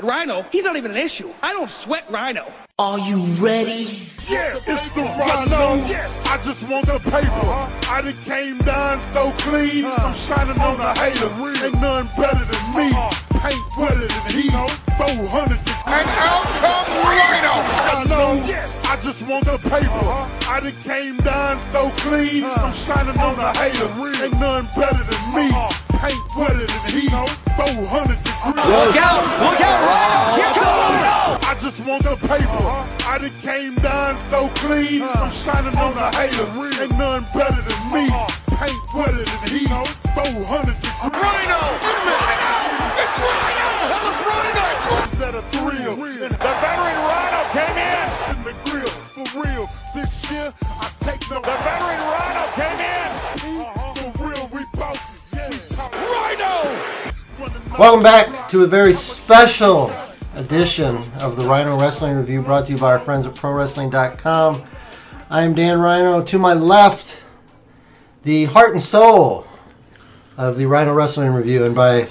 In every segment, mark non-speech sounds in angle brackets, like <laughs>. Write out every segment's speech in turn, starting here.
Rhino, he's not even an issue. I don't sweat Rhino. Are you ready? Yeah, it's the Rhino. I just want the paper. I done came down so clean. I'm shining on the haters. Ain't none better than me. Paint wetter than he. 400 And out come Rhino. Rhino. I just want the paper. I done came down so clean. I'm shining on the haters. Ain't none better than me. Paint wetter than he. 400 degrees. Look out! Look out, Rhino! Here comes Rhino! I just want the paper. I done came down so clean. I'm shining on the haters. Ain't none better than me. Paint wetter than he. 400 degrees. Rhino! It's Rhino! It's Rhino! That was Rhino! Better thrill. The veteran Rhino came in. In the grill, for real. This year, I take the... The veteran Rhino came in. For real, we bosses. Yeah. Rhino! Welcome back to a very special edition of the Rhino Wrestling Review brought to you by our friends at ProWrestling.com. I am Dan Rhino. To my left, the heart and soul of the Rhino Wrestling Review. And by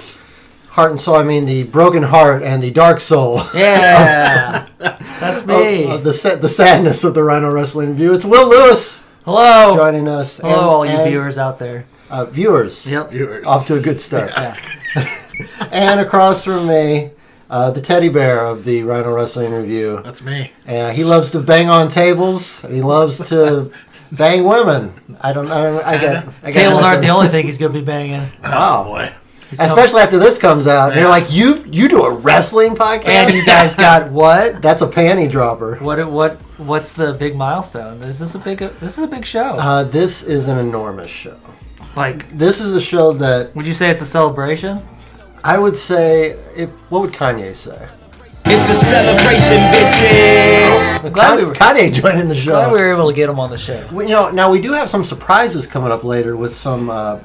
heart and soul, I mean the broken heart and the dark soul <laughs> Yeah, that's me. of the, sa- the sadness of the Rhino Wrestling Review. It's Will Lewis Hello, joining us. hello, all you viewers out there. Uh, viewers. Yep. Off to a good start. <laughs> and across from me, uh, the teddy bear of the Rhino Wrestling Review. That's me. Uh, he loves to bang on tables. And he loves <laughs> to bang women. I don't. I don't. I get. I get Tables aren't the nothing. <laughs> only thing he's gonna be banging. Oh, Wow. boy. He's coming- Especially after this comes out, and you're Yeah. like, you you do a wrestling podcast, and you <laughs> guys got what? That's a panty dropper. What? What? What's the big milestone? Is this a big? This is a big show. Uh, this is an enormous show. like, This is a show that would you say it's a celebration? I would say. It, what would Kanye say? It's a celebration, bitches. I'm glad we were. Kanye joining the show. Glad we were able to get him on the show. We, you know, now we do have some surprises coming up later with some uh,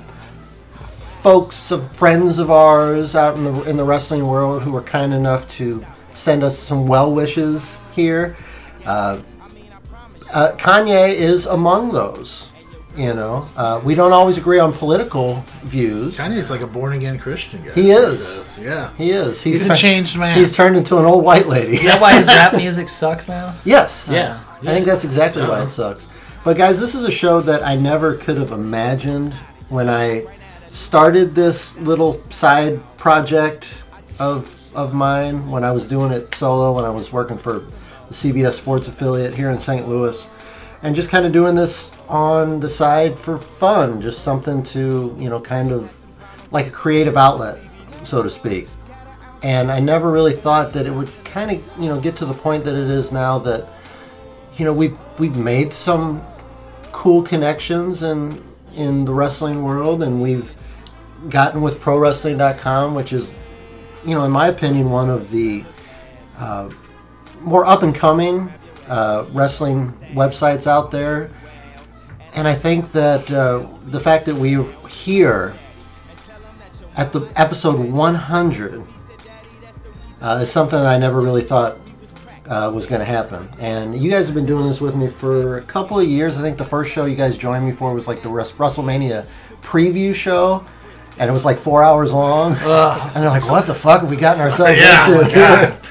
folks, some friends of ours out in the in the wrestling world who were kind enough to send us some well wishes here. Uh, uh, Kanye is among those. You know, uh, we don't always agree on political views. Kanye's like a born again Christian guy. He is. says. Yeah. He is. He's, He's tur- a changed man. He's turned into an old white lady. Is that why <laughs> his rap music sucks now? Uh, Yes. Yeah. I think that's exactly why it sucks. But guys, this is a show that I never could have imagined when I started this little side project of of mine when I was doing it solo when I was working for the CBS Sports affiliate here in St. Louis and just kind of doing this on the side for fun, just something to, you know, kind of like a creative outlet, so to speak and I never really thought that it would kind of you know get to the point that it is now that you know we've we've made some cool connections in in the wrestling world and we've gotten with prowrestling.com which is you know in my opinion one of the uh, more up and coming uh, wrestling websites out there and I think that uh, the fact that we're here at the episode 100 uh, is something that I never really thought uh, was going to happen. And you guys have been doing this with me for a couple of years. I think the first show you guys joined me for was like the Rus- WrestleMania preview show, and it was like four hours long. <laughs> And they're like, "What the fuck have we gotten <laughs> ourselves Yeah. Oh into?"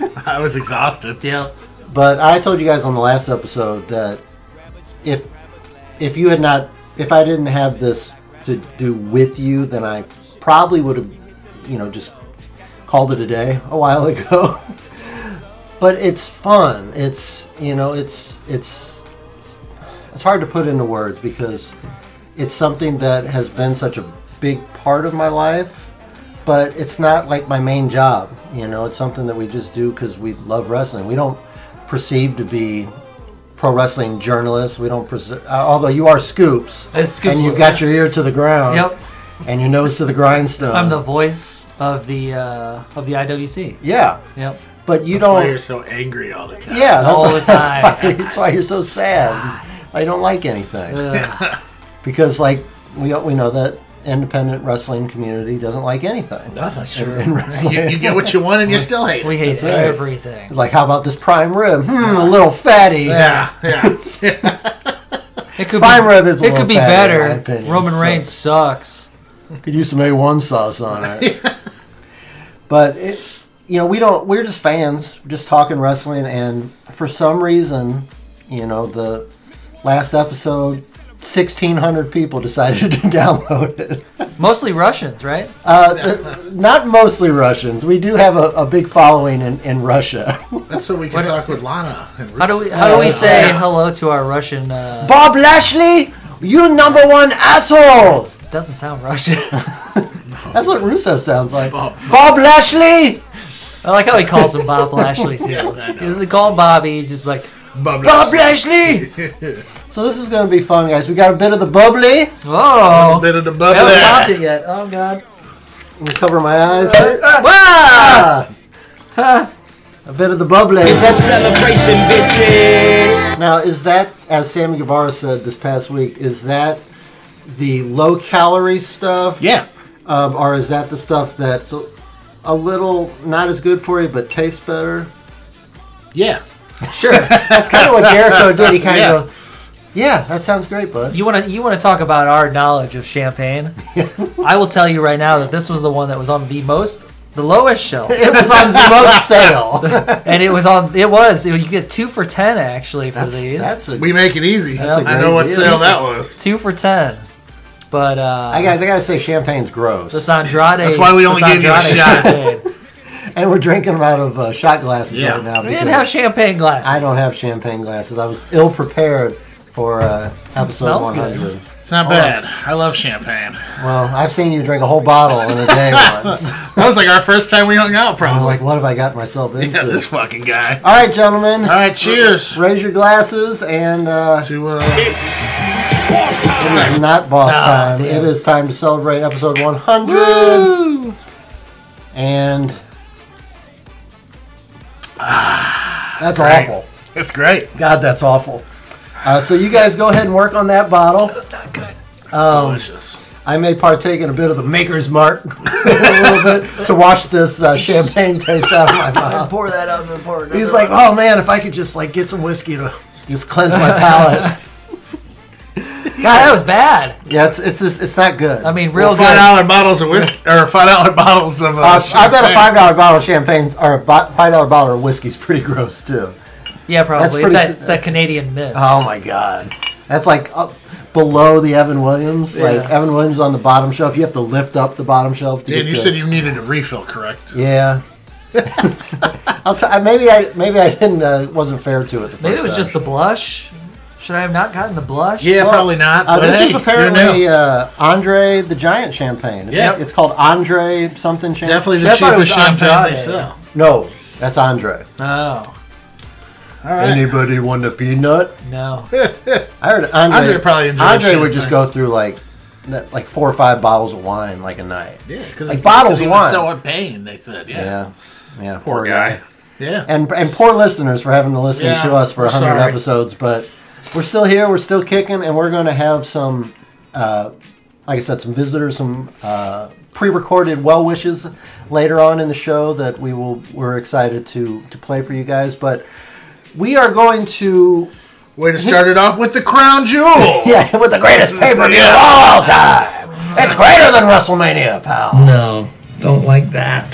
my <laughs> God. I was exhausted. Yep. But I told you guys on the last episode that if if you had not if I didn't have this to do with you, then I probably would have you know just called it a day a while <laughs> ago. but it's fun. It's you know it's it's it's hard to put into words because it's something that has been such a big part of my life but it's not like my main job. You know, it's something that we just do because we love wrestling. We don't perceive to be pro wrestling journalists. We don't, perce- uh, although you are scoops, It's Scoops and you've Lewis. got your ear to the ground, Yep. and your nose to the grindstone. I'm the voice of the uh, of the IWC. yeah, Yep. but you That's why don't. you're so angry all the time. Yeah, that's, All why, the that's, why, time. <laughs> that's why you're so sad. I don't like anything Ugh. <laughs> because, like, we we know that independent wrestling community doesn't like anything. That's in- in <laughs> wrestling. You, you get what you want and you still hate we it. hate right. everything. Like, how about this prime rib? Hmm, a little fatty. Yeah. <laughs> Yeah. It could Prime be, rib is a it little could be fatty, in my better. opinion. Roman Reigns <laughs> sucks. <laughs> Could use some A1 sauce on it. but it, you know, we don't. We're just fans, we're just talking wrestling, and for some reason, you know, the last episode, sixteen hundred people decided <laughs> to download it. Uh, Mostly Russians, right? Not mostly Russians. We do have a, a big following in, in Russia. <laughs> That's so we can talk with Lana. And How do we how do we say hello to our Russian? Uh, Bob Lashley, you number one asshole. it doesn't sound Russian. <laughs> That's what Rusev sounds like. Bob. Bob Lashley, I like how he calls him Bob <laughs> Lashley too. Because they call him Bobby, he's just like Bob Bob <laughs> Lashley. So this is going to be fun, guys. We got a bit of the bubbly. Oh, Bit of the I haven't popped bubble. it yet. Oh God. Let me cover my eyes. Wow! Ah. A bit of the bubbly. It's a celebration, bitches. Now, is that, as Sammy Guevara said this past week, is that the low-calorie stuff? Yeah. Um, or is that the stuff that's a, a little not as good for you but tastes better? <laughs> Yeah. Sure. That's kind of what Jericho did. He kind Yeah. of go, yeah, that sounds great, bud. You want to you want to talk about our knowledge of <laughs> champagne? I will tell you right now that this was the one that was on the most, the lowest shelf, It was <laughs> on the most sale. and it was on. It was. you get two for ten actually for That's, these. that's a, We make it easy. That's a I know great what deal. sale that was. two for ten. But uh, I, guys, I got to say, champagne's gross. this Andrade. That's why we this only gave you a Andrade shot. <laughs> champagne. And we're drinking them out of uh, shot glasses Yeah. right now. we didn't because- have champagne glasses. I don't have champagne glasses. I was ill prepared for uh, episode smells 100. good. It's not bad. I love champagne. Well, I've seen you drink a whole bottle in <laughs> a day once. That was like our first time we hung out, I'm probably. like, what have I got myself into? yeah, this fucking guy. All right, gentlemen, All right, cheers. raise your glasses and uh, To, uh, Ah, It's boss time. it is not boss time. damn. It is time to celebrate episode 100. Woo! And that's Ah, great. awful. it's great. God, that's awful. Uh, so you guys go ahead and work on that bottle. Um, It's not good. It's delicious. I may partake in a bit of the Maker's Mark <laughs> a little bit to wash this uh, champagne taste out of my mouth. Pour that out and pour it. He's like, oh man, if I could just like get some whiskey to just cleanse my palate. <laughs> God, that was bad. yeah, it's it's just, it's not good. I mean, real Five good. dollar bottles of whiskey, or five dollar bottles of. Uh, <laughs> Uh, I bet a champagne. five dollar bottle of champagne's or a bo- five dollar bottle of whiskey's pretty gross too. Yeah, probably. It's pretty- that, it's that Canadian mist. Oh my god, that's like up below the Evan Williams. Like Yeah. Evan Williams on the bottom shelf, you have to lift up the bottom shelf. To Dan, get you to- said you needed a refill, correct? <laughs> yeah. <laughs> I'll t- maybe I maybe I didn't uh, wasn't fair to it. The first Maybe it was time. just the blush. Should I have not gotten the blush? Yeah, Well, probably not. Uh, but this hey, is you're apparently new. uh, Andre the Giant champagne. It's, Yeah. it's called Andre something champagne. definitely See, the I thought it cheapest was champagne they Andrade. sell. No, that's Andre. Oh All right. Anybody want a peanut? no. <laughs> I heard Andre, Andre probably enjoys Andre would just champagne. go through like that, like four or five bottles of wine like a night. Yeah, because Like bottles of wine. So in pain, they said. Yeah. Yeah, yeah. Poor guy. Yeah. And and poor listeners for having to listen Yeah, to us for we're hundred sorry. episodes, but we're still here. We're still kicking, and we're going to have some, uh, like I said, some visitors, some uh, pre-recorded well wishes later on in the show that we will. We're excited to to play for you guys, but we are going to Way to start it off with the crown jewel. <laughs> Yeah, with the greatest pay per view of all time. It's greater than WrestleMania, pal. No, don't like that.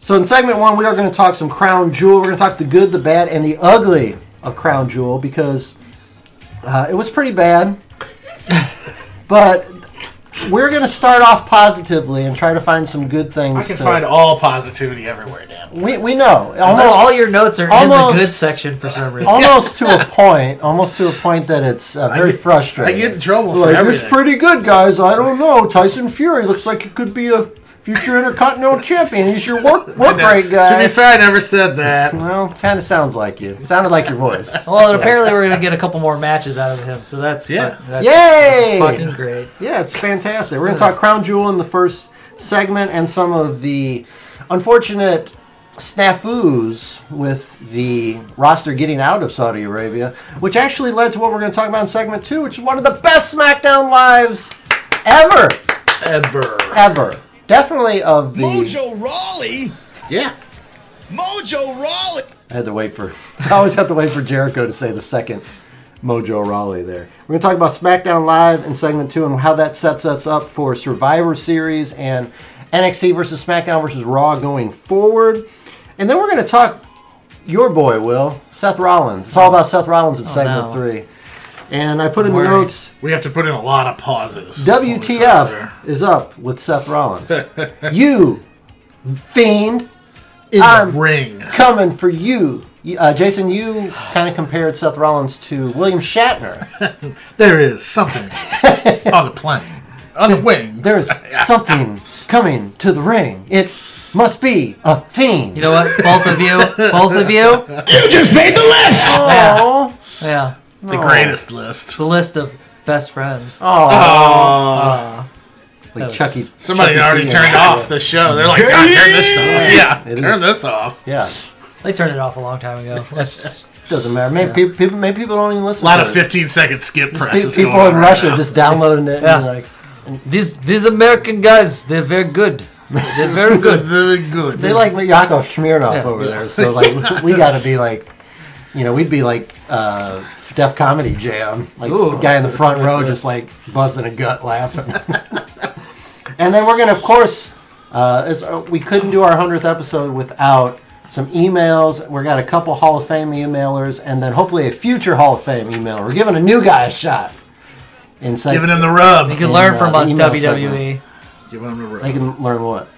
So, in segment one, we are going to talk some Crown Jewel. We're going to talk the good, the bad, and the ugly of Crown Jewel because uh, it was pretty <laughs> bad. but we're going to start off positively and try to find some good things. I can to- find all positivity everywhere, Dan. we, we know. Almost, Although all your notes are in Almost- the good section for some reason. <laughs> almost to a point. Almost to a point that it's uh, very get- I frustrating. get in trouble for Like, it's everything. pretty good, guys. I don't know. Tyson Fury looks like he could be a future intercontinental <laughs> champion. He's your <laughs> work, work No, rate guy. To be fair, I never said that. well, kind of sounds like you. Sounded like your voice. Well, and apparently we're gonna get a couple more matches out of him, so that's Yeah. fu- that's Yay! fucking great. Yeah, it's fantastic. We're going to talk Crown Jewel in the first segment and some of the unfortunate snafus with the roster getting out of Saudi Arabia, which actually led to what we're going to talk about in segment two, which is one of the best SmackDown lives ever. Ever. Ever. Definitely of the. Mojo Raleigh. Yeah. Mojo Raleigh. I had to wait for. <laughs> I always have to wait for Jericho to say the second Mojo Raleigh there. We're going to talk about SmackDown Live in segment two and how that sets us up for Survivor Series and NXT versus SmackDown versus Raw going forward. And then we're going to talk your boy, Will, Seth Rollins. It's all about Seth Rollins in segment no. three. And I put in Worried. the notes We have to put in a lot of pauses. WTF is up with <laughs> Seth Rollins. you, fiend, in I'm- the ring. coming for you. You- Uh, Jason, you kind of compared Seth Rollins to William Shatner. <laughs> There is <laughs> something on the plane, on the wing. <laughs> There's something coming to the ring. It must be a fiend. You know what? Both of you, both <laughs> of you. You just made the list. Aw. Yeah, the greatest list. the list of best friends. like was- Chucky. Somebody Chucky already E. Cheese. turned off the show. They're like, God, turn this off. Yeah, It turn is. this off. Yeah, They turned it off a long <laughs> time <laughs> ago. Let's <laughs> just, doesn't matter. Maybe peop- people, maybe people don't even listen. A lot to of it. 15 second skip Pe- presses. people going in on Russia right now. <laughs> just downloading it. Yeah. and like, these these American guys, they're very good. <laughs> They're very good. Very good. they like Yakov Smirnoff Yeah. over there. So like, we got to be like, you know, we'd be like uh, Def Comedy Jam, like Ooh. the guy in the front row just like buzzing a gut laughing. <laughs> and then we're gonna, of course, uh, it's, uh, we couldn't do our hundredth episode without. Some emails. We got a couple Hall of Fame emailers, and then hopefully a future Hall of Fame emailer. We're giving a new guy a shot. In sec- giving him the You rub. can And, learn uh, from the us, E. email WWE. Giving him the rub. They can learn what.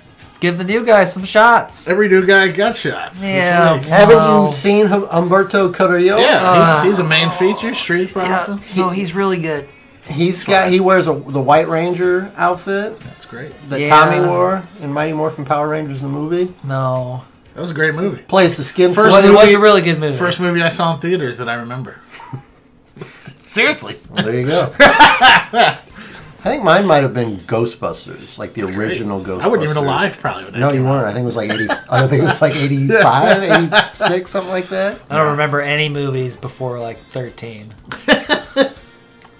Give the new guys some shots. Every new guy got shots. Yeah, Haven't well, you seen Hum- Humberto Carrillo? Uh, Yeah, he's, he's a main feature. Street Uh, yeah, Profits. no, he's really good. He's got he wears a, the White Ranger outfit That's great. that Yeah. Tommy wore in Mighty Morphin Power Rangers the movie. No, That was a great movie. Plays the skin First but flip. it was movie- a really good movie. First movie I saw in theaters that I remember. Seriously. Well, there <laughs> you go. I think mine might have been Ghostbusters, like the original Ghostbusters. I wasn't even alive probably when that No, came you out. weren't. I think it was like eighty. I think it was like <laughs> 85, 86, something like that. I don't remember any movies before like 13.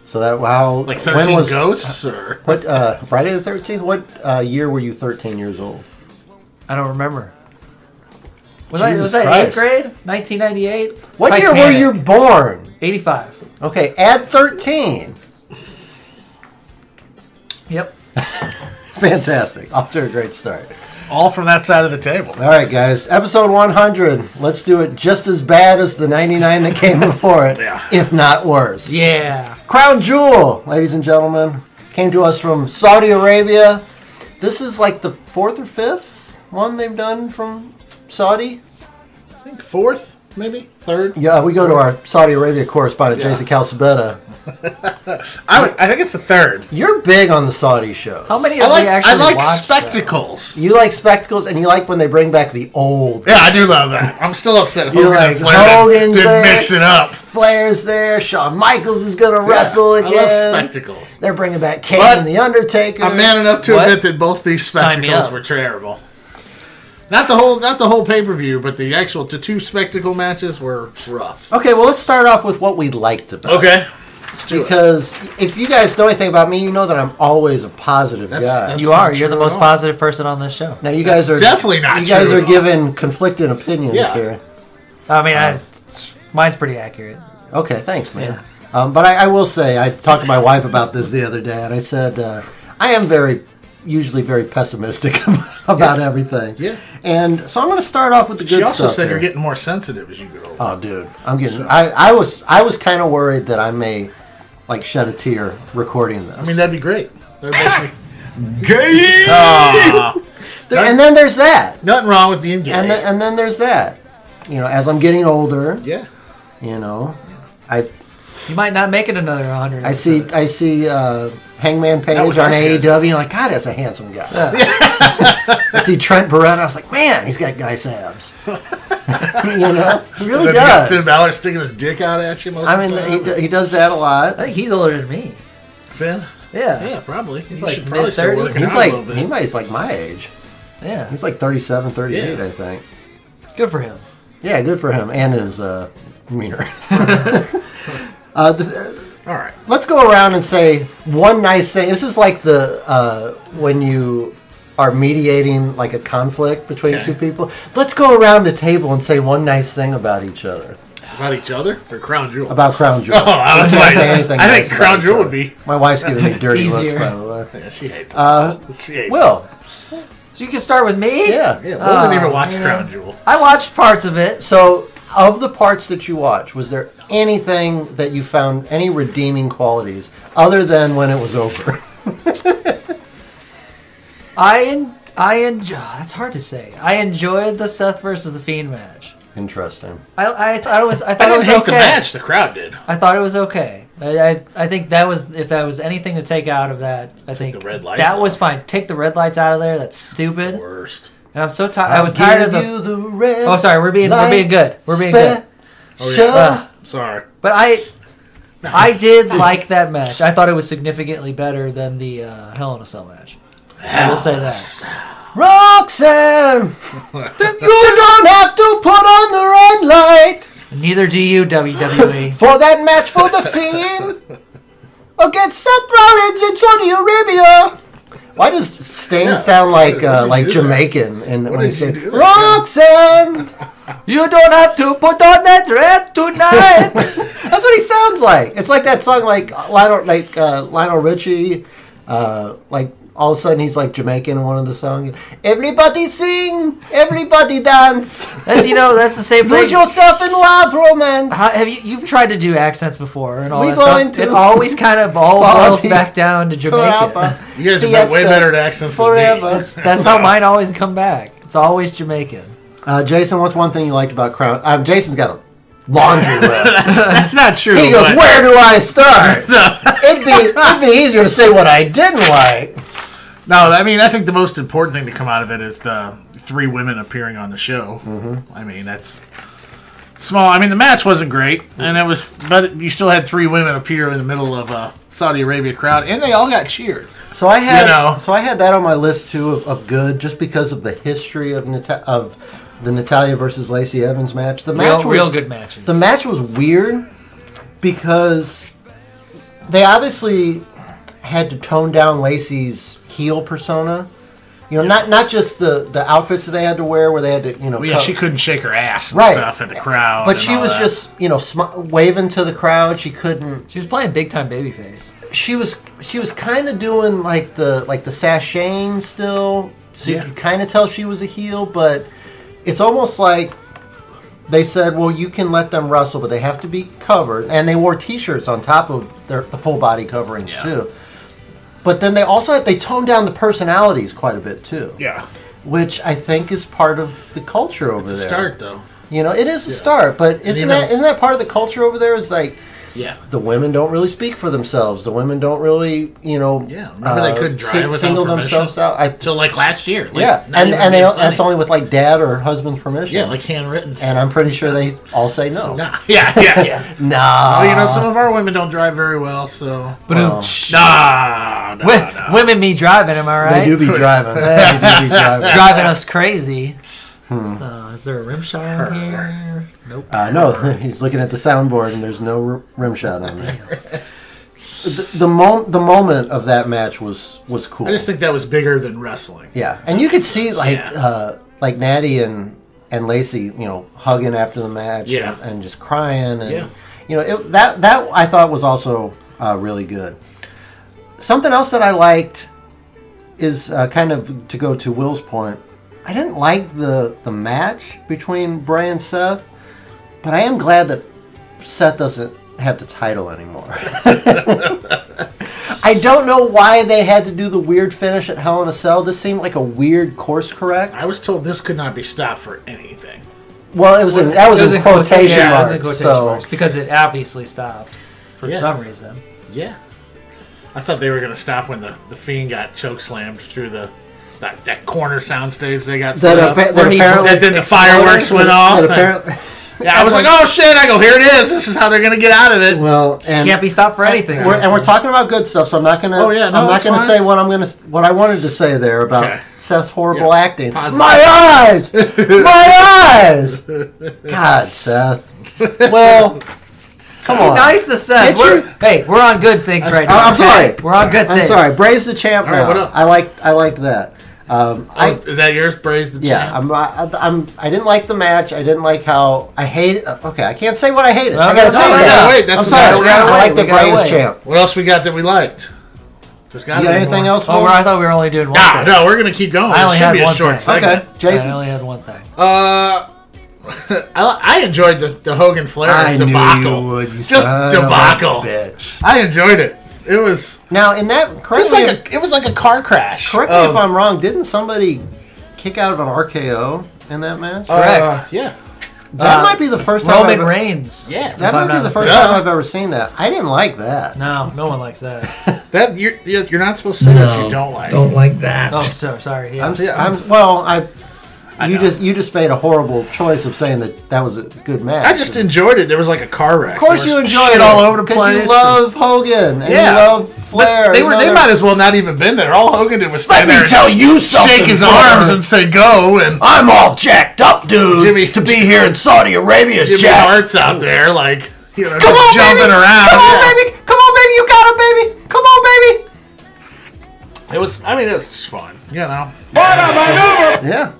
So that wow. Like 13 when was Ghosts or <laughs> what uh, Friday the Thirteenth? What uh, year were you thirteen years old? I don't remember. Was I Jesus was that eighth Christ. grade? 1998. What Titanic. year were you born? 85. Okay, add 13. Yep. <laughs> Fantastic. Off to a great start. all from that side of the table. All right, guys. Episode 100. Let's do it just as bad as the 99 that came <laughs> before it, Yeah. if not worse. Yeah. Crown Jewel, ladies and gentlemen, came to us from Saudi Arabia. This is like the fourth or fifth one they've done from Saudi. I think fourth, maybe third. Yeah, we go to our Saudi Arabia correspondent, Yeah. Jason Calcebetta. <laughs> I, would, I think it's the third. You're big on the Saudi shows. How many I of like we I actually like watched? spectacles. You like spectacles and you like when they bring back the old Yeah, I do love <laughs> that. I'm still upset. Hogan You're and like, Flair didn't- Hogan's didn't there. mix it up. Flair's there. Shawn Michaels is gonna wrestle Yeah, again. I love spectacles. They're bringing back Kane But and the Undertaker. I'm man enough to What? admit that both these Sign me spectacles up. were terrible. Not the whole, not the whole pay per view, but the actual the two spectacle matches were rough. okay, well let's start off with what we liked about. it. Okay, let's do it. Because if you guys know anything about me, you know that I'm always a positive That's- guy. that's- you are. You're true the at most all. positive person on this show. now you guys are definitely not You guys true are at all. Oh. given conflicting opinions Yeah. here. I mean, I, mine's pretty accurate. Okay, thanks, man. Um, but I, I will say, I talked to my wife about this the other day, and I said, uh, I am very, usually very pessimistic <laughs> about everything. Yeah. And so I'm going to start off with the good She also stuff said here. you're getting more sensitive as you go. Oh, dude, I'm getting. I, I was I was kind of worried that I may like shed a tear recording this. I mean, that'd be great. That'd <laughs> make me- Gay. There- and then there's that, Ah. nothing wrong with being gay. and then, and then there's that. You know, as I'm getting older, yeah, you know, I You might not make it another 100. I see I see uh, Hangman Page was on our AEW. shit. and like, God, that's a handsome guy. <laughs> <laughs> I see Trent Barretta. I was like, man, he's got nice <laughs> abs. you know, he really Then you got Finn does. Balor sticking his dick out at you most I of the mean, time. he, d- he does that a lot. I think he's older than me. Finn. Yeah. Yeah, probably. He's like mid-thirties. He's like he might he's like my age. Yeah. He's like 37, 38, Yeah. I think. Good for him. Yeah, good for him and his uh, wiener. <laughs> uh, th- All right. let's go around and say one nice thing. This is like the uh, when you are mediating like a conflict between Okay. two people. Let's go around the table and say one nice thing about each other <laughs> About each other for Crown Jewel. about Crown Jewel. Oh, I was Can't like, say anything I nice think about Crown each Jewel other. would be. <laughs> My wife's giving me dirty looks, Easier. by the way. Yeah, she hates. us. Uh, she hates. Will, us. So you can start with me. Yeah. Yeah, Lola Oh, never watched man. Crown Jewel. I watched parts of it. So, of the parts that you watch, was there anything that you found any redeeming qualities other than when it was over? <laughs> I en- I enjoy. That's hard to say. I enjoyed the Seth versus the Fiend match. Interesting. I I thought it was I I thought it didn't was hate okay. the match. The crowd did. I thought it was okay. I, I I think that was if that was anything to take out of that. I think the red lights that out. was fine. Take the red lights out of there. That's stupid. Worst. And I'm so tired. I was tired of Give the. you the red Oh, sorry. We're being we're light being good. We're being good. special. Uh, Oh, Sorry. but I. <laughs> I did like that match. I thought it was significantly better than the uh, Hell in a Cell match. I will say that. Roxanne, <laughs> you don't have to put on the red light Neither do you, E. WWE. for that match for the Fiend against Seth Rollins in Saudi Arabia. Why does Sting Yeah. sound like What did uh, you like do Jamaican in the, when he did you sings do? Roxanne? you don't have to put on that red tonight. That's what he sounds like. It's like that song, like Lionel, like uh, Lionel Richie. Uh, like all of a sudden, he's like Jamaican in one of the songs. Everybody sing, everybody dance. <laughs> That's you know that's the same thing. Lose yourself in wild romance. How, have you you've tried to do accents before and all We that going stuff? it to- always kind of all boils Party. back down to <laughs> Jamaican. Carapa, You guys have been way fiesta, better at accents than me. forever. That's that's how mine always come back. It's always Jamaican. Uh, Jason, what's one thing you liked about Crown? Um, Jason's got a <laughs> laundry list. That's not true. He goes, but- "Where do <laughs> I start?" it'd be it'd be easier to say what I didn't like. No, I mean, I think the most important thing to come out of it is the three women appearing on the show. Mm-hmm. I mean, that's small. I mean, the match wasn't great, and it was, but you still had three women appear in the middle of a Saudi Arabia crowd, and they all got cheered. So I had You know. so I had that on my list too of, of good just because of the history of Nata- of the Natalia versus Lacey Evans match. The Real, match was, real good matches. The match was weird because they obviously had to tone down Lacey's heel persona. You know, not not just the the outfits that they had to wear where they had to you know Well, yeah, cut- she couldn't shake her ass and Right. stuff at the crowd. but and she all was that. just you know smi- waving to the crowd. She couldn't she was playing big time babyface. she was she was kind of doing like the like the sashaying still, so Yeah. you could kind of tell she was a heel. But it's almost like they said, "Well, you can let them wrestle, but they have to be covered." And they wore T-shirts on top of their the full body coverings Yeah. too. But then they also had, they toned down the personalities quite a bit too, yeah. which I think is part of the culture over there. Start though. You know, it is a start, but isn't even- that isn't that part of the culture over there? Is like Yeah. the women don't really speak for themselves. The women don't really, you know, Yeah, remember they couldn't drive without Uh, single permission? themselves out. I So like last year. Like, yeah, not and even and they, being that's funny. only with like dad or husband's permission. yeah, like handwritten. and I'm pretty sure they all say no. Nah. yeah, <laughs> yeah, yeah. No, well, Uh, you know, some of our women don't drive very well, so Um, Ba-doom-tsh. nah, nah, Wi- nah. Women me driving, am I right? they do <laughs> be driving. they do be driving. Hmm. driving us crazy. Uh, is there a rim shot on here? Nope. I <laughs> know. Uh, <laughs> He's looking at the soundboard, and there's no r- rim shot <laughs> on there. the the, mo- the moment of that match was was cool. I just think that was bigger than wrestling. Yeah, and you could see like Yeah. uh, like Natty and and Lacey, you know, hugging after the match, Yeah. and, and just crying, and Yeah. you know it, that that I thought was also uh, really good. Something else that I liked is uh, kind of to go to Will's point. I didn't like the the match between Bray and Seth, but I am glad that Seth doesn't have the title anymore. <laughs> I don't know why they had to do the weird finish at Hell in a Cell. This seemed like a weird course correct. I was told this could not be stopped for anything. Well, it was in, that was, in quotation yeah, marks. it was in quotation so marks because it obviously stopped for Yeah. some reason. Yeah. I thought they were going to stop when the, the Fiend got choke slammed through the that, that corner soundstage they got that, set appa- up. that where he- apparently and then the fireworks went off. that and- apparently <laughs> yeah, I was like, oh shit. I go, here it is. This is how they're going to get out of it. well and Can't be stopped for anything. We're, and we're talking about good stuff, so I'm not gonna. Oh, yeah, no, I'm not it's gonna fine. say what I'm gonna what I wanted to say there about Okay. Seth's horrible Yeah. acting. Positive. My <laughs> eyes, my eyes. God, Seth. Well, come on. Nice to say. Get We're, your- hey, we're on good things right I- now. I'm sorry. We're on good I'm things. sorry. Bray's the champ All right, now. what up? I liked I liked that. Um, Oh, I is that yours? Braised the yeah. champ? I'm, I, I'm I didn't like the match. I didn't like how I hate. Okay, I can't say what I hated. No, I gotta no, say no, that. no, wait, that's I'm the sorry. battle royale. I like We the gotta Bray's wait. champ. What else we got that we liked? There's You gotta got be anything more. else? Oh, Will? I thought we were only doing one. Nah, thing. no, we're gonna keep going. I It only should had be a one short thing. segment. Okay, Jason. I only had one thing. Uh, <laughs> I, I enjoyed the, the Hogan Flair I knew debacle. you would. You Just son debacle. Of a bitch. I enjoyed it. It was Now, in that, correct, just me, like if, a, it was like a car crash. correct me of- if I'm wrong. Didn't somebody kick out of an RKO in that match? uh, Correct. Uh, yeah, that might be the first time. Roman I've, e-, Reigns. yeah. That if I'm might be not the first mistaken. time I've ever seen that. I didn't like that. No, no one likes <laughs> that. That you're you're you're not supposed to say what you don't like. Don't like that. Oh, so sorry. Yeah. I'm, s Yeah. am well. I, you know. just you just made a horrible choice of saying that that was a good match. I just enjoyed it. There was like a car wreck. of course There you was enjoy shit it all over the 'cause place. You love Hogan and Yeah. you love Flair. They and were. you They know might as well not even been there. All Hogan did was stand there and you shake his arms and say "Go" and I'm all jacked up, dude, Jimmy- to be here in Saudi Arabia, Jimmy Jack. Hart's out there like you know Come just on, jumping baby. around. Come Yeah. on, baby. Come on, baby. You got it, baby. Come on, baby. It was. I mean, it was just fun. You know. Yeah.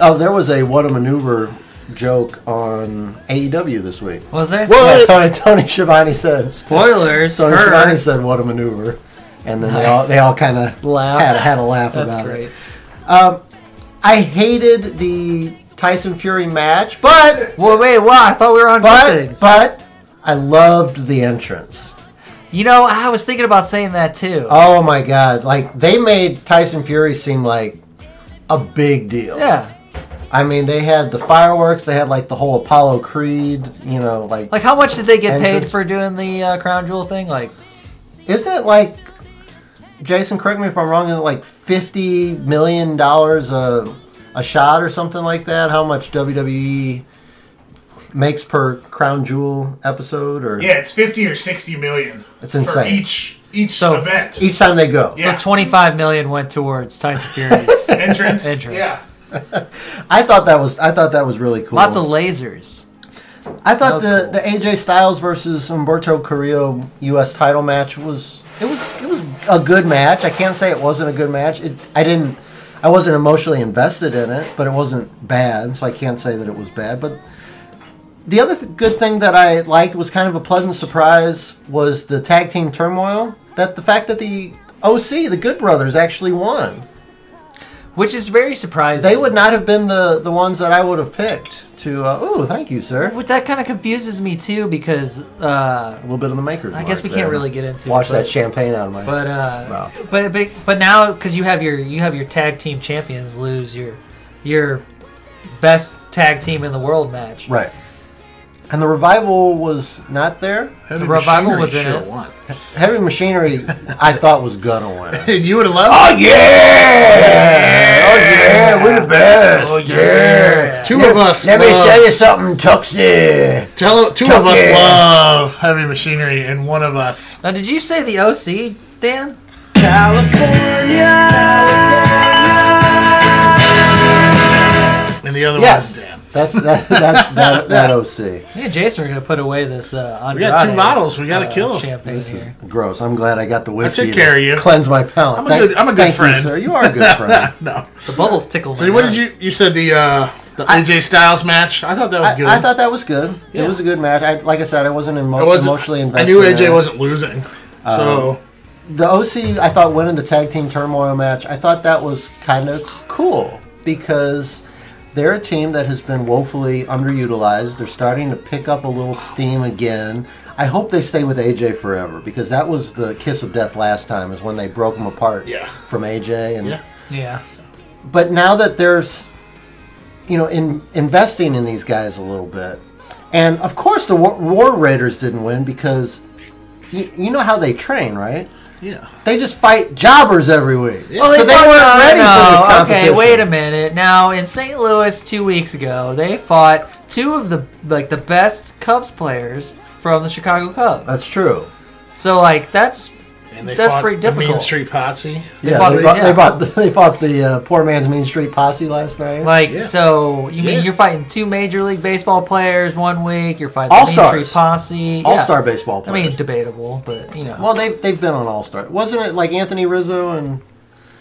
Oh, there was a what a maneuver joke on AEW this week. Was there? Yeah, Tony, Tony Schiavone said. Spoilers. Tony her. Schiavone said what a maneuver, and then they all Nice. they all kind of Laugh. had, had a laugh That's about great. it. Um, I hated the Tyson Fury match, but Well, wait, what? I thought we were on good but things. but I loved the entrance. you know, I was thinking about saying that too. Oh my god! Like they made Tyson Fury seem like a big deal. yeah. I mean, they had the fireworks. They had like the whole Apollo Creed. You know, like, Like, how much did they get Entrance. paid for doing the uh, crown jewel thing? Like, isn't it like Jason? Correct me if I'm wrong. Is it like fifty million dollars a a shot or something like that? How much WWE makes per crown jewel episode or Yeah, it's fifty or sixty million. It's insane. For each each So- event each time they go? Yeah. so 25 million went towards Tyson <laughs> Fury's. entrance. <laughs> Entrance. Yeah. I thought that was I thought that was really cool. Lots of lasers. I thought That was the, the AJ Styles versus Umberto Carrillo U.S. title match was it was it was a good match. I can't say it wasn't a good match. It, I didn't I wasn't emotionally invested in it, but it wasn't bad, so I can't say that it was bad. But the other th- good thing that I liked was kind of a pleasant surprise was the tag team turmoil. That the fact that the OC the Good Brothers actually won. Which is very surprising. They would not have been the the ones that I would have picked to. Uh, oh, thank you, sir. But that kind of confuses me too because, uh, A little bit of the makers. guess we can't really get into it, Wash that but- champagne out of my. but uh, Wow. but but but now because you have your you have your tag team champions lose your your best tag team in the world match. Right. And the revival was not there. The revival was in it. Heavy Machinery, I thought was gonna win. <laughs> And you would have loved Oh, yeah! Oh, yeah, we're the best. Oh, yeah. yeah. two of us. Let me love- tell you something, Tuxie. tell- two of us Tuck in. love heavy machinery, and one of us. Now, did you say the OC, Dan? And the other Yes, one. Dan. <laughs> that's that <laughs> that that, that OC. Me and Jason are gonna put away this. Uh, We got two Andrade, models. We gotta uh, kill 'em. Champagne This is here. gross. I'm glad I got the whiskey. took to care of you. Cleanse my palate. I'm a good- I'm a good thank friend. You, sir. you are <laughs> a good friend. No. The bubbles tickle. So my what did you? nose. You said the uh, the AJ Styles match. I thought that was good. I, I thought that was good. Yeah. It was a good match. I, like I said, I wasn't, emo- I wasn't- emotionally I invested. knew in AJ it. Um, wasn't losing. So the OC I thought winning the tag team turmoil match, I thought that was kind of cool because they're a team that has been woefully underutilized. They're starting to pick up a little steam again. I hope they stay with AJ forever because that was the kiss of death last time is when they broke them apart Yeah. from AJ and Yeah. Yeah. but now that there's you know in investing in these guys a little bit and of course the War, War Raiders didn't win because you, you know how they train, right? yeah. They just fight jobbers every week. Well, so they fought- weren't no, ready no, for this competition. uh, Okay, wait a minute. Now in St. Louis two weeks ago, they fought two of the like the best Cubs players from the Chicago Cubs. That's true. so like that's And they That's fought pretty the Mean difficult. Street Posse. yeah, fought they, the- bought, yeah. they bought the, they fought the uh, poor man's Mean Street Posse last night. like Yeah. so. You Yeah. mean you're fighting two Major League Baseball players one week? You're fighting the Main All-stars. Street Posse, All star baseball Yeah. I players. mean, debatable, but you know. well, they they've been on All Star. Wasn't it like Anthony Rizzo and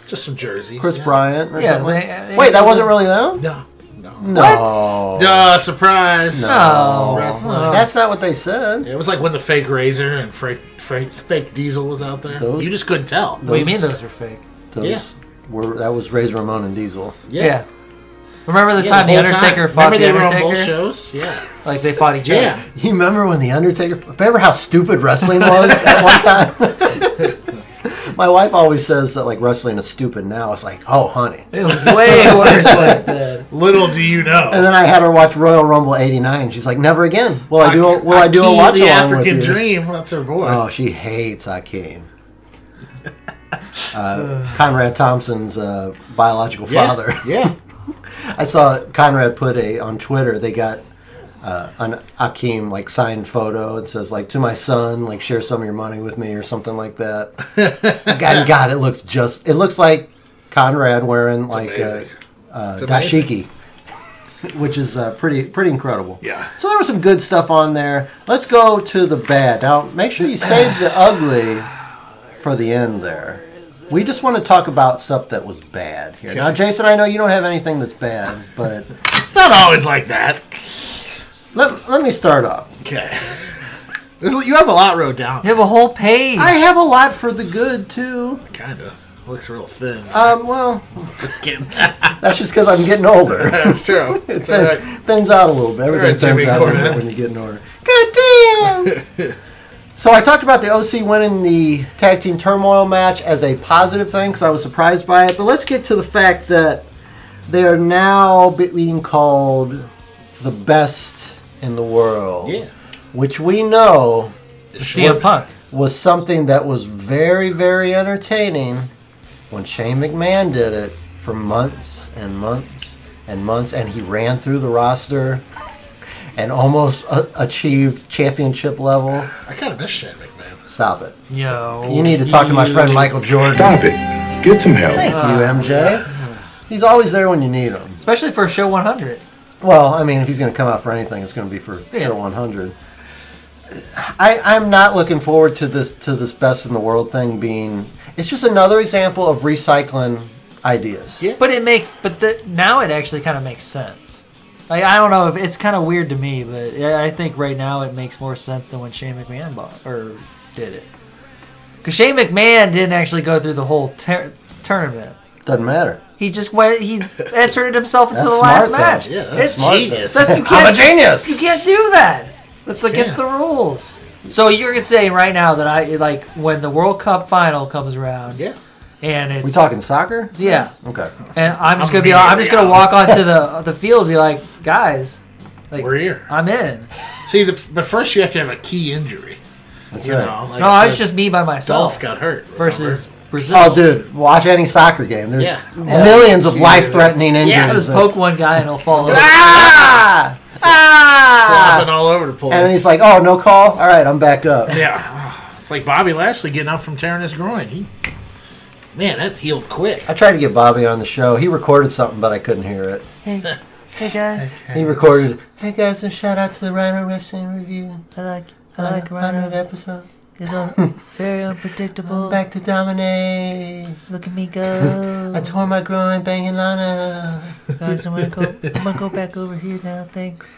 Just some jerseys. Chris yeah. Bryant? Or Yeah, something? they- uh, wait, that wasn't really them. No. No. No. Duh, surprise. No. Wrestling. That's not what they said. It was like when the fake Razor and fake, fake, fake Diesel was out there. Those- you just couldn't tell. What do you mean Those- those were fake? Those Yeah. were that was Razor Ramon and Diesel. Yeah. Remember the Yeah, time the, whole Undertaker time. fought Remember they the were on both Undertaker? shows? Yeah. Like they fought each Yeah. other. You remember when the Undertaker? Remember how stupid wrestling was at one time? <laughs> My wife always says that like wrestling is stupid now. It's like, oh, honey. It was way worse like <laughs> that. Little do you know. And then I had her watch Royal Rumble '89. She's like, never again. Will I do? A, will I, do a Akeem, watch the along with African you? Dream. That's her boy. Oh, she hates Akeem. <laughs> Uh, Conrad Thompson's uh, biological yeah. father. <laughs> Yeah. I saw Conrad put a on Twitter. They got uh, an Akeem like signed photo. It says like to my son, like share some of your money with me or something like that. <laughs> God, God, it looks just. It looks like Conrad wearing like a, amazing. uh, amazing. dashiki, <laughs> which is uh, pretty pretty incredible. Yeah. So there was some good stuff on there. Let's go to the bad. Now make sure you <sighs> save the ugly for the end there. We just want to talk about stuff that was bad here. Now, Jason, I know you don't have anything that's bad, but It's not always like that. let, let me start off. Okay. There's, you have a lot wrote down. You have a whole page. I have a lot for the good, too. Kind of. Looks real thin. Um, well, Just kidding. that's just because I'm getting older. <laughs> That's <laughs> true. It's all Thin- right. Thins out a little bit. Everything right, thins Jimmy out a little bit Cornette. when you get in order. God damn! <laughs> so I talked about the OC winning the tag team turmoil match as a positive thing because I was surprised by it. But let's get to the fact that they are now being called the best in the world. Yeah. Which we know CM Punk. was something that was very, very entertaining when Shane McMahon did it for months and months and months, and he ran through the roster and almost a- achieved championship level. I kind of miss Shane McMahon. Stop it. Yo. You need to talk to my Oh, friend Michael Jordan. Stop it. Get some help. Thank you, MJ. He's always there when you need him. Especially for show 100. Well, I mean, if he's going to come out for anything, it's going to be for Yeah. sure 100. I, I'm not looking forward to this to this best in the world thing being. It's just another example of recycling ideas. Yeah. But it makes, but the, now it actually kind of makes sense. Like, I don't know if it's kind of weird to me, but yeah, I think right now it makes more sense than when Shane McMahon bought or did it. Because Shane McMahon didn't actually go through the whole ter- tournament. Doesn't matter. He just went. He inserted himself into That's the last smart, though. match. Yeah, that's It's- smart, genius. That's, you <laughs> I'm can't, a genius. You can't do that. That's against the rules. So you're saying right now that I like when the World Cup final comes around yeah. and it's We talking soccer? yeah, Okay. and I'm just I'm gonna be gonna be I'm just gonna out. walk onto the the field and be like, guys, like We're here. I'm in. See, the, but first you have to have a key injury. That's You right. know, like No, I I was said, just me by myself Dolph got hurt versus Brazil. Oh, dude, watch any soccer game. There's Yeah. millions of life-threatening yeah, injuries. just poke one guy and he'll fall over. ah! flopping Ah! all over the place. And then he's like, "Oh, no call. All right, I'm back up." yeah, it's like Bobby Lashley getting up from tearing his groin. He, man, that healed quick. I tried to get Bobby on the show. He recorded something, but I couldn't hear it. Hey, hey guys, He recorded, hey guys, a shout out to the Rhino Wrestling Review. I like I like episode. He's <laughs> un- very unpredictable. Back to dominate. Look at me go. <laughs> I tore my groin banging Lana. uh, Guys, I'm gonna go. <laughs> I'm gonna go back over here now. Thanks.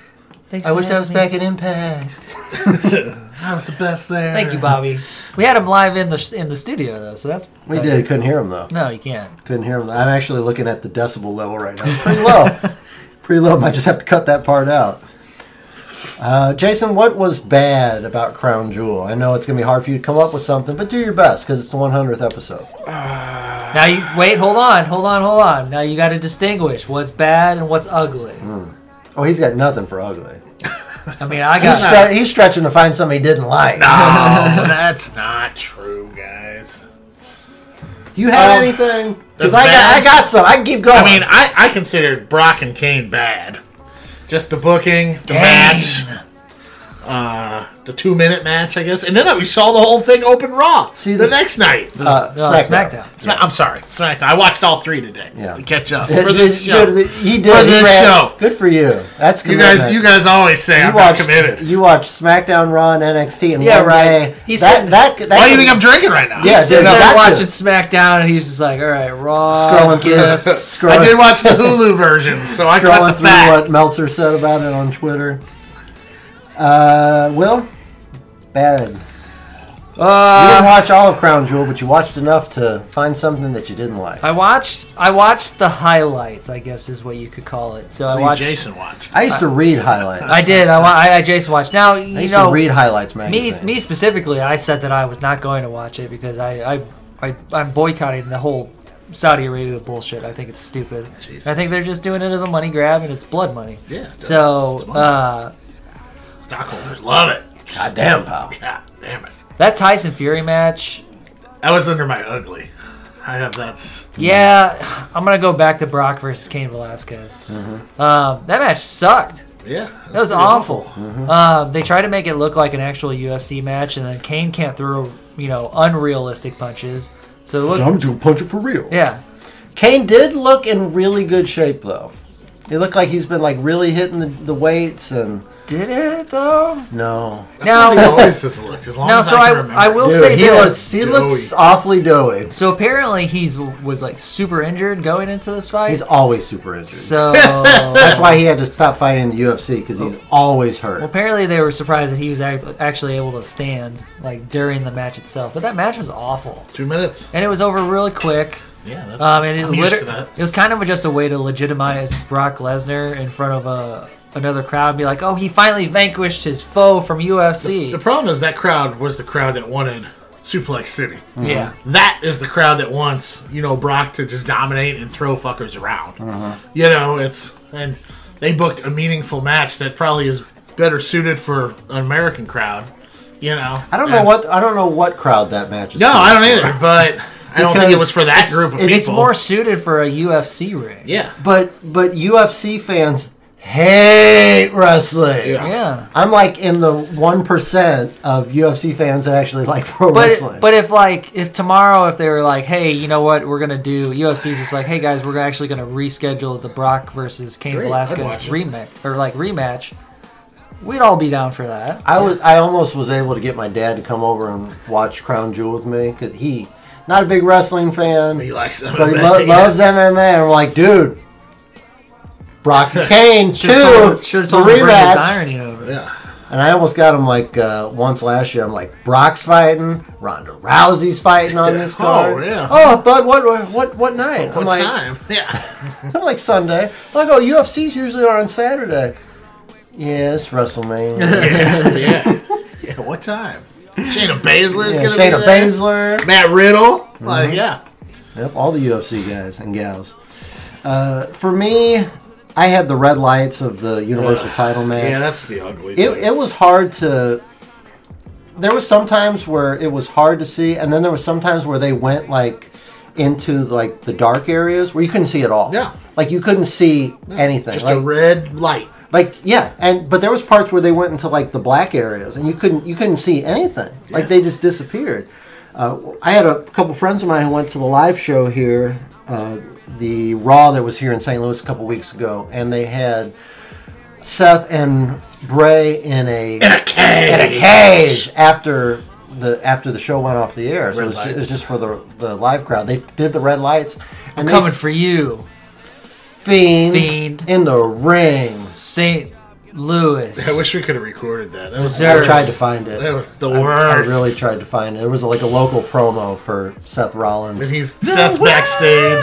Thanks. I wish I was back <laughs> at Impact. That was the best there. Thank you, Bobby. We had him live in the in the studio though, so that's We did. Couldn't hear him though. No, you can't. Couldn't hear him. I'm actually looking at the decibel level right now. It's <laughs> pretty low. pretty low. Might just have to cut that part out. Uh, Jason, what was bad about Crown Jewel? I know it's gonna be hard for you to come up with something, but do your best because it's the 100th episode. Now you wait. Hold on. Hold on. Hold on. Now you got to distinguish what's bad and what's ugly. Oh, he's got nothing for ugly. I mean, I He's, got. stre- he's stretching to find something he didn't like. <laughs> Oh, that's not true, guys. Do you have Um, anything? Because that's I got, bad. I got some. I can keep going. I mean, I, I considered Brock and Kane bad. Just the booking, the match. uh, the two minute match, I guess, and then we saw the whole thing open Raw. See, the the- next night. Uh, No, Oh, SmackDown. Sma- I'm sorry, SmackDown. I watched all three today Yeah. to catch up It- for this it- show. good- He did. For he this ran- show. Good for you. That's you guys, commitment. you guys always say I'm not committed. You watch SmackDown, Raw, and NXT, and Yeah, one right. day- He that, said- that, that, Why do you think I'm drinking right now? Yeah, He's sitting dude, there <laughs> gotcha. watching SmackDown, and he's just like, "All right, Raw Scrolling through- gifts." <laughs> scrolling I did watch the Hulu version, so I scrolling cut the through back. what Meltzer said about it on Twitter? Uh, Will, bad. You Uh, didn't watch all of Crown Jewel, but you watched enough to find something that you didn't like. I watched. I watched the highlights. I guess is what you could call it. So I See, watched. Jason watched. I used to read highlights. I did. I, wa- I, I Jason watched. Now you I used know to read highlights me. magazine. Me specifically, I said that I was not going to watch it because I, I, I I'm boycotting the whole Saudi Arabia bullshit. I think it's stupid. Jesus. I think they're just doing it as a money grab and it's blood money. Yeah, it's So uh, Stockholders love it. God damn, pal. God damn it. that Tyson Fury match. That was under my ugly. I have that. Yeah, I'm gonna go back to Brock versus Kane Velasquez. Um, that match sucked. Mm-hmm. Yeah. That was awful. Mm-hmm. Um, they tried to make it look like an actual UFC match, and then Kane can't throw you know unrealistic punches. So it looked, doing punch it for real. yeah, Kane did look in really good shape, though. He looked like he's been like really hitting the, the weights and did it though? no. <laughs> Now, always just looked, as long now, as so I, can I, remember. I will Dude, say he this. looks he doughy. looks awfully doughy. So apparently he's was like super injured going into this fight. He's always super injured. so <laughs> That's why he had to stop fighting in the UFC because he's always hurt. Well, apparently they were surprised that he was ac- actually able to stand like during the match itself. But that match was awful, Two minutes. and it was over really quick. Yeah. That, Um, and it, I'm used liter- to that. it was kind of just a way to legitimize Brock Lesnar in front of a, another crowd and be like, oh, he finally vanquished his foe from UFC. The problem is that crowd was the crowd that wanted Suplex City. Mm-hmm. yeah. That is the crowd that wants you know Brock to just dominate and throw fuckers around. Uh-huh. You know it's and they booked a meaningful match that probably is better suited for an American crowd. You know. I don't know And- what I don't know what crowd that match is. No, for. I don't either. <laughs> But I don't think it Because was for that group of people. It's more suited for a UFC ring. Yeah. But but UFC fans hate wrestling. Yeah. Yeah. I'm like in the one percent of UFC fans that actually like <laughs> pro wrestling. But, but if like if tomorrow if they were like hey you know what we're gonna do UFC's just like hey guys we're actually gonna reschedule the Brock versus Kane Great, I'd Velasquez watch it. rematch or like rematch we'd all be down for that I was I almost was able to get my dad to come over and watch Crown Jewel with me because <laughs> he not a big wrestling fan, He likes them. but he lo- loves MMA. And I'm like, dude, <laughs> Brock and Kane two should have told, him- should've told the him to bring his rematch. irony over Yeah. And I almost got him like uh, once last year. I'm like, Brock's fighting, Ronda Rousey's fighting on <laughs> this Oh, card. yeah. Oh, but what what what night? What I'm like, time? <laughs> Yeah. <laughs> I'm like Sunday. Like, oh, UFC's usually are on Saturday. Yes, WrestleMania. <laughs> yeah. <laughs> yeah. What time? Shayna Baszler is yeah, gonna Shayna be there. Baszler. Mm-hmm. Matt Riddle. Like yeah. Yep, all the UFC guys and gals. Uh, for me, I had the red lights of the Universal title match. Yeah, that's the ugly. it, it was hard to there was some times where it was hard to see and then there was some times where they went like into like the dark areas where you couldn't see at all Yeah. like you couldn't see anything just like, a red light. like yeah and but there was parts where they went into like the black areas and you couldn't you couldn't see anything like they just disappeared uh, i had a couple friends of mine who went to the live show here uh, the raw that was here in st louis a couple weeks ago and they had seth and bray in a In a cage. in a cage after the after the show went off the air so Red it was, just, it lights. was just for the the live crowd they did the red lights and they coming s- for you fiend, Fiend. in the ring St. Louis I wish we could have recorded that. That was, Sir. I tried to find it. that was the I- I worst. really tried to find it. There was like a local promo for Seth Rollins. And he's Seth's backstage,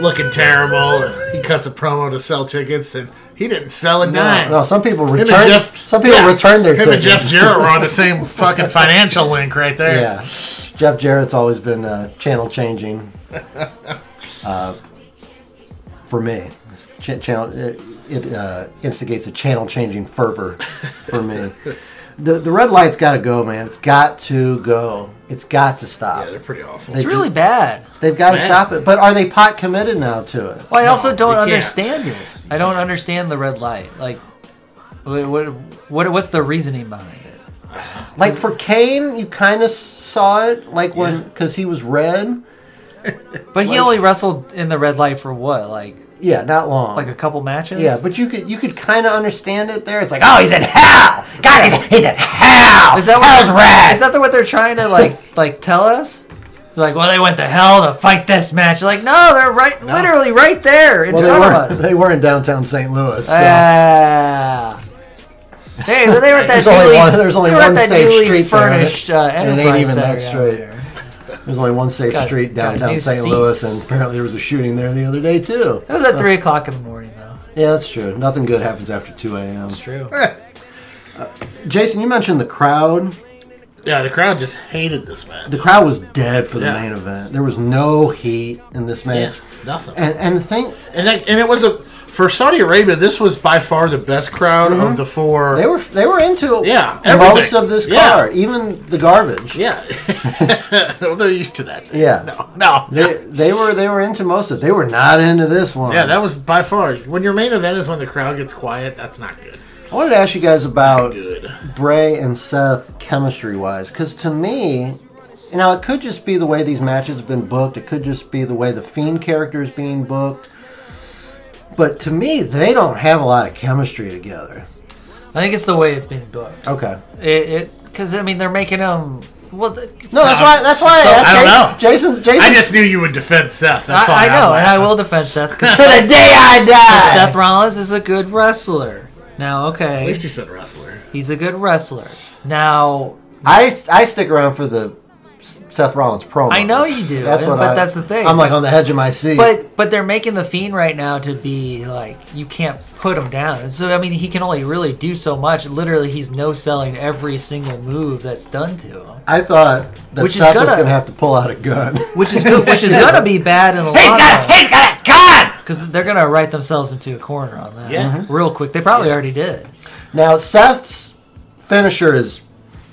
looking terrible, and he cuts a promo to sell tickets, and he didn't sell a no, dime. no, some people Him and return. Jeff- some people yeah, return their him tickets. and Jeff Jarrett were <laughs> on the same fucking financial link right there. yeah, Jeff Jarrett's always been uh, channel changing. Uh, for me, Ch- channel it, it uh, instigates a channel changing fervor for me. the The red light's got to go, man. It's got to go. It's got to stop. Yeah, they're pretty awful. They it's really bad They've got to Man. stop it. But are they pot committed now to it? well I also No, don't you can't. understand it I don't understand the red light like What, what, what, what's the reasoning behind it? Like for Kane, you kind of saw it, like when because he was red. But he only wrestled in the red light for what, like Yeah, not long. like a couple matches? yeah, but you could you could kind of understand it there. It's like, oh, he's in hell. God, he's, he's in hell. is that Hell's what red. Is that the- what they're trying to <laughs> like like tell us? They're like, well, they went to hell to fight this match. You're like, no, they're right, literally right there in well, they front of weren't. us. They were in downtown St. Louis. So. Ah. Hey, they were at that There's only newly- one- there's only they were at one that safe newly street there, and it- furnished uh, and it ain't Enterprise even that Center. straight. There's only one safe Got- street got downtown new St. Louis, seats. and apparently there was a shooting there the other day too. It was at three o'clock in the morning, though. Yeah, that's true. Nothing good happens after 2 a.m. It's true. <laughs> Jason, you mentioned the crowd. <laughs> Yeah, the crowd just hated this match. The crowd was dead for the Yeah. main event. There was no heat in this Yeah, match. nothing. And and the thing, And that, and it was a for Saudi Arabia. This was by far the best crowd of the four. Mm-hmm. they were they were into Yeah, most everything. of this Yeah. <laughs> card, even the garbage. yeah, Well, they're used to that. Yeah. no, no. They, they were they were into most of it. They were not into this one. yeah, that was by far when your main event is when the crowd gets quiet. That's not good. I wanted to ask you guys about Good. Bray and Seth chemistry wise? Because to me, you know, it could just be the way these matches have been booked. It could just be the way the Fiend character is being booked. But to me, they don't have a lot of chemistry together. I think it's the way it's being booked. Okay. It because I mean they're making them. Well, the, No, that's why. That's why. So, I, I don't know. asked Jason, Jason. Jason. I just knew you would defend Seth. That's I, I all know, and had. I will defend Seth <laughs> <laughs> because to the day I die. Seth Rollins is a good wrestler. Now, At okay, least he said wrestler. he's a good wrestler. Now, I I stick around for the S- Seth Rollins promo. I know you do, That's what but I- that's the thing. I'm like on the edge of my seat. But but they're making the fiend right now to be like you can't put him down. So I mean he can only really do so much. Literally he's no selling every single move that's done to him, I thought that Which is Seth was gonna- going to have to pull out a gun. which is good, <laughs> which is gonna be bad in the long run He's got a gun! because they're gonna write themselves into a corner on that Yeah. real quick. They probably already did. Mm-hmm. Now Seth's finisher is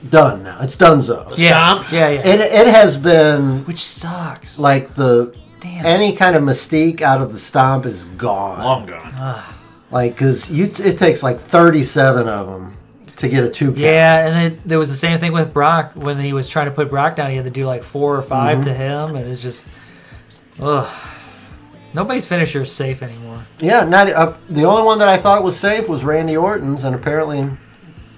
done now. It's donezo. Yeah, Stomp. yeah, yeah. It it has been Which sucks. like the Damn. any kind of mystique out of the stomp is gone. Long gone. Ah. Like because you it takes like thirty seven of them to get a two count. Yeah, and it, there was the same thing with Brock when he was trying to put Brock down. He had to do like four or 5 Mm-hmm. to him, and it's just, ugh. Nobody's finisher is safe anymore. Yeah, not uh, the only one that I thought was safe was Randy Orton's, and apparently,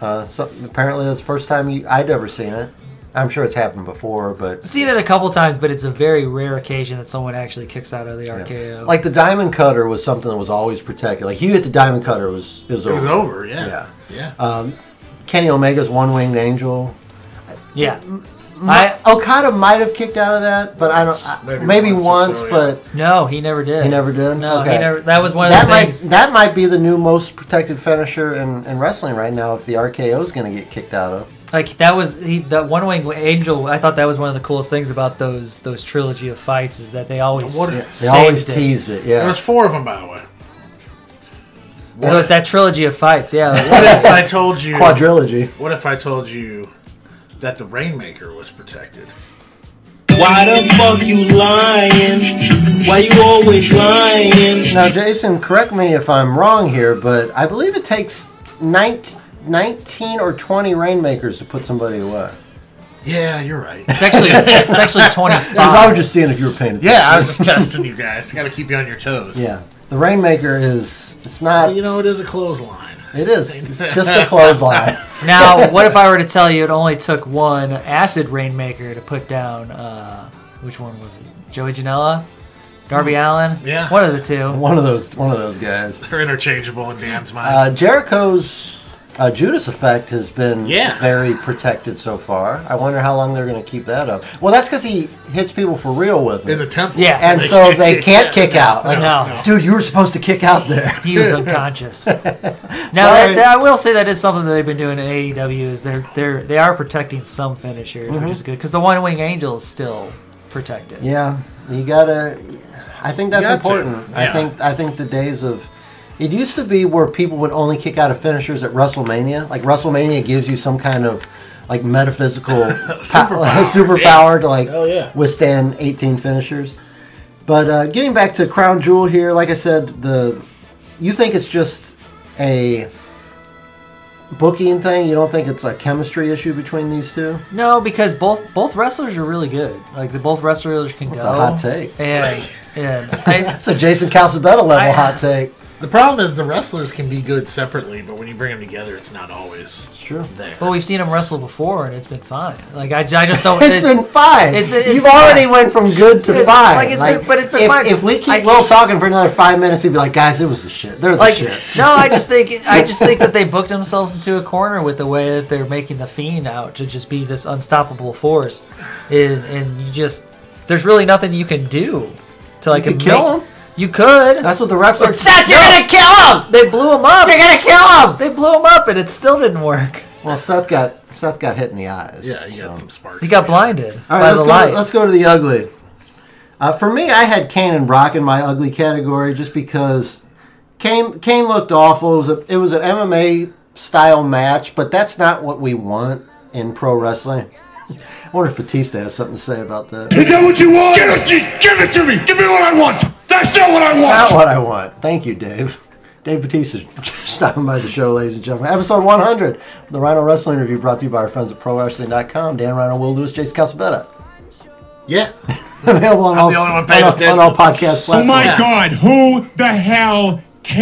uh, so, apparently that's the first time you, I'd ever seen it. I'm sure it's happened before, but I've seen it a couple times, but it's a very rare occasion that someone actually kicks out of the RKO. like the diamond cutter was something that was always protected. Like you hit the diamond cutter, it was it was It was over. over. Yeah. Yeah. Um, Yeah. Kenny Omega's one winged angel. yeah, I Okada might have kicked out of <laughs> that, but I don't. I, maybe, Maybe once, once or so, but no, he never did. he never did. No, Okay. he never. That was one of That the might things. that might be the new most protected finisher in, in wrestling right now. If the RKO is going to get kicked out of, like that was he, that one wing angel. I thought that was one of the coolest things about those those trilogy of fights is that they always What- saved They they always it. teased it. there Yeah, was four of them, by the way. It was that trilogy of fights. Yeah, like- What if <laughs> I told you? <laughs> quadrilogy. What if I told you that the Rainmaker was protected? Why the fuck you lying? Why you always lying? Now, Jason, correct me if I'm wrong here, but I believe it takes 19, 19 or twenty rainmakers to put somebody away. Yeah, you're right. It's actually it's <laughs> actually twenty Because I five. was just seeing if you were paying attention. Yeah, I was just testing you guys. Got to keep you on your toes. yeah. The rainmaker is it's not. You know, it is a clothesline. It is. It's just <laughs> a clothesline. <laughs> now, what if I were to tell you it only took one acid rainmaker to put down? Uh, which one was it? Joey Janela, Darby Allen. Hmm. Yeah. one of the two. one of those. One of those guys. They're interchangeable in Dan's mind. Uh, Jericho's uh, Judas effect has been Yeah. very protected so far. I wonder how long they're going to keep that up. Well, that's because he hits people for real with in it. the temple. Yeah. and so they can't kick out. Like, No. dude, you were supposed to kick out there. He was unconscious. <laughs> now, that, that- I will say that is something that they've been doing in AEW is they're they're they are protecting some finishers, which is good because the one wing angel is still protected. Mm-hmm. Yeah, you gotta. I think that's got to, important. I yeah. think I think the days of it used to be where people would only kick out of finishers at WrestleMania. Like WrestleMania gives you some kind of <laughs> like metaphysical <laughs> superpower, superpower to like Hell yeah. withstand 18 finishers. But uh, getting back to Crown Jewel here, like I said, the you think it's just a booking thing, you don't think it's a chemistry issue between these two? No, because both both wrestlers are really good. Like the both wrestlers can That's go. a hot take. And <laughs> and I, It's a Jason Calzabetta level I- hot take. The problem is the wrestlers can be good separately, but when you bring them together, it's not always It's true. there. but we've seen him wrestle before and it's been fine. Like I, I just don't. <laughs> It's it- been fine. it's been- it's You've been already fine. went from good to It's- fine. like, it's been- but it's been if, fine. If we keep I- Will talking for another five minutes, he'd be like, "Guys, it was the shit. They're the like Oh, shit." no, I <laughs> just think I just think that they booked themselves into a corner with the way that they're making the fiend out to just be this unstoppable force, and and you just there's really nothing you can do to like could make- kill 'em. You could. That's what the refs are. you're gonna kill him. They blew him up. You're gonna kill him. They blew him up, and it still didn't work. Well, Seth got Seth got hit in the eyes. Yeah, you got so. some sparks. He got blinded All by right, let's the go, light. to, let's go to the ugly. Uh, for me, I had Kane and Brock in my ugly category just because Kane Kane looked awful. It was, a, it was an MMA style match, but that's not what we want in pro wrestling. <laughs> I wonder if Batista has something to say about that. Is that what you want? Give it, to- give it to me. Give me what I want. That's not what I That's not what want. I want. Thank you, Dave. Dave Batista <laughs> stopping by the show, ladies and gentlemen. Episode 100, the Rhino Wrestling Review, brought to you by our friends at ProWrestling.com. Dan Rhino, Will Lewis, Jason Calzabetta. yeah. <laughs> Available on I'm all, the only one on, paying all- on all attention. podcast platforms. Oh my God. Who the hell I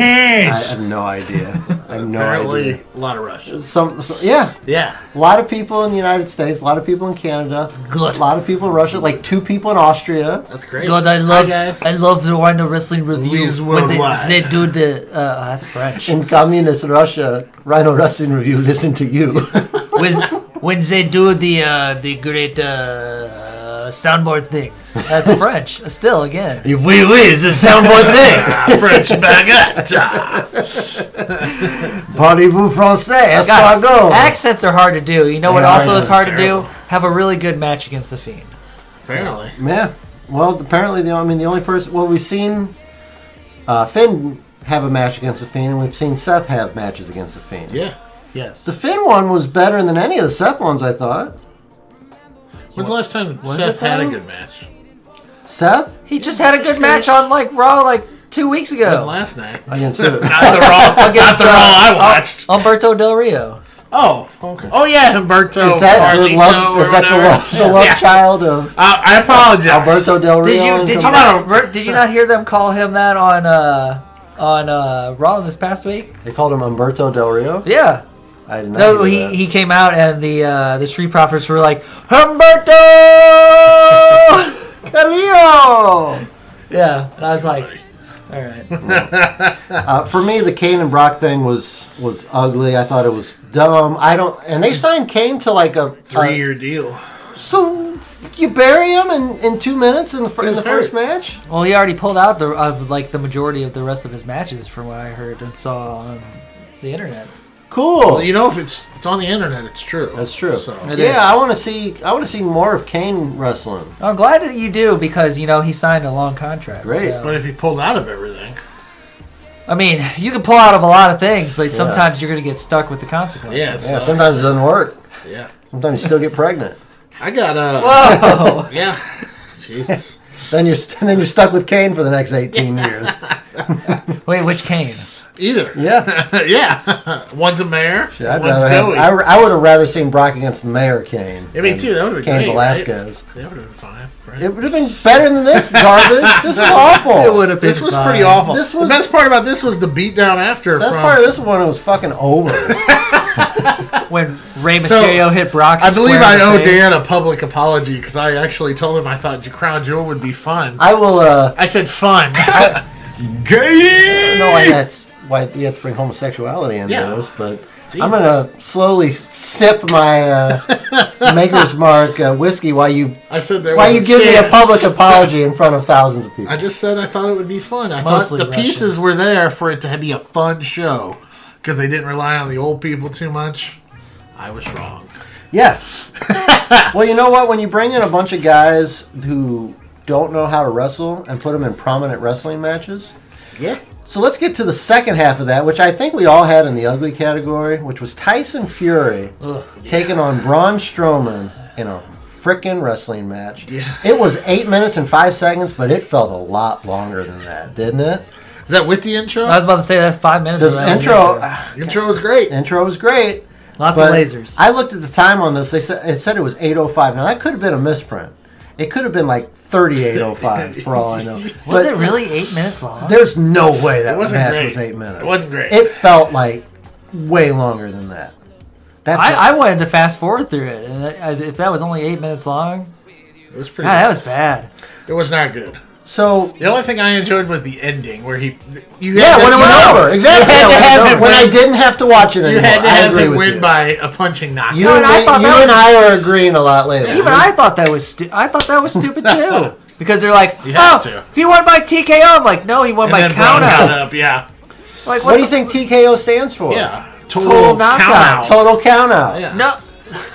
cares? have no idea. I have no Apparently, idea. a lot of rush. Some, some, yeah, Yeah. a lot of people in the United States, a lot of people in Canada, Good. a lot of people in Russia, like two people in Austria. That's great. God, I love Hi, guys. I love the Rhino Wrestling review Louise when they, worldwide. they do the uh, that's French. In communist Russia, Rhino Wrestling Review, listen <laughs> to you. when, when they do the uh, the great uh, soundboard thing. <laughs> That's French. Still, again, oui, oui, it's a soundboard <laughs> thing. Ah, French baguette. Parlez-vous français, Guys, <laughs> escargot. accents are hard to do. You know what They also are, is hard terrible. to do? Have a really good match against the Fiend. Apparently. Yeah. Well, apparently the I mean the only person well we've seen uh, Finn have a match against the Fiend, and we've seen Seth have matches against the Fiend. Yeah. Yes. The Finn one was better than any of the Seth ones, I thought. When's the last time Was Seth it, had a though? good match? Seth he just had a good match on like Raw like two weeks Oh. ago Last night. against <laughs> who? Not the <laughs> Raw. Not Against, the Raw uh, I watched. Umberto Del Rio. Oh. Okay. Oh yeah, Humberto. Is that the Carlito love? or Is that the whatever. love, the love Yeah. child of Uh, I apologize. Alberto Del Rio? Did you and did you Gam- not, Bert, did you not hear them call him that on uh on uh Raw this past week? They called him Umberto Del Rio. Yeah. I did not. No, hear he, that. he came out and the uh, the street profits were like <laughs> Humberto. <laughs> Galileo! yeah, and I was like, all right. Uh, for me, the Kane and Brock thing was was ugly. I thought it was dumb. I don't. And they signed Kane to like a a- Three year deal. So you bury him in, in two minutes in the, fir- in the first match? <laughs> Well, he already pulled out the of like the majority of the rest of his matches from what I heard and saw on the internet. Oh, Cool. Well, you know if it's it's on the internet, it's true. That's true. So. yeah, It is. I want to see I want to see more of Kane wrestling. I'm glad that you do because you know he signed a long contract. Great. so- But if he pulled out of everything, I mean, you can pull out of a lot of things, but sometimes you're going to get stuck with the consequences. yeah, it Yeah, sucks. sometimes it doesn't work. yeah. Sometimes you still get pregnant. <laughs> I got uh. Whoa! <laughs> Yeah. Jesus. Then you're st- then you're stuck with Kane for the next <laughs> 18 years. Wait, which Kane? Either. Yeah. <laughs> yeah. One's a mayor. I'd one's rather have, Dowie. I, I would have rather seen Brock against the Mayor Kane. yeah, me than too. That would have been Kane great, Velasquez. Right? That would have been fine. Right? It would have been better than this <laughs> garbage. this was awful. It would have been. this was fine. pretty awful. This the was- best part about this was the beatdown after. That's from, part of this one. It was <laughs> fucking over. <laughs> When Rey Mysterio hit Brock. I believe square I in the owe face. Dan a public apology because I actually told him I thought Crown Jewel would be fun. I, I will. uh said fun. <laughs> I don't know why that's why you have to bring homosexuality into Yeah. this, but I'm gonna slowly sip my uh, Maker's Mark uh, whiskey while you I said there. while was you give me a chance. public apology in front of thousands of people. I just said I thought it would be fun. I Mostly thought the pieces Russians. were there for it to be a fun show because they didn't rely on the old people too much. I was wrong. Yeah. well, you know what? When you bring in a bunch of guys who don't know how to wrestle and put them in prominent wrestling matches. Yeah. So let's get to the second half of that, which I think we all had in the ugly category, which was Tyson Fury taking on Braun Strowman in a frickin' wrestling match. Yeah. It was eight minutes and five seconds, but it felt a lot longer than that, didn't it? Is that with the intro? I was about to say that's five minutes. The of that was <laughs> intro, <laughs> Ah, right intro was great. intro was great. there. lots of But lasers. I looked at the time on this. They said it said it was 8:05. Now that could have been a misprint. It could have been like 38:05 for all I <laughs> know. was But it really eight minutes long? There's no way that wasn't match great. was eight minutes. It wasn't great. It felt like way longer than that. That's I, I wanted to fast forward through it, and I- I- if that was only eight minutes long, It was pretty. God, that was bad. it was not good. so. The only thing I enjoyed was the ending where he. You Yeah, had when to- it was No! over, exactly. You had to when it was have over. him when I win. didn't have to watch it anymore. You had to I have agree him with win you. by a punching knockout. you No, and and, I I, thought you that and was- I are agreeing a lot later. Even I thought that was stu- I thought that was <laughs> stupid too. Because they're like, You oh, have to." he won by TKO. I'm like, no, he won and by then count Braun got out. up. Yeah, Like, what do you the- think TKO stands for? yeah. Total, knockout. count out. Total count out. Yeah. No,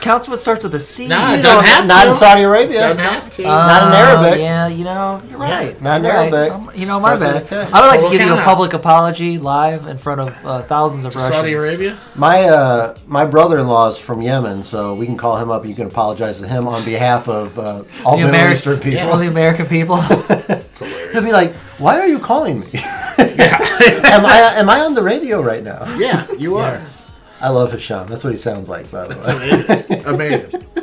counts what starts with a C. No, You it don't- don't have not to. in Saudi Arabia. Don't have to. Not in Uh, Arabic. Yeah, you know, you're right. not in You're right. Arabic. Um, You know, my Starts bad. with a K. I would like to Total give you a count. public apology live in front of uh, thousands of Russians. Saudi Arabia. My uh, my brother-in-law is from Yemen, so we can call him up. and You can apologize to him on behalf of uh, all The Middle Ameri- Eastern people. <laughs> All the American people. He'll be like, "Why are <laughs> you calling me? <laughs> am I am I on the radio right now?" Yeah, you are. I love Hisham. That's what he sounds like, by the way. Amazing. Amazing. <laughs>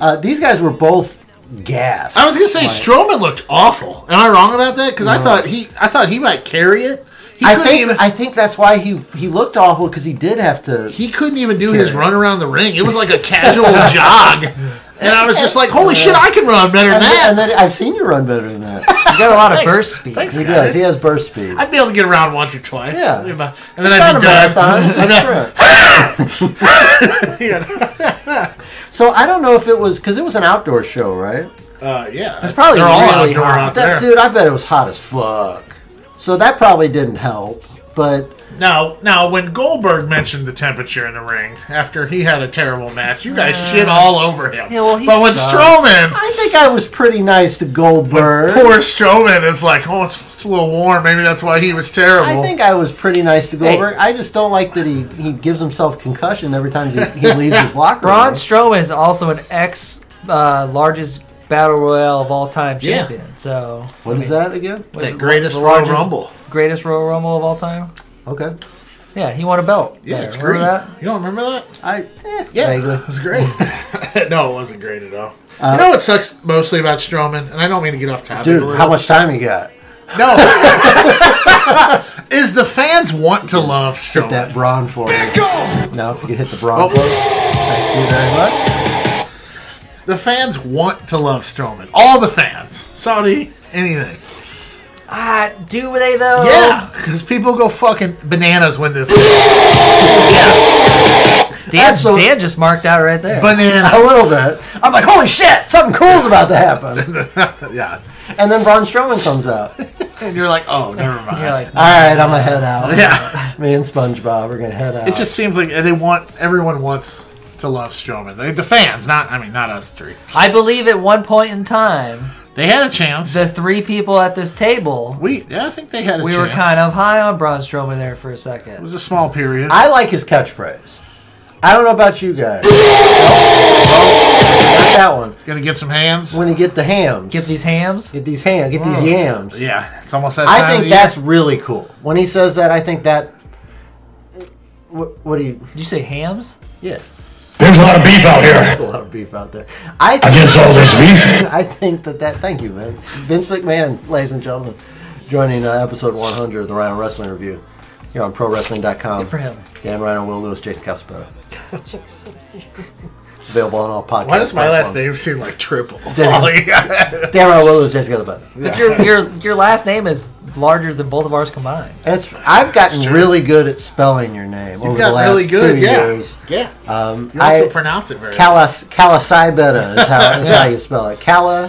Uh, these guys were both gassed. I was gonna say Strowman looked awful. Am I wrong about that? Because I thought he, I thought he might carry it. He I couldn't think even, I think that's why he he looked awful because he did have to. he couldn't even do his Carry. run around the ring. It was like a casual <laughs> jog, and I was just like, "Holy shit, I can run better than and, then, that." and then I've seen you run better than that. You got a lot of Thanks. burst speed. Thanks, he guys. does. He has burst speed. I'd be able to get around once or twice. Yeah. And then It's I'd not a be done. <laughs> marathon. It's a I'd be- sprint. you know. <laughs> So I don't know if it was because it was an outdoor show, right? Uh, yeah, it's probably they're all really outdoor hot. out there. That dude, I bet it was hot as fuck. So that probably didn't help. But Now, now, when Goldberg mentioned the temperature in the ring after he had a terrible match, you Uh, guys shit all over him. Yeah, well, he but when sucks. Strowman, I think I was pretty nice to Goldberg. poor Strowman is like, oh, it's, it's a little warm. Maybe that's why he was I terrible. think I was pretty nice to Goldberg. I just don't like that he, he gives himself concussion every time he, he leaves <laughs> his locker room. Braun Strowman is also an ex uh, largest battle royale of all time Yeah. champion. So What is that again? was the it greatest the Royal largest- Rumble. Greatest Royal Rumble of all time. Okay. Yeah, he won a belt. Yeah, there. it's Remember great. that? You don't remember that? I eh, Yeah, vaguely. Uh, it was great. <laughs> no, it wasn't great at all. you know what sucks mostly about Strowman, and I don't mean to get off topic. a Dude, little. how much time you got? No, <laughs> <laughs> is the fans want to love Strowman? That Braun for me. Now if you could hit the Braun. Oh. for me. Thank you very Oh. much. The fans want to love Strowman. All the fans, Saudi, anything. Ah, do they Oh. though? Yeah, because people go fucking bananas when this <laughs> Dan, That's a- Dan just marked out right there. A banana. little bit. I'm like, holy shit, something cool's about to <laughs> <laughs> happen. yeah, And then Braun Strowman comes out. All and you're like, oh, <laughs> never mind. You're like, right, I'm gonna head out. yeah, <laughs> Me and SpongeBob are gonna head out. it just seems like they want everyone wants to love Strowman. Like, the fans, not I mean, not us three. I believe at one point in time, They had a chance. the three people at this table, we yeah, I think they had a we chance. were kind of high on Braun Strowman there for a It second. was a small period. I like his catchphrase. I don't know about <laughs> you guys. Nope. Nope. Not that one. Gonna get some hands. When you get the hams, Get these hams. get these hams, get these yams. Yeah, it's almost that. time I of think year. that's really cool. When he says that, I think that. What, what do you? Did you say hams? Yeah, There's a lot of beef out there's here a lot of beef out there. I against all this beef. <laughs> I think that that. Thank you, Vince. Vince McMahon, ladies and gentlemen, joining uh, episode 100 of the Rhino Wrestling Review here on ProWrestling.com. Good for him. Dan Rhino, Will Lewis, Jason Caspero. Available on all podcasts. Why does my last name seem like triple? Damn. Oh, yeah. Dan Rhino, Will Lewis, Jason Caspero. 'Cause your your your last name is larger than both of ours combined. It's I've gotten really good at spelling your name over the got last really good, two yeah. years. Yeah. Um, You also I pronounce it very Calas Calasibeta is <laughs> how is how you spell it. Calasibeta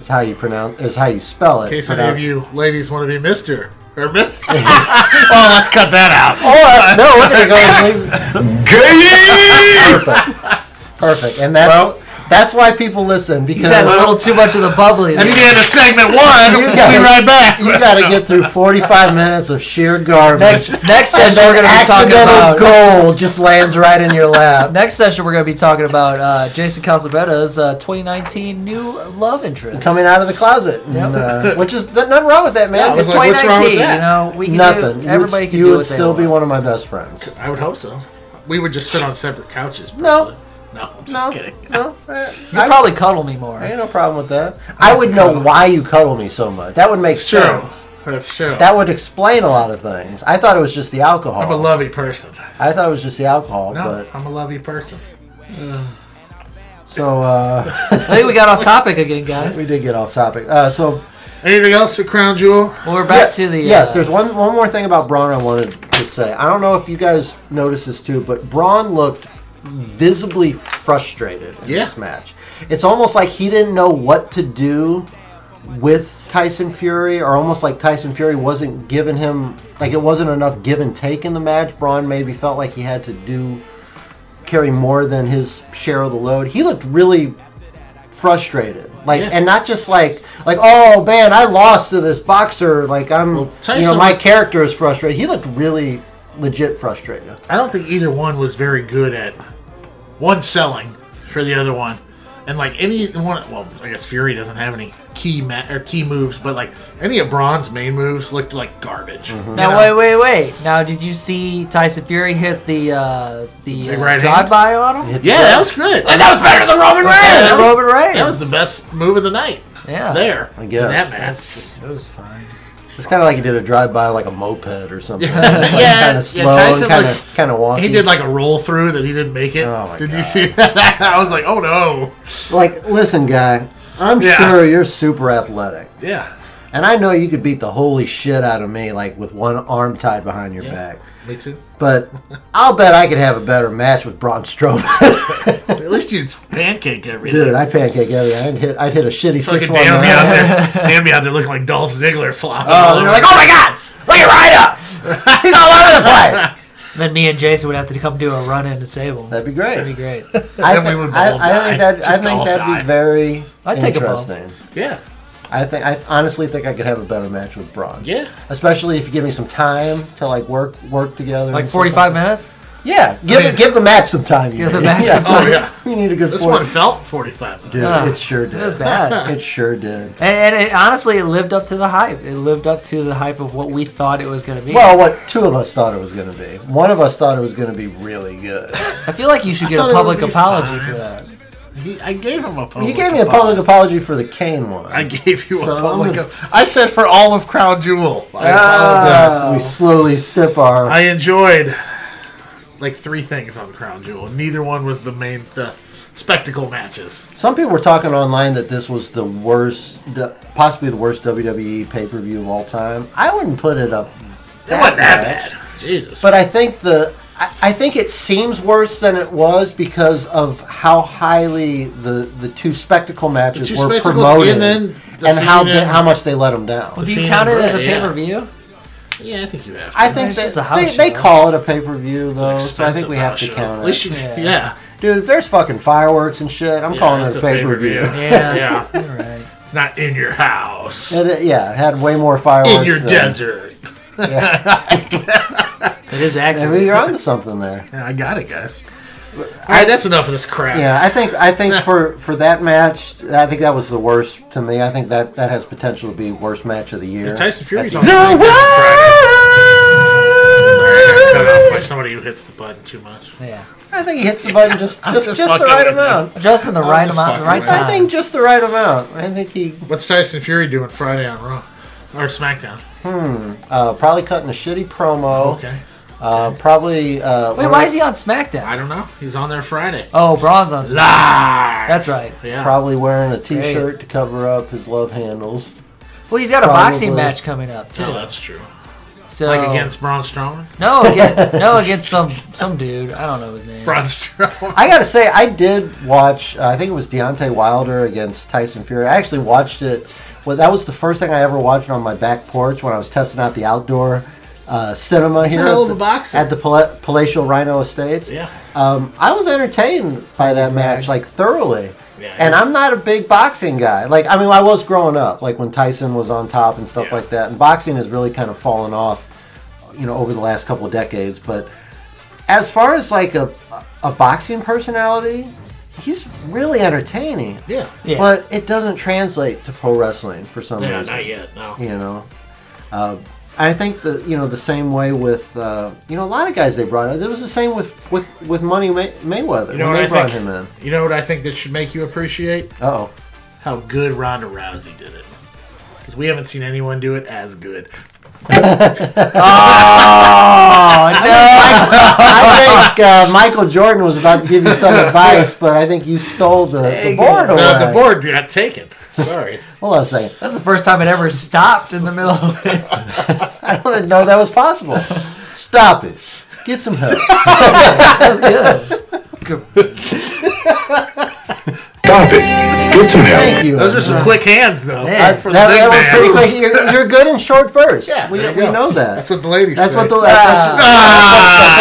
is how you pronounce is how you spell it. In case any of Pronounce- you ladies want to be Mister or <laughs> Miss. oh, let's cut that out. Or no, we're gonna go with- Gay! <laughs> perfect, perfect, and that's Well, That's why people listen He's had a because little too much of the bubbly. That's the end of segment one. You We'll be got it. right back. you got to get through 45 minutes of sheer garbage. Next next and session then we're gonna be talking accidental about gold just lands right in your lap. next session we're gonna be talking about uh, Jason Calzabetta's uh, 2019 new love interest Coming out of the closet, and, Yep. uh, which is th- nothing wrong with that, man. Yeah, I was It's like, what's wrong 2019. with that? You know, we can nothing. Do, everybody you would, can you do would what they still be want. one of my best friends. I would hope so. We would just sit on separate couches. No. Probably. No, I'm just No, kidding. no, eh, You'd I- probably cuddle me more. I ain't no problem with that. I would know why you cuddle me so much. That would make It's true. sense. That's true. That would explain a lot of things. I thought it was just the alcohol. I'm a lovey person. I thought it was just the alcohol, No, I'm a lovey person. but so uh, I think we <laughs> got off topic again, guys. we did get off topic. Uh, so Anything else for Crown Jewel? Well, we're back Yeah, to the yes. uh, There's one one more thing about Braun I wanted to say. I don't know if you guys noticed this too, but Braun looked visibly frustrated in Yeah. this match. It's almost like he didn't know what to do with Tyson Fury, or almost like Tyson Fury wasn't giving him like it wasn't enough give and take in the match. Braun maybe felt like he had to do carry more than his share of the load. He looked really frustrated. Like Yeah. and not just like like oh man, I lost to this boxer. Like I'm Well, you know Tyson my was- character is frustrated. He looked really legit frustrated. I don't think either one was very good at one selling for the other one, and like any one. Well, I guess Fury doesn't have any key ma- or key moves, but like any of Braun's main moves looked like garbage. Mm-hmm. Now You know? wait, wait, wait. Now did you see Tyson Fury hit the uh, the Big uh, right hand? drive by on him? Yeah, that was good. that was better than Roman Yeah, Reigns. Roman Reigns. That was the best move of the night. Yeah. There. I guess. In that match. That's, that was <laughs> fine. It's kind of like he did a drive by like a moped or something. <laughs> Yeah, kind yeah, of slow Tyson and kind looked- of kind of wonky. He did like a roll through that he didn't make it. Oh my Did you God. see <laughs> that? I was like, oh no. like listen, guy. I'm Yeah. sure you're super athletic. Yeah. And I know you could beat the holy shit out of me, like with one arm tied behind your back. Me too. But I'll bet I could have a better match with Braun <laughs> Strowman. <laughs> At least you'd pancake everything. Dude, I'd pancake everything. I'd hit, I'd hit a shitty six Fucking one. damn me out <laughs> there. damn me out there looking like Dolph <laughs> Ziggler flopping. all They're over. like, oh my god, look at Ryder. He's all over the place. <laughs> Then me and Jason would have to come do a run in to save him. That'd be That'd great. be great. <laughs> I, Then we thi- would I, <laughs> all I think die. that I Just think all that'd die. be very I'd take a bump. interesting. yeah. I think I honestly think I could have a better match with Braun. Yeah. Especially if you give me some time to like work work together. Like and stuff 45 minutes. that. Yeah, give mean- it, give the match some time. You Give the need. <laughs> match some time. Oh, yeah. you need a good This forty- one felt 45 Dude, Ugh, it sure did. Uh, This is bad. <laughs> It sure did. And, and it, honestly, it lived up to the hype. It lived up to the hype of what we thought it was going to be. Well, what two of us thought it was going to be. One of us thought it was going to be really good. I feel like you should get thought a it would public be apology fine. for that. He, I gave him a public You gave me a apology. public apology for the Kane one. I gave you So a I'm public. gonna- ap- I said for all of Crown Jewel. I apologize. As we slowly sip our. I enjoyed like three things on Crown Jewel. Neither one was the main the spectacle matches. Some people were talking online that this was the worst, the- possibly the worst WWE pay per view of all time. I wouldn't put it up, It wasn't that match. bad. Jesus. but I think the. I- I think it seems worse than it was because of how highly the, the two spectacle matches two were spectacles promoted and then the and how Fiend and- how much they let them Well, down. do you Fiend count it and as a Bray, yeah. pay per view? yeah, I think you have. To. I think It's just a that house they, they show. call it a pay per view though, Expensive so I think we have house to show. count At it. least you, Yeah. yeah. Dude, if there's fucking fireworks and shit, I'm calling it's it a a pay per view. pay-per-view. Yeah. Yeah. <laughs> All right. It's not in your house. It, it- yeah, it had way more fireworks. uh, in your than- desert. It is accurate. Maybe you're onto something there. Yeah, I got it, guys. All right, that's enough of this crap. Yeah, I think I think for for that match, I think that was the worst to me. I think that that has potential to be worst match of the year. Tyson Fury's At on the- the no way! I got cut off by somebody who hits the button too much. Yeah. I think he hits the button just I'm just, just just the fucking right with you. amount. Just in the I'm right just amount, the fucking right with time. I think just the right amount. I think he What's Tyson Fury doing Friday on Raw or SmackDown? uh, probably cutting a shitty promo. Okay, Uh, probably. Uh, Wait, why is he on SmackDown? I don't know. He's on there Friday. Oh, Braun's on SmackDown. Live. That's right. yeah. Probably wearing a T-shirt to cover up his love handles. Well, he's got a boxing Probably. match coming up too. Oh, that's true. so Like against Braun Strowman. no, against, <laughs> no against some some dude. I don't know his name. Braun Strowman. <laughs> I gotta say, I did watch. Uh, I think it was Deontay Wilder against Tyson Fury. I actually watched it. Well, that was the first thing I ever watched on my back porch when I was testing out the outdoor uh, cinema here hell at of a the- boxer. at the Pala- Palatial Rhino Estates. Yeah. Um, I was entertained by that match like thoroughly. Yeah, And I'm not a big boxing guy. Like, I mean, I was growing up, like when Tyson was on top and stuff Yeah. like that. And boxing has really kind of fallen off, you know, over the last couple of decades. But as far as like a a boxing personality, he's really entertaining. yeah. Yeah. But it doesn't translate to pro wrestling for some Yeah, reason. not yet. No. You know, uh, I think the you know the same way with uh, you know a lot of guys they brought in. It was the same with with with Money May- Mayweather You know when what they I brought think? him in. You know what I think this should make you appreciate Uh oh. how good Ronda Rousey did it. Because we haven't seen anyone do it as <laughs> good. Ah! <laughs> I think uh, Michael Jordan was about to give you some advice, but I think you stole the, the board away. Uh, the board got taken. Sorry. Hold on a second. That's the first time it ever stopped in the middle of it. <laughs> I don't know that was possible. Stop it. Get some help. <laughs> That was good. Good. Stop it. Get some help. Thank you. Those are some quick hands, though. I- for that, the big that was man. pretty quick. <laughs> You're, you're good in short bursts. Yeah, we, there you we go. know that. That's what the ladies That's say. what the that's what- Ah,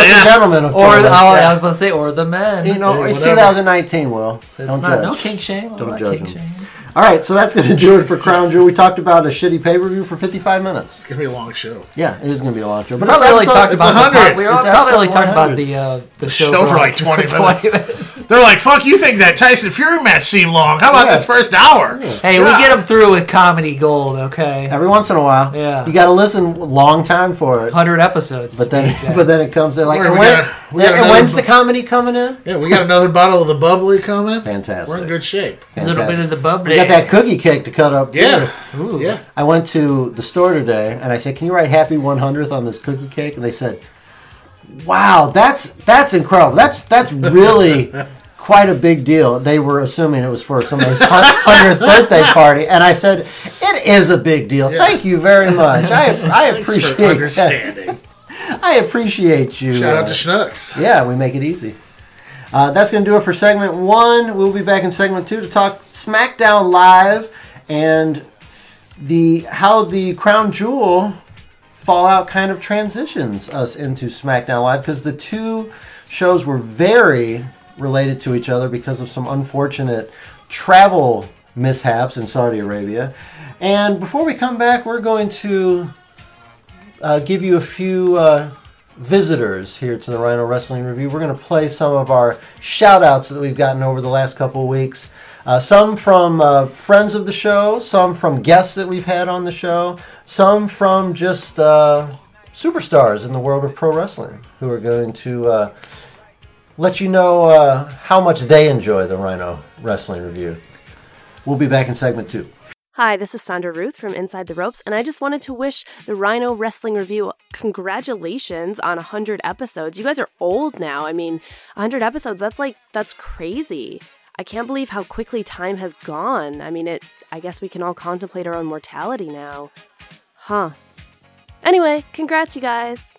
that's what the yeah. gentlemen have Or told the, oh, us. I was about to say, or the men. You know, Hey, it's whatever. 2019, Will. it's Don't not judge. no kink shame. I'm Don't not judge kink him. shame. All right, so that's going to do it for Crown Jewel. We talked about a shitty pay per view for 55 minutes. It's gonna be a long show. Yeah, it is going to be a long show. But Probably it's only episode- talked it's about the 100. pod, we were It's probably only episode talked about 100. the uh, the show show, for like 20 minutes. They're like, "Fuck, you think that Tyson Fury match seemed long? How about Yeah. this first hour?" Hey, we get them through with comedy gold, okay? every once in a while. Yeah. you got to listen a long time for it. Hundred episodes. But then, Exactly. but then it comes in like, Where we and, when, gotta- we gotta and know- when's the comedy coming in? Yeah, we got another bottle of the bubbly coming. Fantastic. We're in good shape. a little bit of the bubbly. We got that cookie cake to cut up. Too. Yeah. Ooh. Yeah. I went to the store today and I said, "Can you write Happy 100th on this cookie cake?" And they said, "Wow, that's that's incredible. That's that's really <laughs> quite a big deal." They were assuming it was for somebody's 100th birthday party, and I said, "It is a big deal. Thank you very much. I <laughs> I Thanks for appreciate that. understanding. <laughs> I appreciate you." Shout out uh, to Schnucks. Yeah, we make it easy. Uh, that's going to do it for segment one. We'll be back in segment two to talk SmackDown Live and the how the crown jewel fallout kind of transitions us into SmackDown Live because the two shows were very related to each other because of some unfortunate travel mishaps in Saudi Arabia. And before we come back, we're going to uh, give you a few uh, visitors here to the Rhino Wrestling Review. We're going to play some of our shout outs that we've gotten over the last couple of weeks. Uh, some from uh, friends of the show, some from guests that we've had on the show, some from just uh, superstars in the world of pro wrestling who are going to uh, let you know uh, how much they enjoy the Rhino Wrestling Review. We'll be back in segment two. Hi, this is Sandra Ruth from Inside the Ropes, and I just wanted to wish the Rhino Wrestling Review congratulations on 100 episodes. You guys are old now. I mean, 100 episodes, that's like, that's crazy. I can't believe how quickly time has gone. I mean, it, I guess we can all contemplate our own mortality now. Huh. Anyway, congrats, you guys.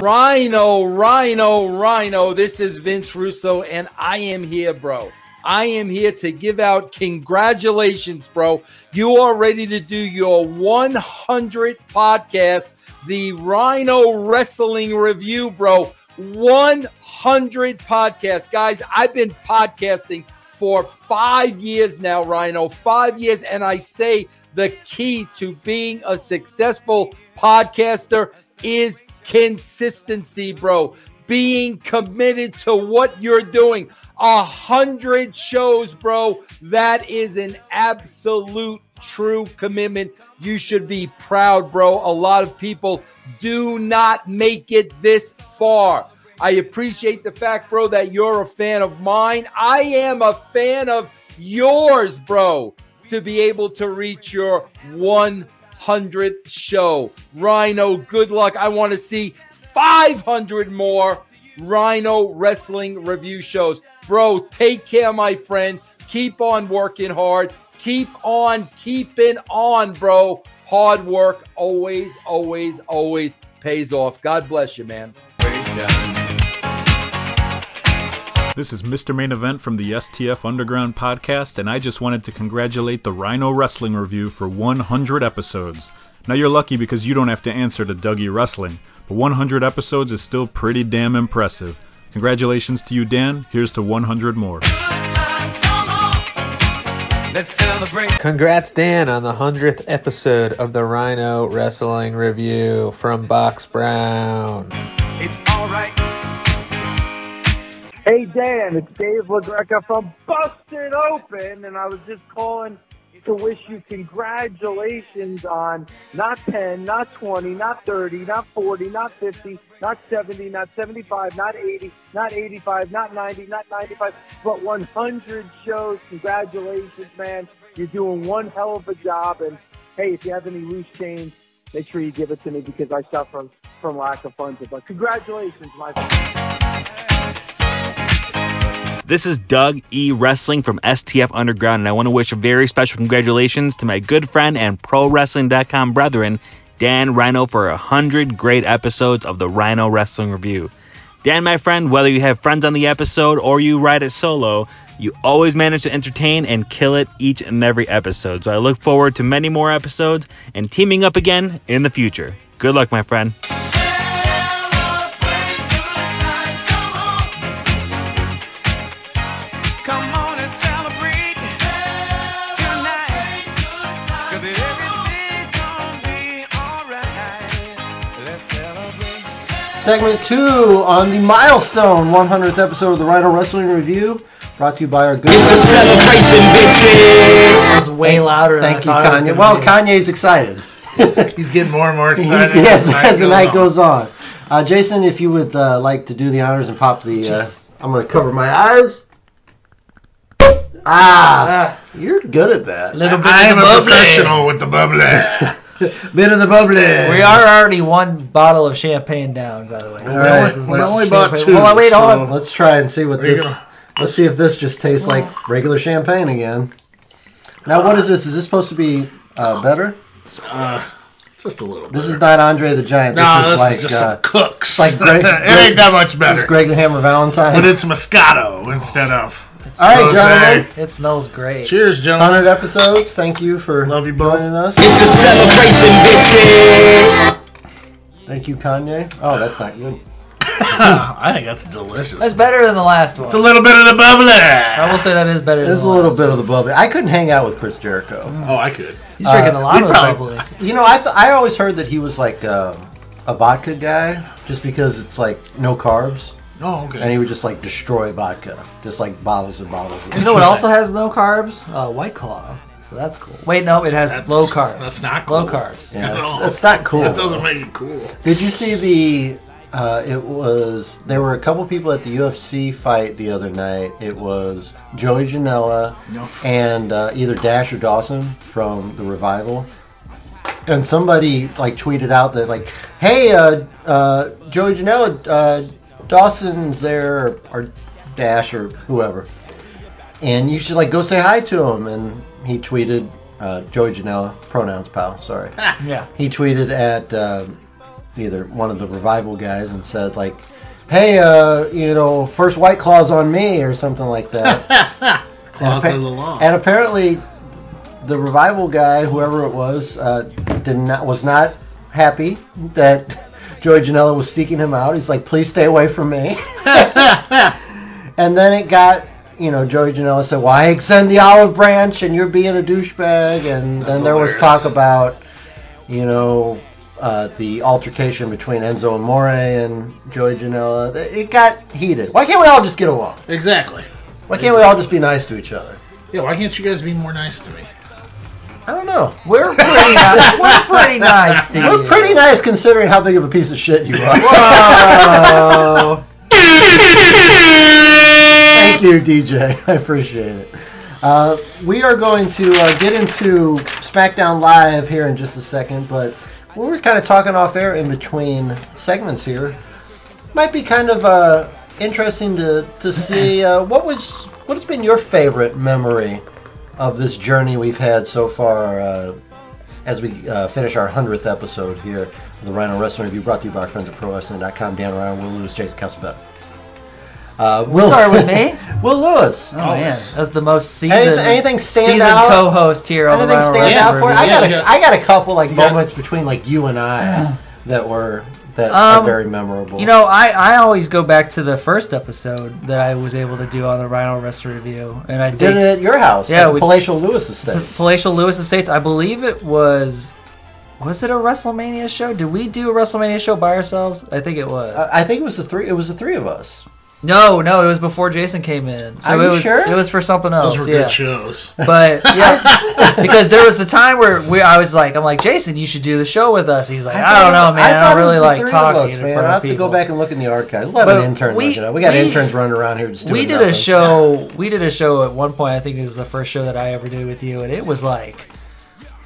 Rhino, Rhino, Rhino. This is Vince Russo, and I am here, bro. I am here to give out congratulations, bro. You are ready to do your 100 podcast, the Rhino Wrestling Review, bro. 100 podcasts. Guys, I've been podcasting for five years now, Rhino. Five years. And I say the key to being a successful podcaster is consistency, bro. Being committed to what you're doing. A hundred shows, bro. That is an absolute true commitment. You should be proud, bro. A lot of people do not make it this far. I appreciate the fact, bro, that you're a fan of mine. I am a fan of yours, bro, to be able to reach your 100th show. Rhino, good luck. I want to see 500 more Rhino Wrestling review shows. Bro, take care, my friend. Keep on working hard. Keep on keeping on, bro. Hard work always, always, always pays off. God bless you, man. This is Mr. Main Event from the STF Underground podcast, and I just wanted to congratulate the Rhino Wrestling Review for 100 episodes. Now, you're lucky because you don't have to answer to Dougie Wrestling, but 100 episodes is still pretty damn impressive. Congratulations to you, Dan. Here's to 100 more. Let's celebrate. Congrats, Dan, on the 100th episode of the Rhino Wrestling Review from Box Brown. It's alright. Hey Dan, it's Dave LaGreca from Busted Open, and I was just calling to wish you congratulations on not 10, not 20, not 30, not 40, not 50, not 70, not 75, not 80, not 85, not 90, not 95, but 100 shows. Congratulations, man. You're doing one hell of a job, and hey, if you have any loose change, make sure you give it to me because I suffer from lack of funds. But congratulations, my This is Doug E. Wrestling from STF Underground, and I want to wish a very special congratulations to my good friend and ProWrestling.com brethren, Dan Rhino, for 100 great episodes of the Rhino Wrestling Review. Dan, my friend, whether you have friends on the episode or you ride it solo, you always manage to entertain and kill it each and every episode. So I look forward to many more episodes and teaming up again in the future. Good luck, my friend. Come on and celebrate tonight. 'Cause everything's gonna be alright. Let's celebrate. Segment two on the milestone 100th episode of the Rhino Wrestling Review, brought to you by our good. It's a celebration, bitches. That was way louder than Thank I you, thought it was Kanye. gonna Well, Kanye's excited. He's getting more and more excited. He's- yes, as the night goes on. Uh, Jason, if you would uh, like to do the honors and pop the, uh, Jesus. I'm going to cover my eyes. Ah, you're good at that. Little bit I of am the a bubbly. professional with the bubbly. bit of <laughs> the bubbly. We are already one bottle of champagne down, by the way. All right, let's- Well, wait, hold on. Let's try and see what Are you this. gonna- Let's see if this just tastes like regular champagne again. Now, what is this? Is this supposed to be uh, better? uh, Just a little bit. This is not Andre the Giant. No, this is this is like just uh, some cooks. It's like <laughs> Greg, It ain't that much better. It's Greg the Hammer Valentine. But it's Moscato instead of. All right, gentlemen. It smells great. Cheers, gentlemen. 100 episodes. Thank you for Love you, joining us. It's a celebration, bitches. Thank you, Kanye. Oh, that's not good. I think that's delicious. That's better than the last one. It's a little bit of the bubbly. I will say that is better. than There's a the little last bit of the bubbly. I couldn't hang out with Chris Jericho. Oh, I could. He's drinking a lot of we'd the probably- You know, I th- I always heard that he was like uh, a vodka guy, just because it's like no carbs. Oh, okay. And he would just like destroy vodka, just like bottles and bottles. Of You know what also has no carbs? Uh, White Claw. So that's cool. Wait, no, it has That's- low carbs. that's not Low cool. carbs. Yeah, it's- that's not cool. That doesn't make it cool. Did you see the? Uh, it was there were a couple people at the UFC fight the other night. It was Joey Janela No. and uh, either Dash or Dawson from the Revival, and somebody like tweeted out that like, "Hey, uh, uh, Joey Janela, uh, Dawson's there or, or Dash or whoever, and you should like go say hi to him." And he tweeted, uh, "Joey Janela, pronouns <laughs> pal, sorry." Yeah. he tweeted at um either one of the revival guys and said like hey uh you know first white claws on me or something like that Claws appa- of the law. and apparently the revival guy whoever it was uh did not was not happy that <laughs> Joey Janela was seeking him out. He's like, please stay away from me. and then it got, you know, Joey Janela said, well, I extend the olive branch and you're being a douchebag. And then there was hilarious. talk about, you know, uh, the altercation between Enzo Amore and Joey Janela. It got heated. Why can't we all just get along? Exactly. Why can't we all just be nice to each other? Yeah, why can't you guys be more nice to me? I don't know. We're pretty nice. We're pretty nice. to We're you. pretty nice considering how big of a piece of shit you are. <laughs> Whoa. Thank you, DJ. <laughs> I appreciate it. Uh, we are going to uh, get into SmackDown Live here in just a second, but we were kind of talking off air in between segments here. Might be kind of uh, interesting to, to see uh, what was what has been your favorite memory of this journey we've had so far uh, as we uh, finish our 100th episode here of the Rhino Wrestling Review brought to you by our friends at ProWrestling.com, Dan Ryan, Will Lewis, Jason Casabetta. Uh, We started <laughs> with me? Will Lewis. Oh, man, that's the most seasoned. Anything, anything stand seasoned out? co-host here on anything the Rhino stand Wrestling out for? you? I Review. <sighs> got a, I got a couple like moments between like you and I that were that Um, are very memorable? You know, I, I always go back to the first episode that I was able to do on the Rhino Rest Review, and I You did think- it at your house, Yeah, at the we- Palatial Lewis Estate. Palatial Lewis Estates. I believe it was. Was it a WrestleMania show? Did we do a WrestleMania show by ourselves? I think it was. I think it was the three. It was the three of us. No, no, it was before Jason came in. So Are it you was sure? it was for something else. Those were good yeah. shows. <laughs> But yeah, <laughs> because there was the time where we, I was like, I'm like, Jason, you should do the show with us. He's like, I, don't know, man. I, thought don't it was really the like three of talking us, in man. front I of have to people. go back and look in the archives. We'll have But an intern we- look it up. We got we- interns running around here just doing we did nothing. a <laughs> show. We did a show at one point. I think it was the first show that I ever did with you, and it was like,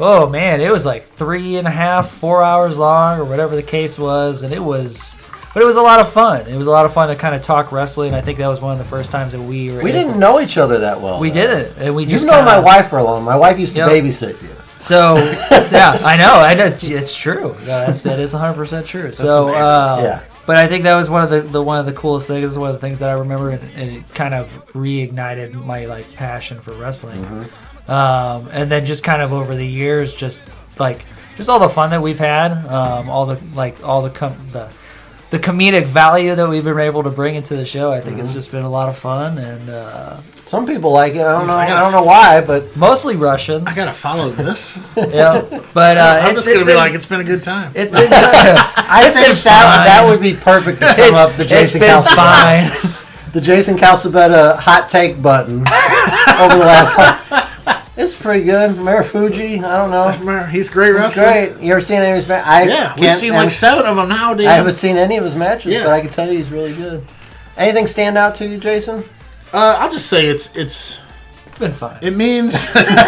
oh man, it was like three and a half, four hours long, or whatever the case was, and it was. But it was a lot of fun. It was a lot of fun to kind of talk wrestling. I think that was one of the first times that we were. We able- didn't know each other that well. We though. didn't, and we you just know my kinda- wife for a long. My wife used to Yep. babysit you. <laughs> So yeah, I know. I know it's true. No, that's that is 100 percent true. so amazing. uh, Yeah. But I think that was one of the, the one of the coolest things. Is one of the things that I remember, and, and it kind of reignited my like passion for wrestling. Mm-hmm. Um, and then just kind of over the years, just like just all the fun that we've had, um, all the like all the com- the the comedic value that we've been able to bring into the show. I think it's Mhm. just been a lot of fun. And uh, some people like it. I don't know. I I, gotta- don't know why, but mostly Russians. I gotta follow this. <laughs> yeah, but uh, I'm it- just it's gonna be been- like, it's been a good time. It's been. <laughs> I think that that would be perfect to sum It's- up the it's Jason been Calcebetta. <laughs> The Jason Calcebetta hot take button over the last. It's pretty good. Marufuji, I don't know. He's great wrestler. great. You ever seen any of his matches? I yeah, we've can't- seen like I'm- seven of them now, dude. I haven't seen any of his matches, Yeah. but I can tell you he's really good. Anything stand out to you, Jason? Uh, I'll just say it's it's it's been fun. It <laughs> means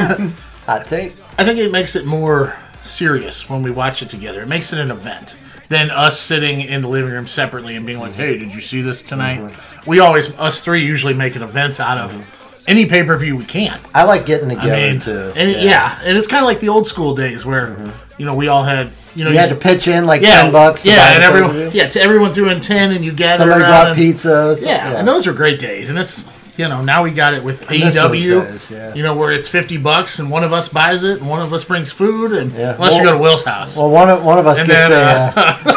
hot take. I think it makes it more serious when we watch it together. It makes it an event than us sitting in the living room separately and being Mm-hmm. like, "Hey, did you see this tonight?" We always us three usually make an event out of Mm-hmm. any pay per view we can. I like getting together I mean, too. Mm-hmm. and yeah. and it's kind of like the old school days where you know we all had you know You had to pitch in, like, 10 bucks to buy yeah, and the everyone pay-per-view. yeah, to everyone threw in ten, and you gathered Somebody around brought and- pizza. so- yeah, and those were great days, and it's you know now we got it with I miss those AEW, days, yeah. you know where it's fifty bucks and one of us buys it and one of us brings food and unless you Well- go to Will's house. Well, one of one of us And gets then, a. Uh, one,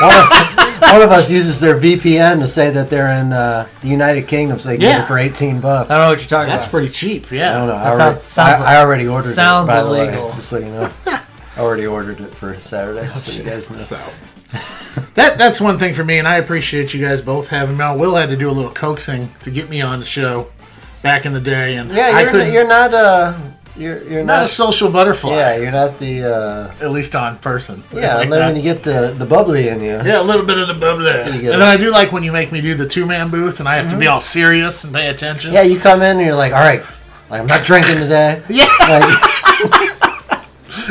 of, one of us uses their VPN to say that they're in uh, the United Kingdom, so they get Yeah. it for eighteen bucks. I don't know what you're talking That's about. pretty cheap, yeah. I don't know. I That already, sounds- sounds I, like- I already ordered sounds it. By the illegal. Oh, way, just so <laughs> you know, I already ordered it for Saturday. So you guys know. <laughs> That that's one thing for me, and I appreciate you guys both having me on. Will had to do a little coaxing to get me on the show back in the day, and Yeah, I you're, couldn't. n- you're not. Uh, you're you're not, not. a social butterfly. yeah, you're not the. Uh, at least on person. yeah, Like and then that. when you get the the bubbly in you. Yeah, a little bit of the bubbly. You And get then it. Mm-hmm. I do like when you make me do the two man booth and I have to be all serious and pay attention. Yeah, you come in and you're like, all right, like I'm not drinking <laughs> today. Yeah. Like,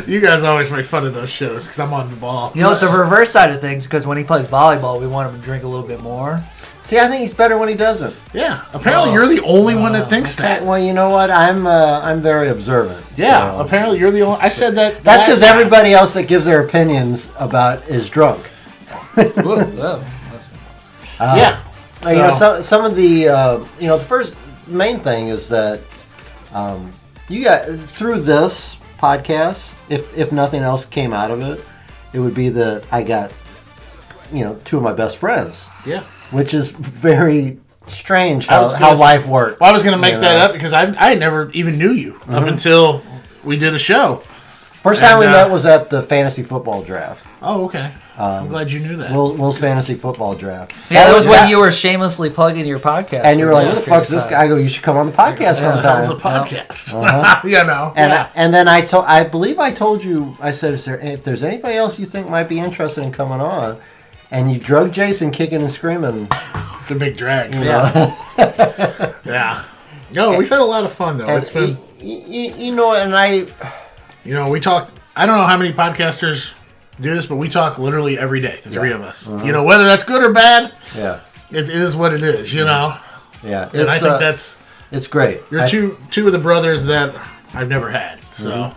You guys always make fun of those shows because I'm on the ball. You know, it's the reverse side of things because when he plays volleyball, we want him to drink a little bit more. see, I think he's better when he doesn't. Yeah, apparently you're the only one uh, that thinks that. Well, you know what? I'm uh, I'm very observant. Yeah, so- apparently you're the only. I said that. That's last because time. everybody else that gives their opinions about is drunk. Oh, Whoa, whoa. Uh, Yeah. uh, You know, So- some some of the uh, you know the first main thing is that um, you got through this podcast. If if nothing else came out of it, it would be that I got you know two of my best friends, Yeah. which is very strange I how, was gonna how s- life works. Well, I was going to you make that know? up because I, I never even knew you up Mhm. until we did a show. First time And, we uh, met was at the fantasy football draft. Oh, okay. I'm Um, glad you knew that. Will, Will's fantasy football draft. Yeah, that was what when you were shamelessly plugging your podcast. And you were for like, a "What the period fuck's of this time. guy?" I go, "You should come on the podcast Yeah. sometime." That was a podcast. Uh-huh. <laughs> you know. And yeah. and then I told I believe I told you I said is there if there's anybody else you think might be interested in coming on, and you drug Jason kicking and screaming. It's a big drag. You Yeah. <laughs> <laughs> yeah. No, we've had a lot of fun though. And It's been you, you know, and I, you know, we talk. I don't know how many podcasters do this, but we talk literally every day, the three of us. Mm-hmm. You know, whether that's good or bad, yeah, it is what it is. You know, yeah. and I it's, think uh, that's it's great. you're I- two two of the brothers that I've never had. So Mhm.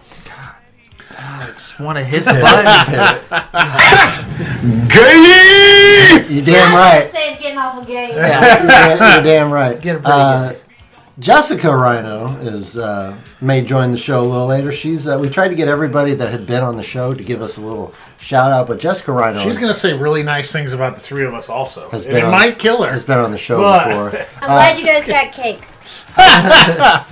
I just want to <laughs> hit the buttons. You damn right. Say it's getting awful gay. you're, <laughs> da- you're damn right. It's getting pretty Uh, Jessica Rhino is uh, may join the show a little later. She's uh, we tried to get everybody that had been on the show to give us a little Shout out, but Jessica Rhino She's going to say really nice things about the three of us also. has And been it on- might kill her. Has been on the show But- <laughs> before. Uh, I'm glad you guys got cake.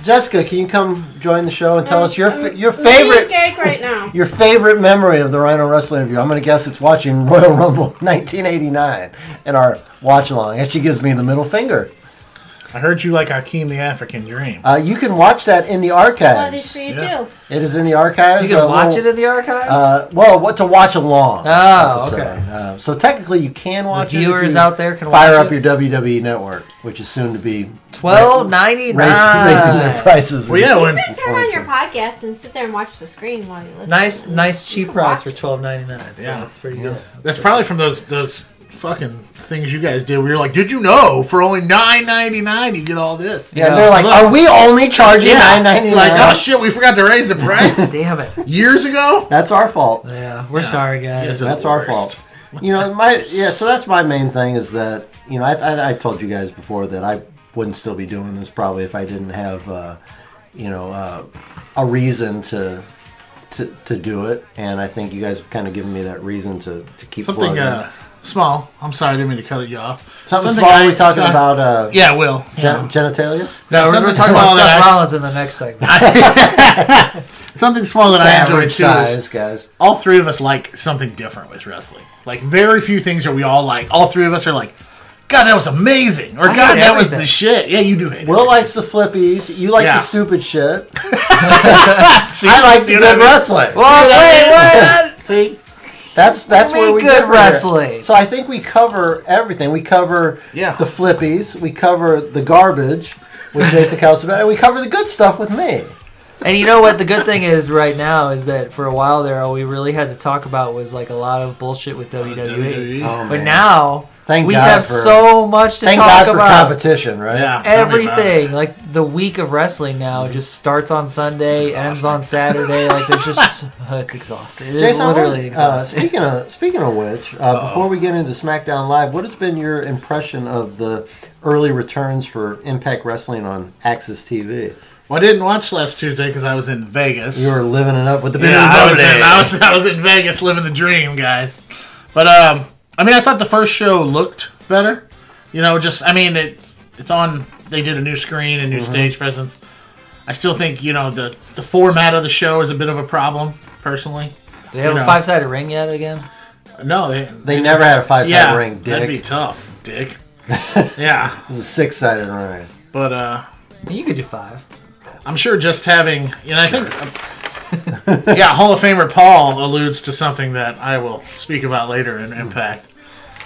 Jessica, can you come join the show and tell us your fa- your I'm eating favorite cake right now. your favorite memory of the Rhino Wrestling interview? I'm going to guess it's watching Royal Rumble <laughs> 1989 and our watch along. And she gives me the middle finger. I heard you like Hakeem the African Dream. Uh, you can watch that in the Well, archives. this for you Yeah. too. It is in the archives. You can a watch little- it in the archives? Uh, well, what to watch along? Oh, okay. Uh, so technically, you can watch. it if viewers you out there can fire watch up it. your WWE network, which is soon to be Twelve ninety raising, raising their nine. prices. you can turn on your podcast and sit there and watch the screen while you listen. Nice, nice cheap price for twelve ninety nine. So Yeah. that's pretty Yeah. good. That's probably from those those fucking things you guys did. Where you're like, did you know for only nine ninety nine you get all this? Yeah, they're like, are we only charging Yeah. nine ninety nine? Like, oh shit, we forgot to raise the price. <laughs> Damn it! Years ago, that's our fault. Yeah, we're sorry, guys. that's our fault. You know, my yeah. So that's my main thing is that you know I, I, I told you guys before that I wouldn't still be doing this probably if I didn't have uh, you know uh, a reason to. To, to do it, and I think you guys have kind of given me that reason to, to keep Something plugging. uh, small. I'm sorry, I didn't mean to cut you off. Something, small. I- we talking so- about? Uh, yeah, Will. Gen- Genitalia. No, we're, Something we're talking about small that Seth I- Rollins in the next segment. <laughs> <laughs> Something small that It's I enjoy average too is size, guys. All three of us like something different with wrestling. Like very few things are we all like. All three of us are like, God, that was amazing, or I God, hate that was everything." the shit. Yeah, you do hate. Will likes the flippies. You like Yeah. the stupid shit. I like the see what good I mean? wrestling. Well, You know wait, I mean? <laughs> See. That's that's You where mean we good differ here. wrestling. So I think we cover everything. We cover the flippies. We cover the garbage <laughs> with Jason Calcibet, and we cover the good stuff with me. And you know what? The good thing is right now is that for a while there, all we really had to talk about was like a lot of bullshit with WWE. E. WWE. Oh, but man. now Thank we God have for- so much to thank talk God for about. competition, right? Mm-hmm. Yeah, tell me about Everything like the week of wrestling now just starts on Sunday, ends on Saturday. Like <laughs> there's just uh, it's exhausting. It's Jason, I wanna- literally uh, exhausting. speaking of speaking of which, uh, before we get into SmackDown Live, what has been your impression of the early returns for Impact Wrestling on Axis TV? Well, I didn't watch last Tuesday because I was in Vegas. You were living it up with the bit yeah, of the I was, bubbly. in, I, was, <laughs> I was in Vegas living the dream, guys. But um, I mean, I thought the first show looked better. You know, just I mean, it it's on. They did a new screen and new Mm-hmm. Mhm. stage presence. I still think you know the the format of the show is a bit of a problem, personally. Do they have You a know. five sided ring yet again? No, they They never had a five-sided yeah, ring, That'd dick. be tough, dick. yeah, It was a six sided ring. But uh, you could do five. I'm sure just having, you know, I think, <laughs> yeah, Hall of Famer Paul alludes to something that I will speak about later in Mm-hmm. Impact.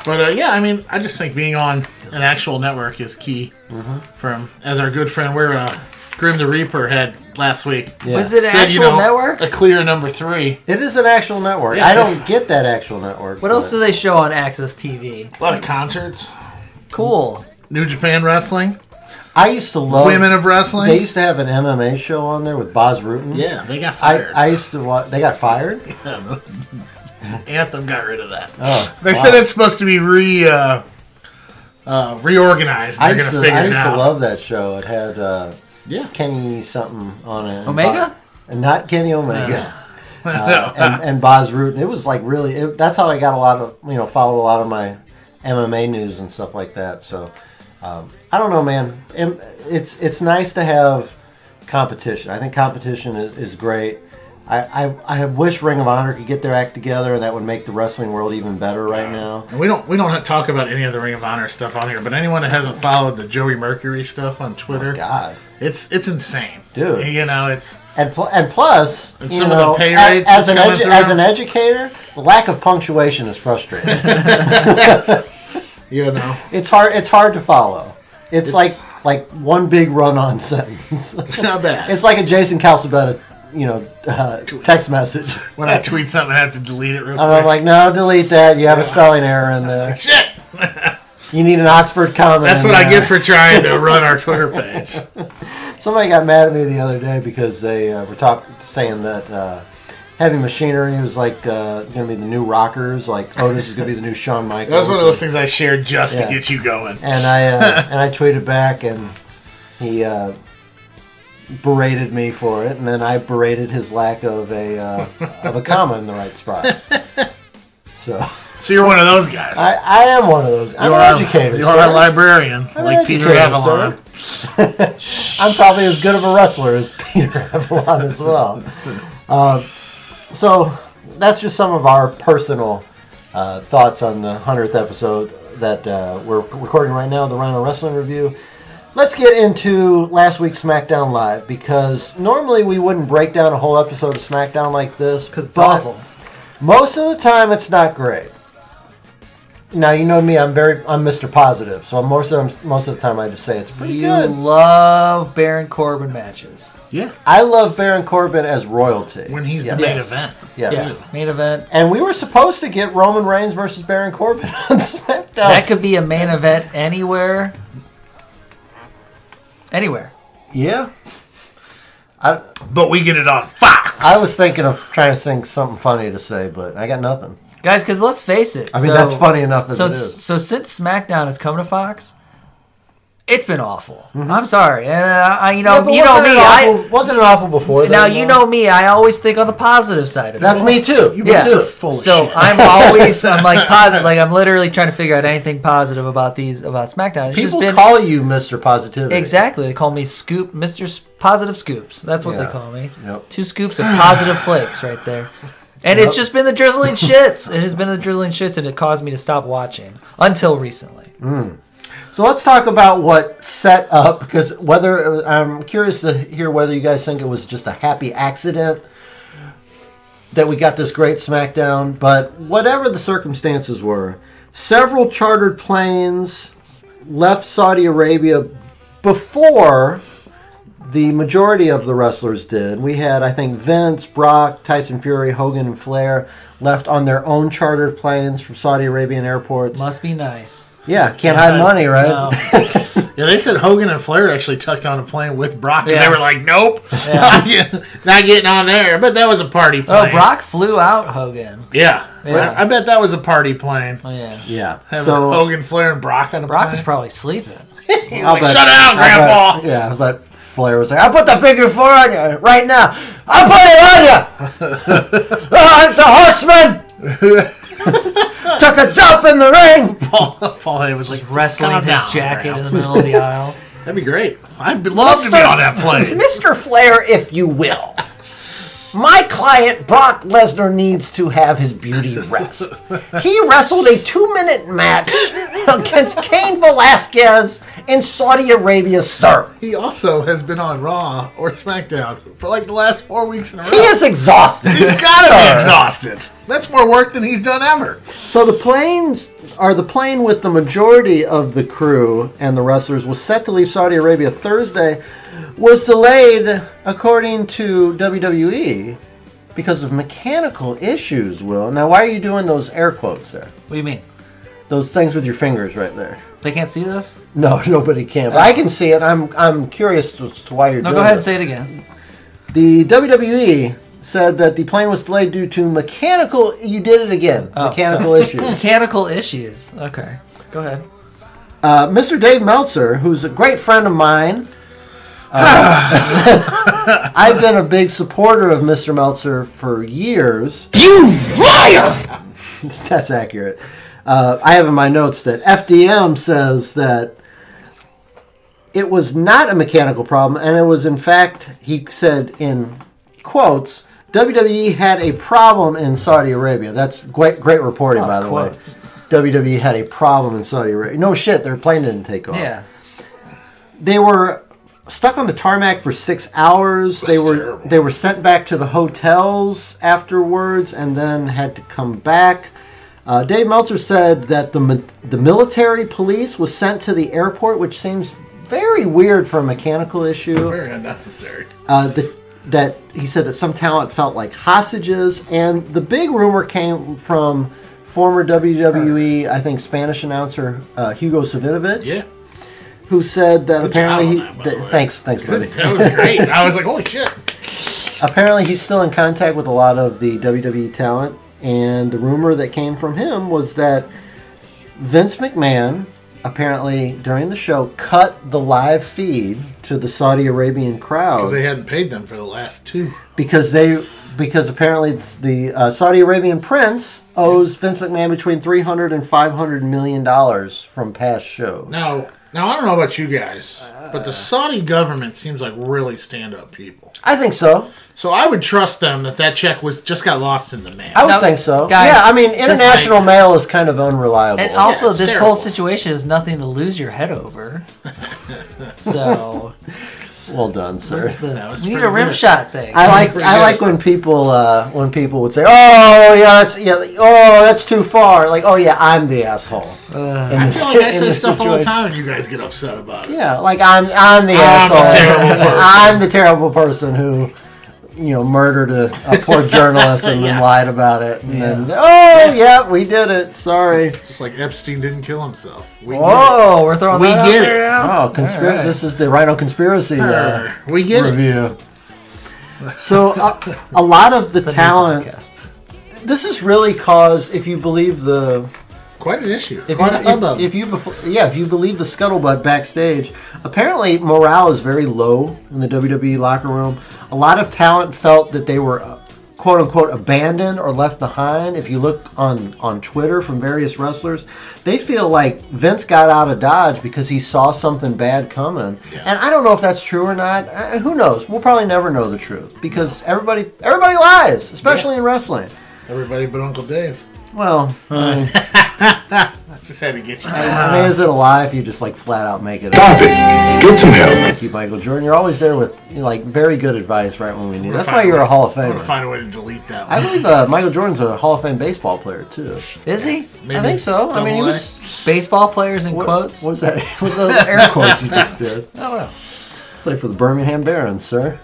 But uh, yeah, I mean, I just think being on an actual network is key. Mm-hmm. From as our good friend, where uh, Grim the Reaper had last week. Yeah. Was it an Said, you actual know, network? A clear number three. It is an actual network. Yeah. I don't get that actual network. What else do they show on Access TV? A lot of concerts. Cool. New Japan Wrestling. I used to <laughs> love Women of Wrestling? Mm-hmm. They used to have an MMA show on there with Boz Rutan. Yeah, they got I- fired. I, used to watch. They got fired. <laughs> Anthem got rid of that. Oh, they wow. said it's supposed to be re uh, uh, reorganized. I They're used, gonna to, figure I it used to out. love that show. It had uh, yeah. Kenny something on it. and Omega? Bo- and not Kenny <laughs> Omega. No. Uh, and, and Boz Rutan. It was like really. It, that's how I got a lot of you know followed a lot of my MMA news and stuff like that. So um, I don't know, man. Im- It's it's nice to have competition. I think competition is, is great. I, I, I wish Ring of Honor could get their act together, and that would make the wrestling world even better right now. And we don't we don't talk about any of the Ring of Honor stuff on here, but anyone that hasn't followed the Joey Mercury stuff on Twitter, Oh, God, it's it's insane, Dude. You know, it's And, pl- and plus, And you some of the know, pay a- rates as, an that's coming edu- as through. an educator, the lack of punctuation is <laughs> frustrating. you know, it's hard. It's hard to follow. It's, like like one big run-on <laughs> sentence. It's not bad. It's like a Jason Calcebetta, you know, uh, text message. when I <laughs> tweet something, I have to delete it real and quick. I'm like, no, delete that. You have a spelling error in there. <laughs> Shit. You need an Oxford comma. That's in what I there. get for trying <laughs> to run our Twitter page. Somebody got mad at me the other day because they uh, were talking, saying that uh, heavy machinery was like uh, going to be the new rockers. Like Otis is going to be the new Shawn Michaels. That was one of and- those things I shared just Yeah. to get you going. and I <laughs> uh, and I tweeted back, and he uh, berated me <laughs> for it, and then I berated his lack of a uh, of a comma in the right spot. So So you're one of those guys. I, I am one of those. I'm You're an a- educator. you're sir. a librarian, I'm an like Peter educator, Avalon. sir. <laughs> I'm probably as good of a wrestler as Peter <laughs> Avalon as well. Uh, so that's just some of our personal uh, thoughts on the hundredth episode that uh, we're recording right now, the Rhino Wrestling Review. Let's get into last week's SmackDown Live because normally we wouldn't break down a whole episode of SmackDown like this because it's awful. Most of the time, it's not great. Now you know me; I'm very I'm Mr. Positive, so most of them, most of the time I just say it's pretty you good. love Baron Corbin matches. Yeah, I love Baron Corbin as royalty when he's yes. the main event. Yes. Yeah, main event. And we were supposed to get Roman Reigns versus Baron Corbin <laughs> on SmackDown. That could be a main event anywhere. Anywhere. Yeah. I, but we get it on Fox. I was thinking of trying to think something funny to say, but I got nothing. Guys, because let's face it. I mean, that's funny enough as so, it s- is. so since SmackDown has come to Fox, it's been awful. I'm sorry. And uh, I, I- you know, you know me. I Mm-hmm. wasn't it awful before. now you know me. I always think on the positive side of That's it. me too. You yeah. do it. Full of so <laughs> I'm always I'm like <laughs> positive. Like I'm literally trying to figure out anything positive about these about SmackDown. It's just People been call you Mr. Positivity. exactly. They call me Scoop Mr. S- Positive Scoops. That's what Yeah. they call me. Yep. Two scoops of positive flakes right there. And Yep. it's just been the drizzling <laughs> shits. It has been the drizzling shits, and it caused me to stop watching until recently. Mm. So let's talk about what set up because whether it was- I'm curious to hear whether you guys think it was just a happy accident that we got this great SmackDown, but whatever the circumstances were, several chartered planes left Saudi Arabia before the majority of the wrestlers did. We had, I think, Vince, Brock, Tyson Fury, Hogan, and Flair left on their own chartered planes from Saudi Arabian airports. Must be nice. Yeah, can't, hide, money, right? <laughs> yeah, they said Hogan and Flair actually tucked on a plane with Brock, and Yeah. they were like, "Nope, <laughs> Yeah. not, getting, not getting on there." But that was a party plane. Oh, Brock flew out Hogan. Yeah, Yeah. Oh, I, I bet that was a party plane. yeah, Yeah. Having So- Hogan, Flair, and Brock on a Brock plane. was probably sleeping. I'll <laughs> like, bet- Shut I'll down, bet- Grandpa. yeah, I was like, Flair was like, I'll put the figure four on you right now. I'll put it on you. Ah, the horseman took a dump in the ring. Paul, <laughs> Paul Heyman was like wrestling "Calm his down, jacket in Ralph." the middle of the aisle. <laughs> That'd be great. I'd love to be on that plane. Mr. Flair, if you will. My client Brock Lesnar needs to have his beauty rest. He wrestled a two minute match <laughs> against Cain Velasquez in Saudi Arabia, sir. He also has been on Raw or SmackDown for like the last four weeks in a row. He is exhausted. He's gotta be Sir. exhausted. That's more work than he's done ever. So the planes are the plane with the majority of the crew and the wrestlers was set to leave Saudi Arabia Thursday, was delayed according to WWE because of mechanical issues. Will now why are you doing those air quotes there? What do you mean? Those things with your fingers right there. They can't see this? No, <laughs> nobody can. But I can see it. I'm I'm curious as to why you're No, doing go ahead it. and say it again. The WWE said that the plane was delayed due to mechanical. You did it again. Oh, <laughs> mechanical sorry. issues. Mechanical issues. Okay. Go ahead. Uh, Mr. Dave Meltzer, who's a great friend of mine. uh, <laughs> I've been a big supporter of Mr. Meltzer for years. You liar! <laughs> That's accurate. Uh, I have in my notes that FDM says that it was not a mechanical problem, and it was, in fact, he said in quotes, WWE had a problem in Saudi Arabia. That's great, great reporting, It's by not the quotes. way. WWE had a problem in Saudi Arabia. No shit, their plane didn't take off. Yeah. They were stuck on the tarmac for six hours. they were they were sent back to the hotels afterwards, and then had to come back. Uh, Dave Meltzer said that the mi- the military police was sent to the airport, which seems very weird for a mechanical issue. Very unnecessary. Uh, the, that he said that some talent felt like hostages, and the big rumor came from former WWE, I think Spanish announcer uh, Hugo Savinovich, Yeah. who said that apparently he. on that, by that- the way. thanks, thanks, buddy. <laughs> That was great. I was like, holy shit. Apparently, he's still in contact with a lot of the WWE talent, and the rumor that came from him was that Vince McMahon apparently during the show cut the live feed to the Saudi Arabian crowd Because they hadn't paid them for the last two. because they because apparently it's the uh, Saudi Arabian prince owes Vince McMahon between 300 and 500 million dollars from past shows. Now, now I don't know about you guys, Uh. but the Saudi government seems like really stand-up people. I think so. So I would trust them that that check was just got lost in the mail. I would think so. guys, yeah, I mean this- international mail is kind of unreliable. And also, this whole situation is nothing to lose your head over. so, Well done, sir. Where's the- That was we need pretty a rim good. shot thing. I like I like when people uh, when people would say, "Oh yeah, that's yeah, oh that's too far." Like, "Oh yeah, I'm the asshole." Uh, In I this- feel like I <laughs> in say this stuff all the situation. time, and you guys get upset about it. Yeah, like I'm I'm I'm the a asshole. terrible <laughs> person. I'm the terrible person who you know murdered a, a <laughs> poor journalist and then Yeah. lied about it and then Yeah. oh yeah we did it sorry Just like Epstein didn't kill himself. oh, We Whoa, get it. we're throwing we that out get there it. now. Oh, conspira- this is the Rhino conspiracy. Uh, Err, we get it. review. So uh, a lot of the talent. This has really caused, if you believe the. Quite an issue. If Quite you, a hubbub. If, if you, be- yeah, if you believe the scuttlebutt backstage, apparently morale is very low in the WWE locker room. A lot of talent felt that they were uh, quote unquote abandoned or left behind. If you look on on Twitter from various wrestlers, they feel like Vince got out of dodge because he saw something bad coming. And I don't know if that's true or not. Uh, who knows? We'll probably never know the truth because everybody everybody lies, especially in wrestling. Everybody but Uncle Dave. Well, I mean, Just had to get you. I mean, is it a lie if you just like flat out make it? up? Get some help. Thank you, Michael Jordan. You're always there with you know, like very good advice right when we need. it. That's why you're a Hall of I'm gonna Famer. find a way to delete that. I One. believe uh, Michael Jordan's a Hall of Fame baseball player too. is he? I think so. I mean, he was baseball players in quotes. What was that? What <laughs> was those <laughs> air quotes you just did? Oh, I don't know. Played for the Birmingham Barons, sir.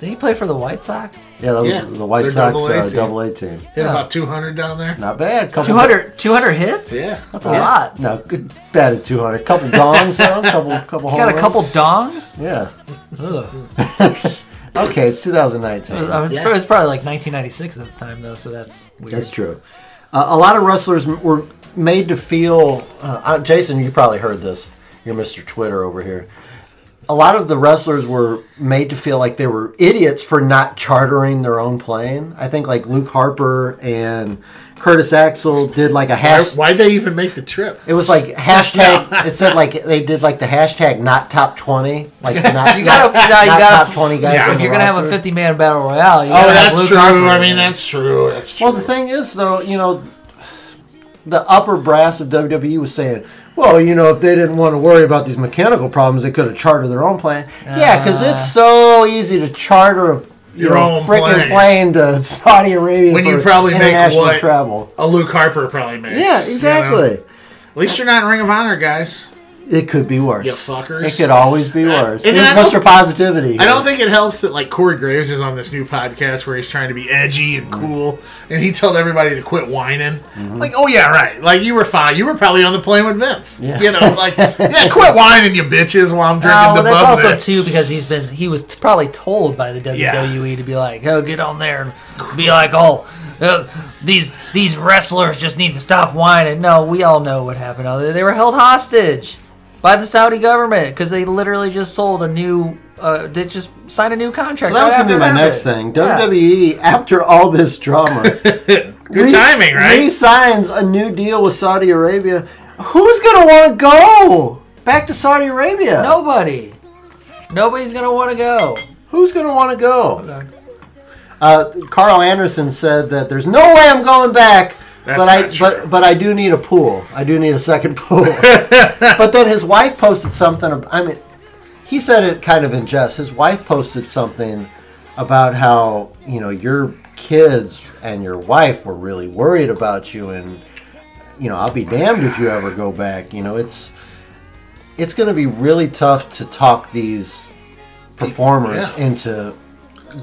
Did he play for the White Sox? Yeah, that was Yeah, the White their Sox double A uh, team. Double A team. Hit about 200 down there. Not bad. Couple 200, 200 hits? Yeah. That's a lot. No, good. Bad at 200. Couple dongs, though. Couple, couple. He home got a runs. couple dongs? Yeah. Ugh. Okay, it's 2019. It was, I was- it was probably like 1996 at the time, though, so that's weird. That's true. Uh, a lot of wrestlers m- were made to feel. Uh, uh, Jason, you probably heard this. You're Mr. Twitter over here. A lot of the wrestlers were made to feel like they were idiots for not chartering their own plane. I think like Luke Harper and Curtis Axel did like a Why, hash. why'd they even make the trip? It was like <laughs> hashtag. It said like they did like the hashtag not top twenty. <laughs> Like not, You gotta, not, no, you not gotta, top twenty guys. If on the you're gonna have a roster. 50 man battle royale, you Oh, gotta have that's Luke true. Harper I in mean, there. that's true. That's true. Well, the thing is, though, you know, the upper brass of WWE was saying, well, you know, if they didn't want to worry about these mechanical problems, they could have chartered their own plane. yeah, because Ah. it's so easy to charter a you Your know, own freaking plane. plane. to <laughs> Saudi Arabia when for you probably make international what travel. a Luke Harper probably makes. Yeah, you know? exactly. At least you're not in Ring of Honor, guys. It could be worse. You fuckers. It could always be worse. Uh, and Here's I don't- Mr. Positivity. I don't think it helps that like Corey Graves is on this new podcast where he's trying to be edgy and cool, and he told everybody to quit whining. Mm-hmm. Like, oh yeah, right. Like you were fine. You were probably on the plane with Vince. Yeah. You know, like yeah, quit whining, you bitches, while I'm drinking the Oh, well, that's bub also there. too because he's been he was t- probably told by the WWE to be like, oh, get on there and be like, oh, uh, these these wrestlers just need to stop whining. No, we all know what happened. Oh, they- They were held hostage by the Saudi government because they literally just sold a new, uh, they just signed a new So contract. that was right going to after be my Rabbit. next thing. E Yeah. WWE, after all this drama, Good timing, right? He signs a new deal with Saudi Arabia. Who's going to want to go back to Saudi Arabia? Nobody. Nobody's gonna want to go. Who's going to want to go? Uh, Carl Anderson said that there's no way I'm going back. That's but not I true. but but I do need a pool. I do need a <laughs> second <laughs> pool. but then his wife posted something. ab- I mean, he said it kind of in jest. His wife posted something about how you know your kids and your wife were really worried about you, and you know I'll be damned if you ever go back. You know it's it's going to be really tough to talk these performers Yeah. into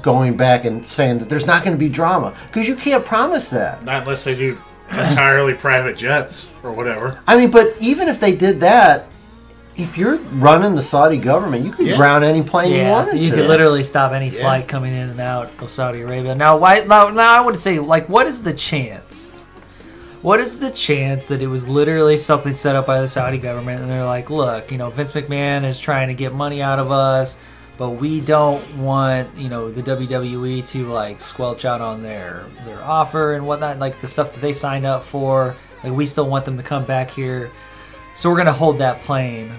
going back and saying that there's not going to be drama because you can't promise that. Not unless they do entirely private jets or whatever. I mean, but even if they did that, if you're running the Saudi government, you could Yeah. ground any plane you Yeah, wanted you to. could literally stop any Yeah. flight coming in and out of Saudi Arabia. Now, why? Now, now I would say, like, what is the chance? What is the chance that it was literally something set up by the Saudi government, and they're like, "Look, you know, Vince McMahon is trying to get money out of us. but we don't want you know the WWE to like squelch out on their their offer and whatnot, like the stuff that they signed up for. Like we still want them to come back here, so we're gonna hold that plane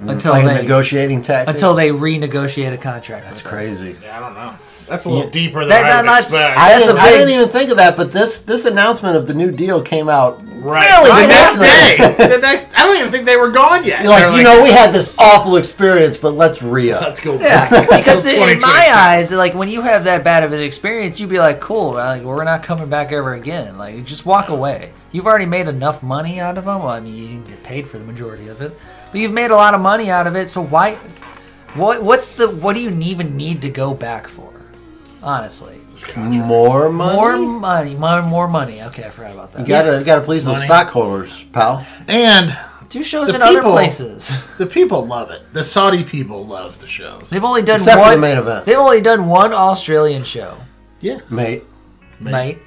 Mm, until like a they negotiating tactic? until they renegotiate a contract. That's crazy. Yeah, I don't know. That's a little Yeah. deeper than That- I would that- that's- expect. I, didn't, I didn't even think of that, but this this announcement of the new deal came out Right. really Right the next day. the next, I don't even think they were gone yet. You're like, They're you know, we had this awful experience, but let's re up. Let's go. <laughs> Yeah, <laughs> because in in my eyes, like when you have that bad of an experience, you'd be like, "Cool, uh, like we're not coming back ever again." Like just walk away. You've already made enough money out of them. Well, I mean, you didn't get paid for the majority of it, but you've made a lot of money out of it. So why? What? What's the? What do you even need to go back for? Honestly, More money. more money, more, more money. Okay, I forgot about that. You gotta you gotta please those Money. stockholders, pal. And do shows in other places. <laughs> The people love it. The Saudi people love the shows. They've only done Except for one the main event. They've only done one Australian show. Yeah, mate. <laughs> mate.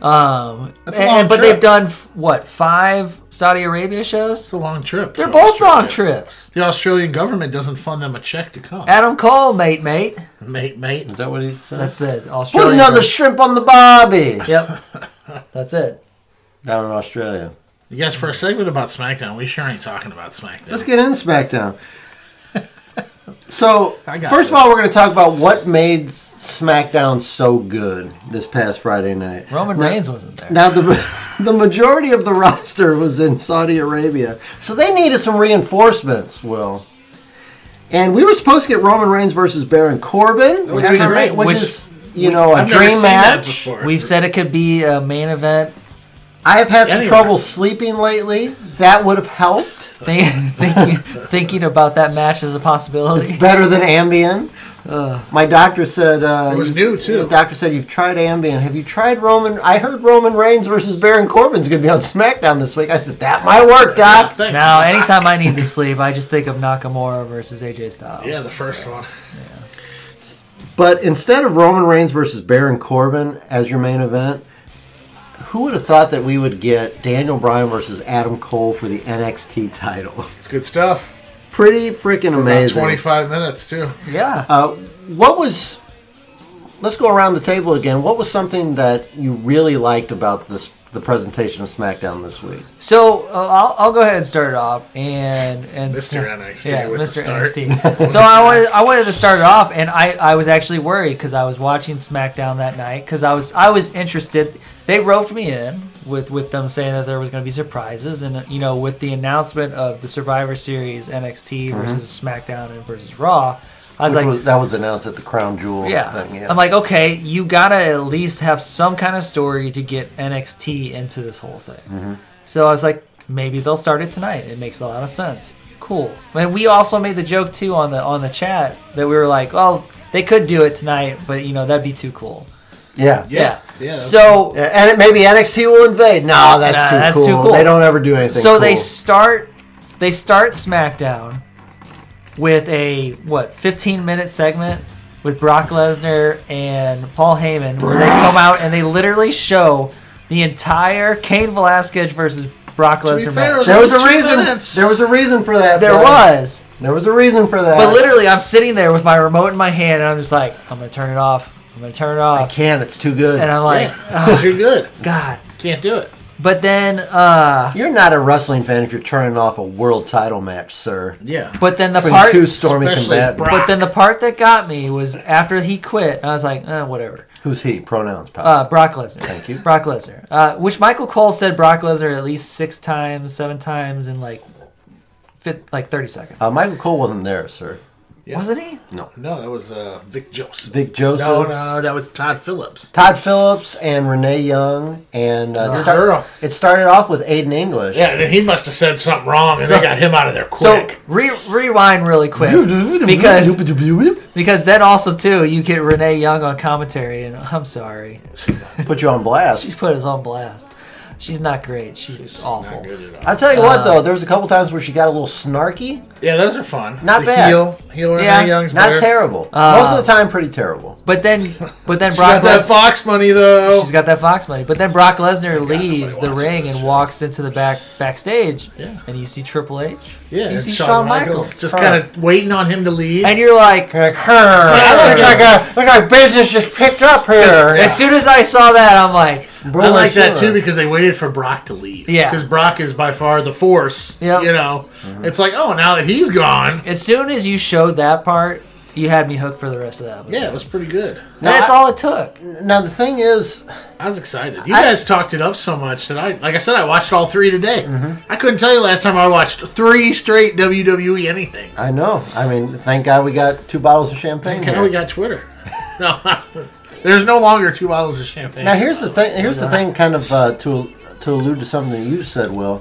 um, That's a and- long and- but trip. they've done f- what five Saudi Arabia shows? It's a long trip. They're to both long Australia. trips. The Australian government doesn't fund them a check to come. Adam Cole, mate, mate. Mate, mate. Is that what he said? That's the Put Australian. another version. shrimp on the barbie. <laughs> Yep. That's it. Down in Australia. You guys, for a segment about SmackDown, we sure ain't talking about SmackDown. Let's get <laughs> in SmackDown. So, got first of all, we're going to talk about what made SmackDown so good this past Friday night. Roman Now- Reigns wasn't there. Now, the, <laughs> the majority of the <laughs> roster was in Saudi Arabia, so they needed some reinforcements, Will. And we were supposed to get Roman Reigns versus Baron Corbin, Which after- is great. which, Which- is, you know, a I've never dream seen that match. We've said it could be a main event. I have had some Anywhere. trouble sleeping lately. That would have helped. Think, thinking, thinking about that match as a possibility. It's better than Ambien. Uh, My doctor said uh, It was you- new, too. The doctor said you've tried Ambien. Have you tried Roman? I heard Roman Reigns versus Baron Corbin's going to be on SmackDown this week. I said that might work, doc. Now, anytime I need to sleep, I just think of Nakamura versus AJ Styles. Yeah, the first one. But instead of Roman Reigns versus Baron Corbin as your main event, who would have thought that we would get Daniel Bryan versus Adam Cole for the NXT title? It's good stuff. Pretty freaking About amazing. 25 minutes, too. Yeah. Uh, what was? Let's go around the table again. What was something that you really liked about this the presentation of SmackDown this week? So uh, I'll, I'll go ahead and start it off, and and Mr. NXT yeah, with the Mr. start. <laughs> NXT. so I wanted I wanted to start it off, and I, I was actually worried because I was watching SmackDown that night because I was I was interested. They roped me in with with them saying that there was going to be surprises, and you know with the announcement of the Survivor Series NXT Mhm. versus SmackDown and versus Raw, I was Which like, that was announced at the Crown Jewel yeah. thing. I'm like, okay, you gotta at least have some kind of story to get NXT into this whole thing. Mhm. So I was like, maybe they'll start it tonight. It makes a lot of sense. Cool. And we also made the joke too on the on the chat that we were like, well, they could do it tonight, but you know that'd be too cool. yeah, Yeah. So Yeah, and it, maybe NXT will invade. No, that's, Nah, too, that's cool. too cool. They don't ever do anything. So they cool. start they start SmackDown with a what 15 minute segment with Brock Lesnar and Paul Heyman where they come out and they literally show the entire Kane Velasquez versus Brock Lesnar match. there was a reason. There was a reason for that. There though. was. There was a reason for that. But literally I'm sitting there with my remote in my hand and I'm just like I'm going to turn it off. I'm going to turn it off. I can't. It's too good. And I'm like Yeah, it's too good. God, can't do it. But then uh you're not a wrestling fan if you're turning off a world title match, sir. Yeah. But then the Between part two stormy Especially combatants. Brock. But then the part that got me was after he quit, and I was like, eh, whatever. Who's he? Pronouns, pal. Uh, Brock Lesnar. Thank you. Brock Lesnar. Uh, which Michael Cole said Brock Lesnar at least six times, seven times in like fit like thirty seconds. Uh, Michael Cole wasn't there, sir. Wasn't he? No. No, that was uh, Vic Joseph. Vic Joseph. No, no, no, that was Todd Phillips. Todd Phillips and Renee Young, and uh, it, Your start- girl. it started off with Aiden English. Yeah, then he must have said something wrong, and So- they got him out of there So quick. re- rewind really quick because because then also too you get Renee Young on commentary, and I'm sorry, put you on blast. she put us on blast. She's not great. She's, awful. I'll tell you what, Uh, though, there was a couple times where she got a little snarky. Yeah, those are fun. Not The bad. heel- heel Renee Yeah. Young's not better. terrible. Uh, Most of the time, pretty terrible. <laughs> But then, but then She Brock got that Les- Fox money though. She's got that Fox money. But then Brock Lesnar leaves the ring and walks into the back backstage, and you see Triple H. Yeah, you and see Shawn Shawn Michaels Michaels, just kinda waiting on him to leave, and you're like, <laughs> I look like a look like business just picked up here. As soon as I saw that, I'm like, I like that too because they waited for Brock to leave. Yeah. because Brock is by far the force. Yeah, you know, it's like oh, now that he's gone. As soon as you showed that part, you had me hooked for the rest of that. Yeah, it was pretty good. that's all it took. Now the thing is, I was excited. You guys talked it up so much that I, like I said, I watched all three today. I couldn't tell you last time I watched three straight WWE anything. I know. I mean, thank God we got two bottles of champagne. Thank God here. we got Twitter. <laughs> No, there's no longer two bottles of champagne. Now here's the thing. Here's the thing. Kind of uh, to to allude to something you said, Will.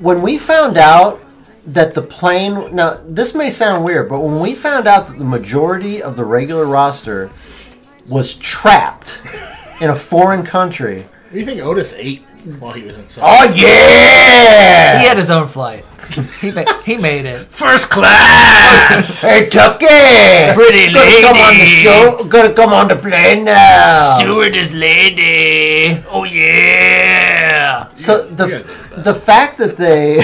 When we found out that the plane. Now this may sound weird, but when we found out that the majority of the regular roster was trapped in a foreign country. What do you think Otis ate while he was inside? Oh, yeah! He had his own flight. He ma- he made it <laughs> first class. <laughs> Hey, Tucky! Pretty Gonna come on the lady. show. Gonna come on the plane now. Stewardess lady. Oh yeah. So the the fact that they <laughs>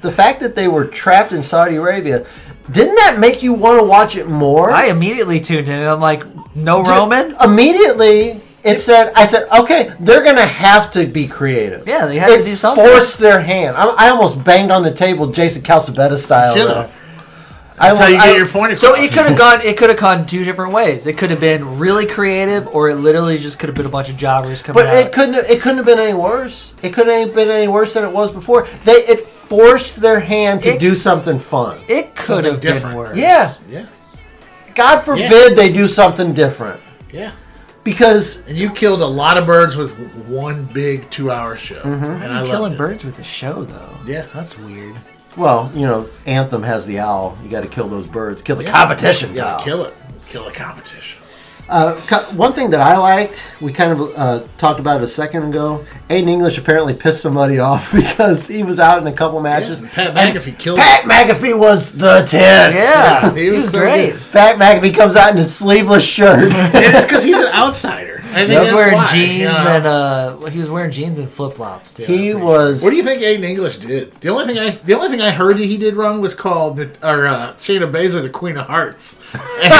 the fact that they were trapped in Saudi Arabia didn't that make you want to watch it more? I immediately tuned in. and I'm like, no Roman. Immediately, it said, "I said, okay, they're gonna have to be creative." Yeah, they had It to do something. Forced their hand. I, I almost banged on the table, Jason Calcebetta style. Should've. though. That's I how you wa- get I- your point. So across. <laughs> it could have gone. It could have gone two different ways. It could have been really creative, or it literally just could have been a bunch of jobbers coming But out. it couldn't. It couldn't have been any worse. It couldn't have been any worse than it was before. They it forced their hand to It- do something fun. It could Something have been different. worse. Yeah. Yeah. God forbid they do something different. Yeah. Because and you killed a lot of birds with one big two-hour show. Mhm. And Mm-hmm. You're I killing loved it. birds with a show, though. Yeah, that's weird. Well, you know, Anthem has the owl. You got to kill those birds. Kill the competition. Yeah, pal. kill it. Kill the competition. Uh, co- one thing that I liked, we kind of uh, talked about it a second ago. Aiden English apparently pissed somebody <laughs> off because he was out in a couple matches. Pat And McAfee killed Pat McAfee was the tenth. Yeah, he He was was so great. good. Pat McAfee comes out in his sleeveless <laughs> shirt. it's because he's an outsider. I think he was that's wearing why, jeans you know. and uh, he was wearing jeans and flip flops too. He was. What do you think Aiden English did? The only thing I the only thing I heard he did wrong was called or uh, Shayna Baszler the Queen of Hearts, and,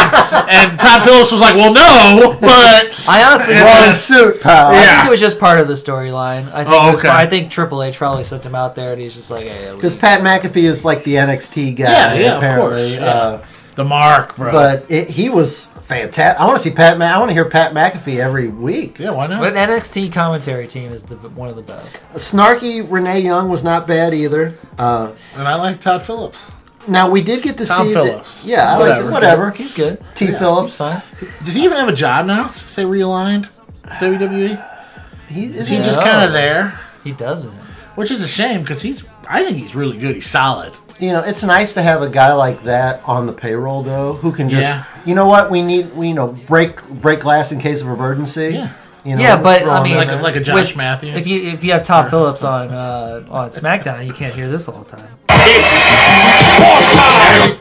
and Todd Phillips was like, "Well, no, but <laughs> I honestly Wrong suit, I Yeah. think it was just part of the storyline. I think. Oh, it was okay. part- I think Triple H probably sent him out there, and he's just like, hey, we- Because Pat McAfee is like the NXT guy. Yeah, yeah, of apparently. uh, course, yeah. the mark, bro." But it, he was fantastic. I want to see Pat. Ma- I want to hear Pat McAfee every week. Yeah, why not? But NXT commentary team is the one of the best. Snarky Renee Young was not bad either. Uh, and I like Todd Phillips. Now we did get to Tom see. Phillips. The, yeah, whatever. I like, whatever. He's good. T. Yeah, Phillips. Does he even have a job now? Since they realigned WWE, he is he just kind of there, He doesn't. which is a shame because he's. I think he's really good. He's solid. You know, it's nice to have a guy like that on the payroll though, who can just. Yeah. You know what? We need. We you know break break glass in case of emergency. Yeah. You know, yeah, but throw I him mean, in there. with- If you if you have Tom Phillips on uh, on SmackDown, you can't hear this all the time.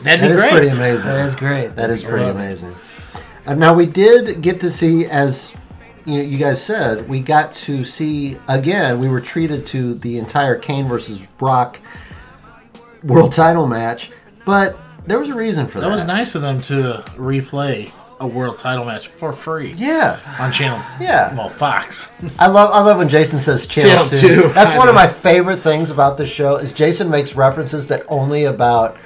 That'd That is pretty amazing. That is great. That is I pretty love it. amazing. Uh, now we did get to see, as you, know, you guys said, we got to see again. We were treated to the entire Kane versus Brock world title match, but there was a reason for That, that. was nice of them to replay a world title match for free. Yeah. On channel. Yeah. Well, Fox. I love I love when Jason says channel, Channel two. two. That's I one of know. my favorite things about this show is Jason makes references that only about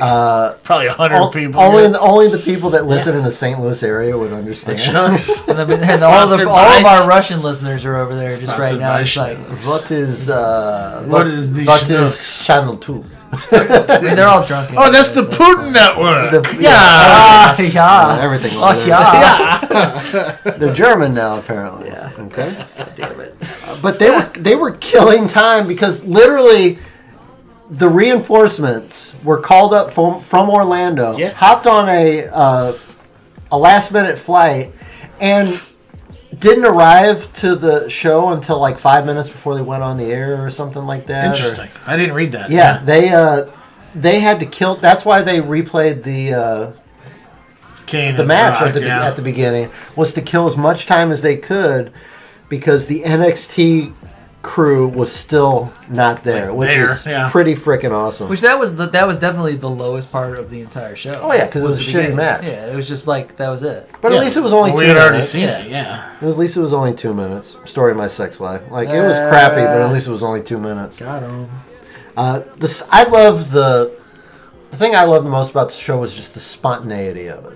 uh, probably a hundred on- people, Only yeah. the, only the people that listen in the St. Louis area would <laughs> understand. <laughs> and, the, and all the all of our Russian listeners are over there just right now. It's like what is uh, What is the what Schnucks? is channel two? I mean, they're all drunk. Oh, that's the Putin network. yeah, yeah. everything- <laughs> yeah. everything. Oh, over there. <laughs> They're German now, apparently. Yeah. Okay. Uh, Damn it. But they were they were killing time because literally the reinforcements were called up from from Orlando, hopped on a uh, a last minute flight, and didn't arrive to the show until like five minutes before they went on the air or something like <laughs> that. or- Interesting. I didn't read that. yeah, they uh, they had to kill. That's why they replayed the uh, Kane the and match Rock, at the yeah. at the beginning was to kill as much time as they could because the NXT crew was still not there, which there, is yeah. pretty freaking awesome. Which that was the, that was definitely the lowest part of the entire show. Oh, yeah, 'cause it was the a shitty beginning. match. Yeah, it was just like that was it. But at least it was only two minutes. yeah. It was, at least it was only two minutes. Story of my sex life. Like it was crappy, but at least it was only two minutes. Uh, Got him. Uh, this I love the the thing I love the most about the show was just the spontaneity of it.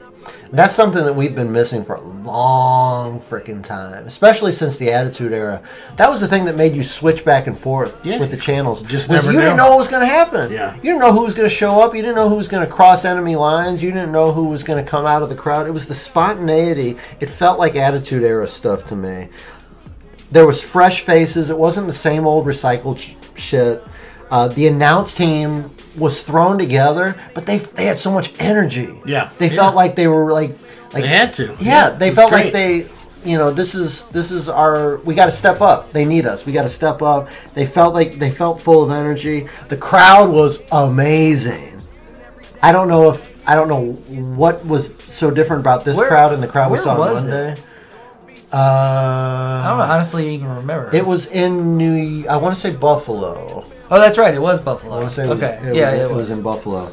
And that's something that we've been missing for a long freaking time, especially since the Attitude Era. That was the thing that made you switch back and forth with the channels. Just was never you didn't knew. know what was going to happen. Yeah. You didn't know who was going to show up. You didn't know who was going to cross enemy lines. You didn't know who was going to come out of the crowd. It was the spontaneity. It felt like Attitude Era stuff to me there was fresh faces. It wasn't the same old recycled sh- shit. Uh, the announce team was thrown together, but they they had so much energy. Yeah. they Yeah. felt like they were like like They had to. Yeah, Yeah, they it's felt great. like they you know this is this is our we got to step up. They need us. We got to step up. They felt like they felt full of energy. The crowd was amazing. I don't know if I don't know what was so different about this Where- crowd and the crowd we where saw was on it? Monday. Uh, I don't honestly even remember. it was in New. I want to say Buffalo. oh, that's right. It was Buffalo. I want to say it was, okay. it was- yeah, it was in Buffalo.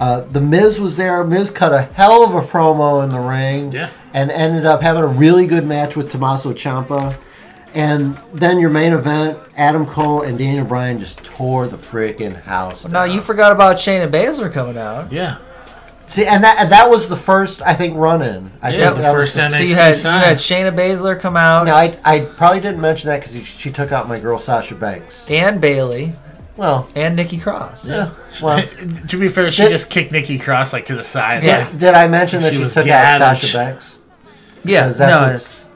Uh, the Miz was there. Miz cut a hell of a promo in the ring, yeah. and ended up having a really good match with Tommaso Ciampa. And then your main event, Adam Cole and Daniel Bryan just tore the freaking house. Well, no, you forgot about Shayna Baszler coming out. Yeah. See, and that and that was the first I think run in. I Yeah, think the that first NXT So you had- you sign. had Shayna Baszler come out. No, I, I probably didn't mention that because she took out my girl Sasha Banks and Bailey. Well, and Nikki Cross. Yeah. Well, <laughs> to be fair, she just kicked Nikki Cross like to the side. Yeah. like, Did I mention that she was took out gathered. Sasha Banks? Yeah, Because no, <laughs> what's-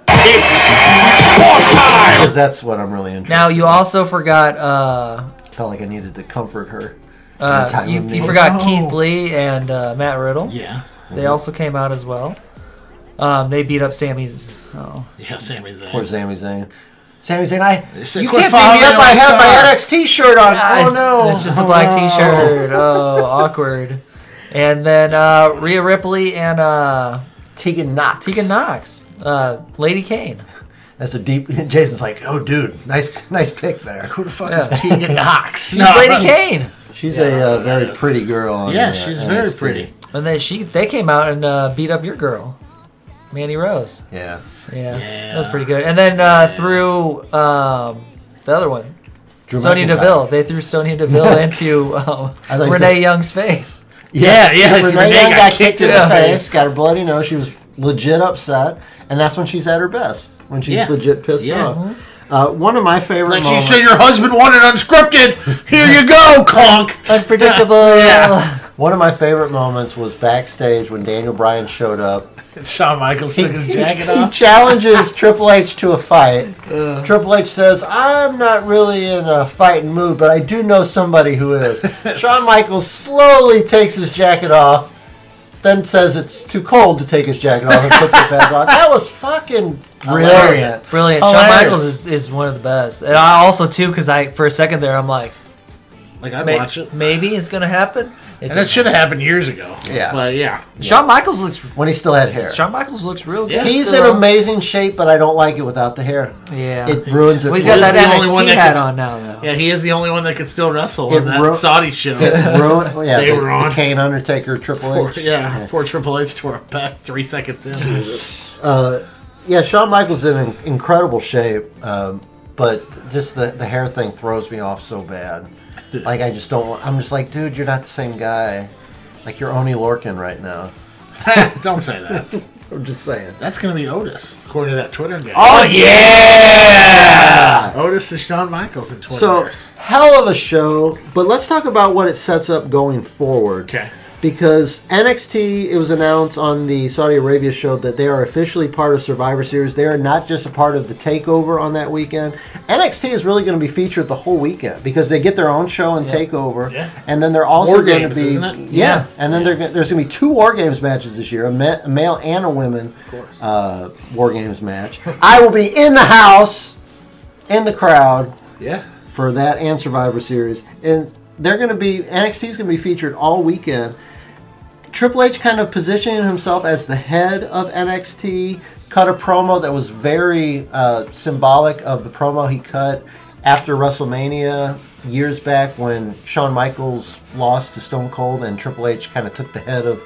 Because that's what I'm really interested. Now you also forgot. Uh, Felt like I needed to comfort her. in a uh, time you, of you need. forgot Keith Lee and uh, Matt Riddle. Oh. Yeah. They also came out as well. Um, they beat up Sammy's. Oh. Yeah, Sami Zayn. Poor Sami Zayn. Sami Zayn, I said, you "Quit can't beat me following up. I my have star." my NXT shirt on. Ah, oh it's- no, It's just a black Oh. <laughs> T-shirt. Oh, awkward. And then uh, Rhea Ripley and uh, Tegan Knox. Tegan Knox, uh, Lady Kane. That's a deep. <laughs> Jason's like, oh dude, nice nice pick there. Who the fuck is Tegan Knox? She's No, Lady but- Kane. She's a uh, very pretty girl. On Yeah, uh, she's very NXT. pretty. And then she they came out and uh, beat up your girl, Mandy Rose. Yeah. Yeah, that's pretty good. And then uh, threw um, the other one, Drew Sonya McIntyre. Deville. They threw Sonya <laughs> Deville into um, I thought you Renee said- Young's face. Renee Young got, kicked in the face, got a bloody nose. She was legit upset, and that's when she's at her best when she's Yeah. legit pissed Yeah. off. Uh, one of my favorite Like she moments. said, your husband wanted unscripted. Here you go, <laughs> conk. <laughs> Unpredictable. yeah. One of my favorite moments was backstage when Daniel Bryan showed up. Shawn Michaels took his jacket He off. <laughs> Uh. challenges Triple H to a fight. Triple H says, I'm not really in a fighting mood, but I do know somebody <laughs> who is. Shawn Michaels slowly takes his jacket off, then says it's too cold to take his jacket off and puts it back on. That was fucking brilliant. Brilliant. Shawn Hilarious. Michaels is, is one of the best. And I also too because I for a second there I'm like, like I'd may- watch it. Maybe it's gonna happen. It And didn't. that should have happened years ago. Yeah. But yeah. Shawn Michaels looks when he still had hair. Shawn Michaels looks real good. He's still. in amazing shape, but I don't like it without the hair. Yeah. It ruins it. Well, he's for got me. that the only one NXT that hat can- on now though. Yeah, he is the only one that could still wrestle It in that ru- Saudi show. It <laughs> ruined, well, yeah, they the, were on. the Kane <laughs> Undertaker Triple Poor, H. yeah, poor Triple H tore it back three seconds in. Uh, yeah, Shawn Michaels in in- incredible shape, um, but just the, the hair thing throws me off so bad. Like I just don't. want- I'm just like, dude, you're not the same guy. Like you're Oni Lorkin right now. <laughs> Don't say that. <laughs> I'm just saying. That's gonna be Otis, according to that Twitter guy. Oh, yeah! Otis is Shawn Michaels in Twitter. So hell of a show, but let's talk about what it sets up going forward. Okay. because NXT, it was announced on the Saudi Arabia show that they are officially part of Survivor Series. They are not just a part of the takeover on that weekend. NXT is really going to be featured the whole weekend because they get their own show and takeover, and then they're also War going Games, to be isn't it? Yeah. yeah, and then they're go- there's going to be two War Games matches this year, a, ma- a male and a women uh, War Games match. I will be in the house, in the crowd Yeah. for that and Survivor Series. And they're going to be NXT is going to be featured all weekend. Triple H kind of positioning himself as the head of NXT. Cut a promo that was very uh, symbolic of the promo he cut after WrestleMania years back when Shawn Michaels lost to Stone Cold and Triple H kind of took the head of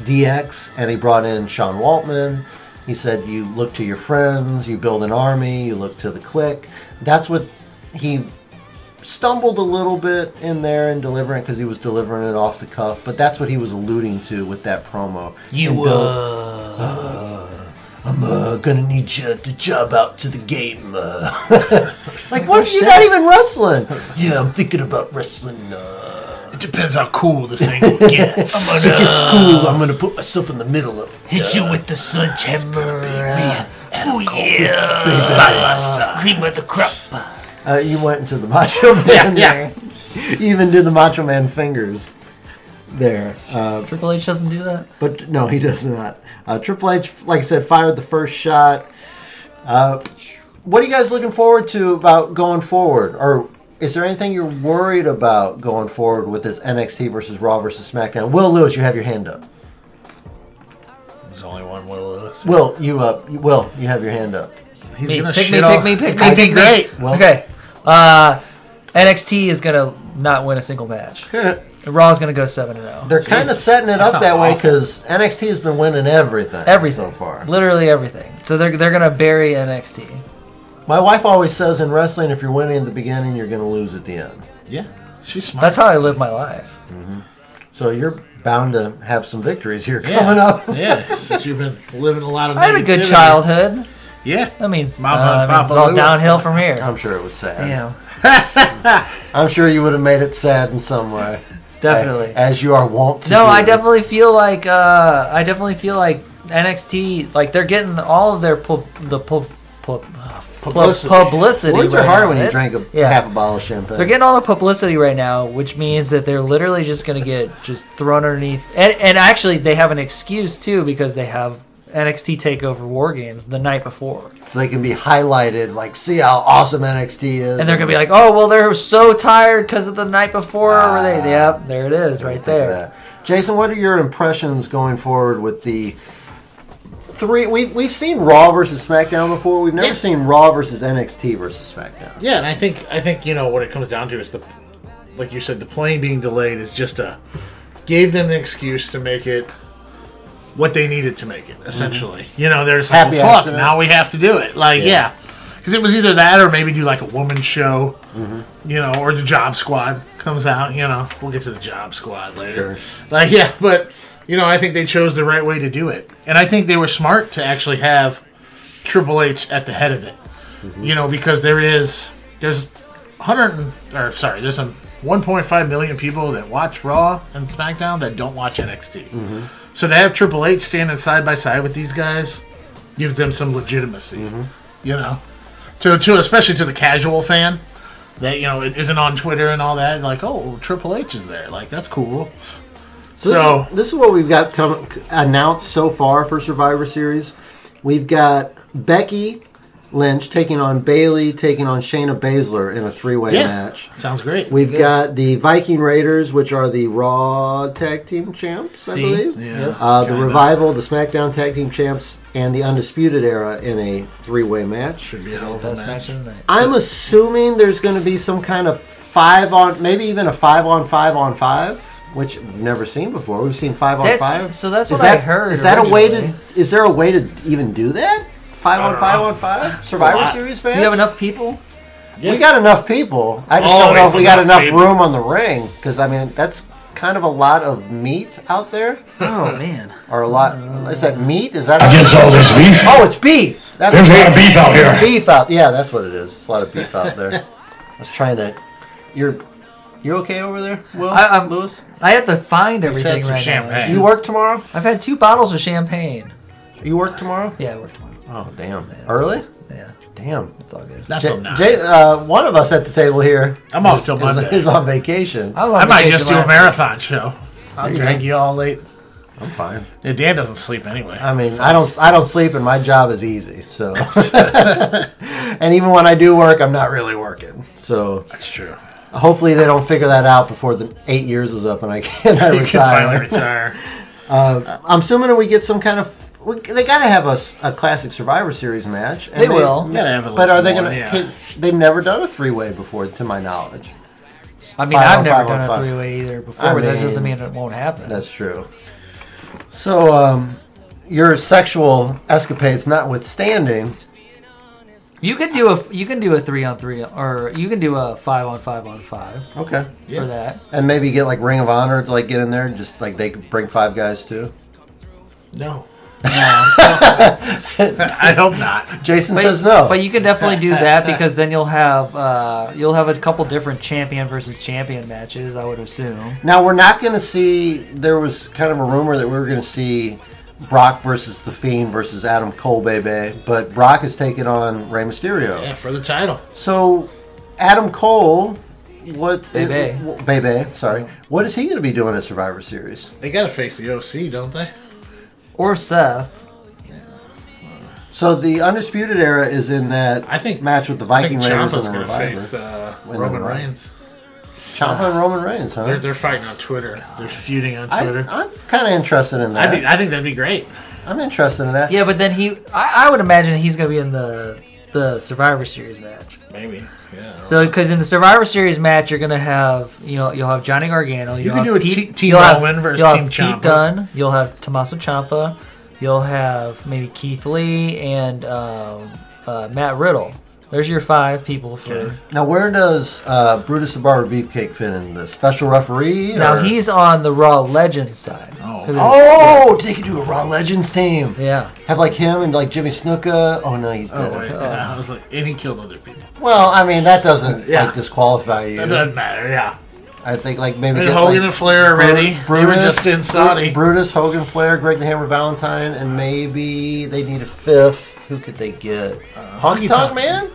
DX and he brought in Sean Waltman. He said, You look to your friends, you build an army, you look to the clique. That's what he stumbled a little bit in there in delivering because he was delivering it off the cuff, but that's what he was alluding to with that promo. You And were. Bill- Uh, I'm uh, gonna need you to job out to the game. <laughs> Uh. like, what? You're not even <laughs> wrestling. yeah, I'm thinking about wrestling. Uh. It depends how cool this <laughs> angle gets. If it gets cool, I'm gonna put myself in the middle of it. Hit you with the sledgehammer. Oh yeah, Baby. cream of the crop. Uh, you went into the <laughs> Macho Man. yeah. there. You even did the Macho Man fingers there. Uh, Triple H doesn't do that. But no, he does not. Uh, Triple H, like I said, fired the first shot. Uh, what are you guys looking forward to about going forward? Or is there anything you're worried about going forward with this NXT versus Raw versus SmackDown? Will Lewis, you have your hand up. There's only one Will Lewis. Will, you up? You, Will, you have your hand up. He's gonna pick me, shit pick all- me, pick I me, pick think me. great. Well- okay. Uh, NXT is gonna not win a single match. Raw is gonna go seven and oh. zero. They're kind of setting it That's up not that way awful. because NXT has been winning everything, Everything. so far. Literally everything. So they're they're gonna bury NXT. My wife always says in wrestling, if you're winning at the beginning, you're going to lose at the end. Yeah, she's smart. That's how I live my life. hmm So you're bound to have some victories here Yeah. coming up. yeah, since you've been living a lot of. I had a good negativity. childhood. Yeah, that means, Mama uh, and it means it's Papa all Lewis. downhill from here. I'm sure it was sad. Damn. <laughs> I'm sure you would have made it sad in some way. Definitely. A- As you are wont to No, do. I definitely feel like uh, I definitely feel like NXT like they're getting all of their pub, the pub, pub, uh, pub- Publicity. publicity. Words are right hard now. when you It- drink a yeah. half a bottle of champagne. They're getting all the publicity right now, which means that they're literally just going to get just thrown underneath. And, and actually, they have an excuse too because they have NXT Takeover War Games the night before, so they can be highlighted, like, see how awesome NXT is. and they're going to be like, "Oh, well, they're so tired because of the night before." where they, yep, there it is, right there. Jason, what are your impressions going forward with the three? We, we've seen Raw versus SmackDown before. We've never Yeah. seen Raw versus NXT versus SmackDown. Yeah, and I think I think you know what it comes down to is the, like you said, the plane being delayed is just a gave them the excuse to make it what they needed to make it. Mm-hmm. Essentially, you know, there's like, Happy well, fuck. accident. Now we have to do it. Like, Yeah. yeah, because it was either that or maybe do like a woman show, Mm-hmm. you know, or the Job Squad comes out. You know, we'll get to the Job Squad later. <laughs> Like, yeah, but you know, I think they chose the right way to do it, and I think they were smart to actually have Triple H at the head of it. You know, because there is there's 100 and- or sorry, there's some 1.5 million people that watch Raw and SmackDown that don't watch NXT. Mm-hmm. So to have Triple H standing side by side with these guys gives them some legitimacy. You know, to to especially to the casual fan that you know it isn't on Twitter and all that. Like, oh, Triple H is there. Like that's cool. So, So- this, is, this is what we've got come, announced so far for Survivor Series. We've got Becky Lynch taking on Bailey, taking on Shayna Baszler in a three-way Yeah. match. Sounds great. We've Yeah. got the Viking Raiders, which are the Raw Tag Team Champs, I See? believe. Yeah. Yes. Uh, the Kinda. Revival, the SmackDown Tag Team Champs, and the Undisputed Era in a three-way match. Should be a hell of a Best match. match of the night. I'm assuming there's going to be some kind of five on, maybe even a five on five on five, which we've never seen before. We've seen five That's- on five. so that's Is what I that- heard Is that a way originally. to? Is there a way to even do that? Five on five on five Survivor Series Do match. you have enough people? We got enough people. I just don't Always know if we got enough enough people. room on the ring because I mean that's kind of a lot of meat out there. Oh man. Or a lot. Is that meat? Is that? I guess all this beef. Oh, it's beef. There's a lot of beef out here. <laughs> Beef out. Yeah, that's what it is. It's a lot of beef out there. I was trying to. Your You okay over there, Will? I, I'm, Lewis? I have to find everything some right now. champagne. You work tomorrow? I've had two bottles of champagne. You work tomorrow? Yeah, I work tomorrow. Oh damn! Early? Yeah. Damn. That's all good. That's Jay- all nice. Jay- uh, one of us at the table here. I'm off is- till is- Monday. Is on vacation. I, I might just do a marathon show. I'll I'll do drag that. you all late. I'm fine. Yeah, Dan doesn't sleep anyway. I mean, I don't I don't sleep, and my job is easy. So, <laughs> and even when I do work, I'm not really working. So that's true. Hopefully, they don't figure that out before the eight years is up, and I <laughs> can <laughs> I You retire. can finally retire. <laughs> uh, I'm assuming that we get some kind of. We, they got to have a, s- a classic Survivor Series match. They will. Gotta have at but are least they one, going to? yeah. They've never done a three way before, to my knowledge. I mean, Five I've on never five on done a five. three way either before. I but that doesn't mean- mean it won't happen. That's true. So, um, your sexual escapades notwithstanding, You can do a you can do a three on three or you can do a five on five on five. Okay. For that. and maybe get like Ring of Honor to like get in there, and just like they could bring five guys too. <laughs> No. I hope not. Jason But- says no. But you can definitely <laughs> do that because then you'll have uh, you'll have a couple different champion versus champion matches. I would assume. Now we're not going to see. There was kind of a rumor that we were going to see Brock versus the Fiend versus Adam Cole, baby. But Brock is taking on Rey Mysterio. Yeah, for the title. So Adam Cole, what? Bebe. w- Bebe, sorry. What is he going to be doing at Survivor Series? They got to face the OC, don't they? Or Seth. So the Undisputed Era is in that I think match with the Viking I think Raiders and Ciampa's the gonna Reviver. face, uh, When the Roman Reviver- Reigns. Ciampa and Roman Reigns, huh? Ah, They're, they're fighting on Twitter. They're feuding on I, Twitter. I'm kind of interested in that. I, be, I think that'd be great. I'm interested in that. Yeah, but then he I, I would imagine he's going to be in the the Survivor Series match. Maybe. Yeah. So, because in the Survivor Series match, you're gonna have you know you'll have Johnny Gargano, You you'll can have do a Pete, te- Team you'll have, Roman versus you'll have Team Pete Ciampa. Dunn, you'll have Tommaso Ciampa, you'll have maybe Keith Lee and um, uh, Matt Riddle. There's your five people for. Now, where does uh, Brutus the Barber Beefcake fit in this? Special referee? Now or- he's on the Raw Legends side. Oh, they could do a Raw Legends team. Yeah. Have like him and like Jimmy Snuka. Oh no, he's dead. Oh, wait. yeah, I was like, and he killed other people. Well, I mean that doesn't Yeah. like disqualify you. That doesn't matter, <laughs> yeah. I think like maybe And get, Hogan like, and Flair Bru- already. They were just in Saudi. Bru- Brutus, Hogan, Flair, Greg the Hammer, Valentine, and maybe they need a fifth. Who could they Uh, get? Honky Honky Tonk Tonk. Man.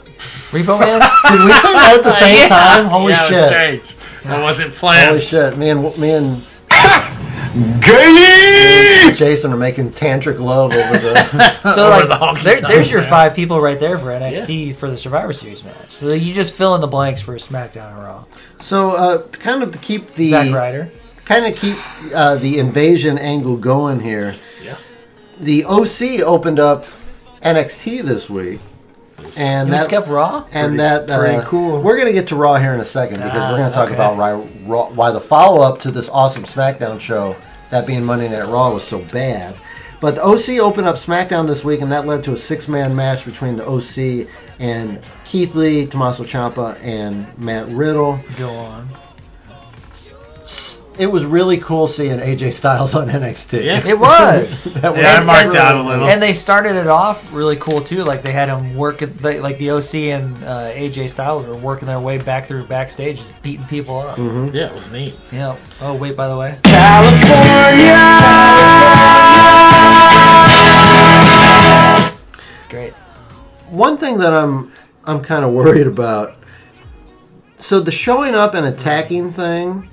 Repo Man. <laughs> Did we say that at <laughs> the same Yeah. time? Holy Yeah, it was shit! strange. I wasn't planned. Holy shit, me and me <laughs> and Gay Jason are making tantric love <laughs> over the <laughs> So like, there, there's your five people right there for NXT for the Survivor Series match. So you just fill in the blanks for SmackDown and Raw. So uh, kind of to keep the Zack Ryder. kind of keep uh, the invasion angle going here. Yeah. The OC opened up NXT this week, and It was that kept Raw? Pretty- and that uh, pretty cool. We're gonna get to Raw here in a second because Ah, we're gonna talk okay. about why, Raw, why the follow up to this awesome SmackDown show, that being Monday Night Raw, was so bad. But the OC opened up SmackDown this week, and that led to a six man match between the OC and Keith Lee, Tommaso Ciampa, and Matt Riddle Go on. it was really cool seeing AJ Styles on NXT. Yeah. It was. <laughs> That Yeah, I marked out a little. And they started it off really cool too. Like they had him working, they, like the OC and uh, AJ Styles were working their way back through backstage, just beating people up. Mhm. Yeah, it was neat. Yeah. Oh wait, by the way, it's great. One thing that I'm I'm kind of worried about. So the showing up and attacking thing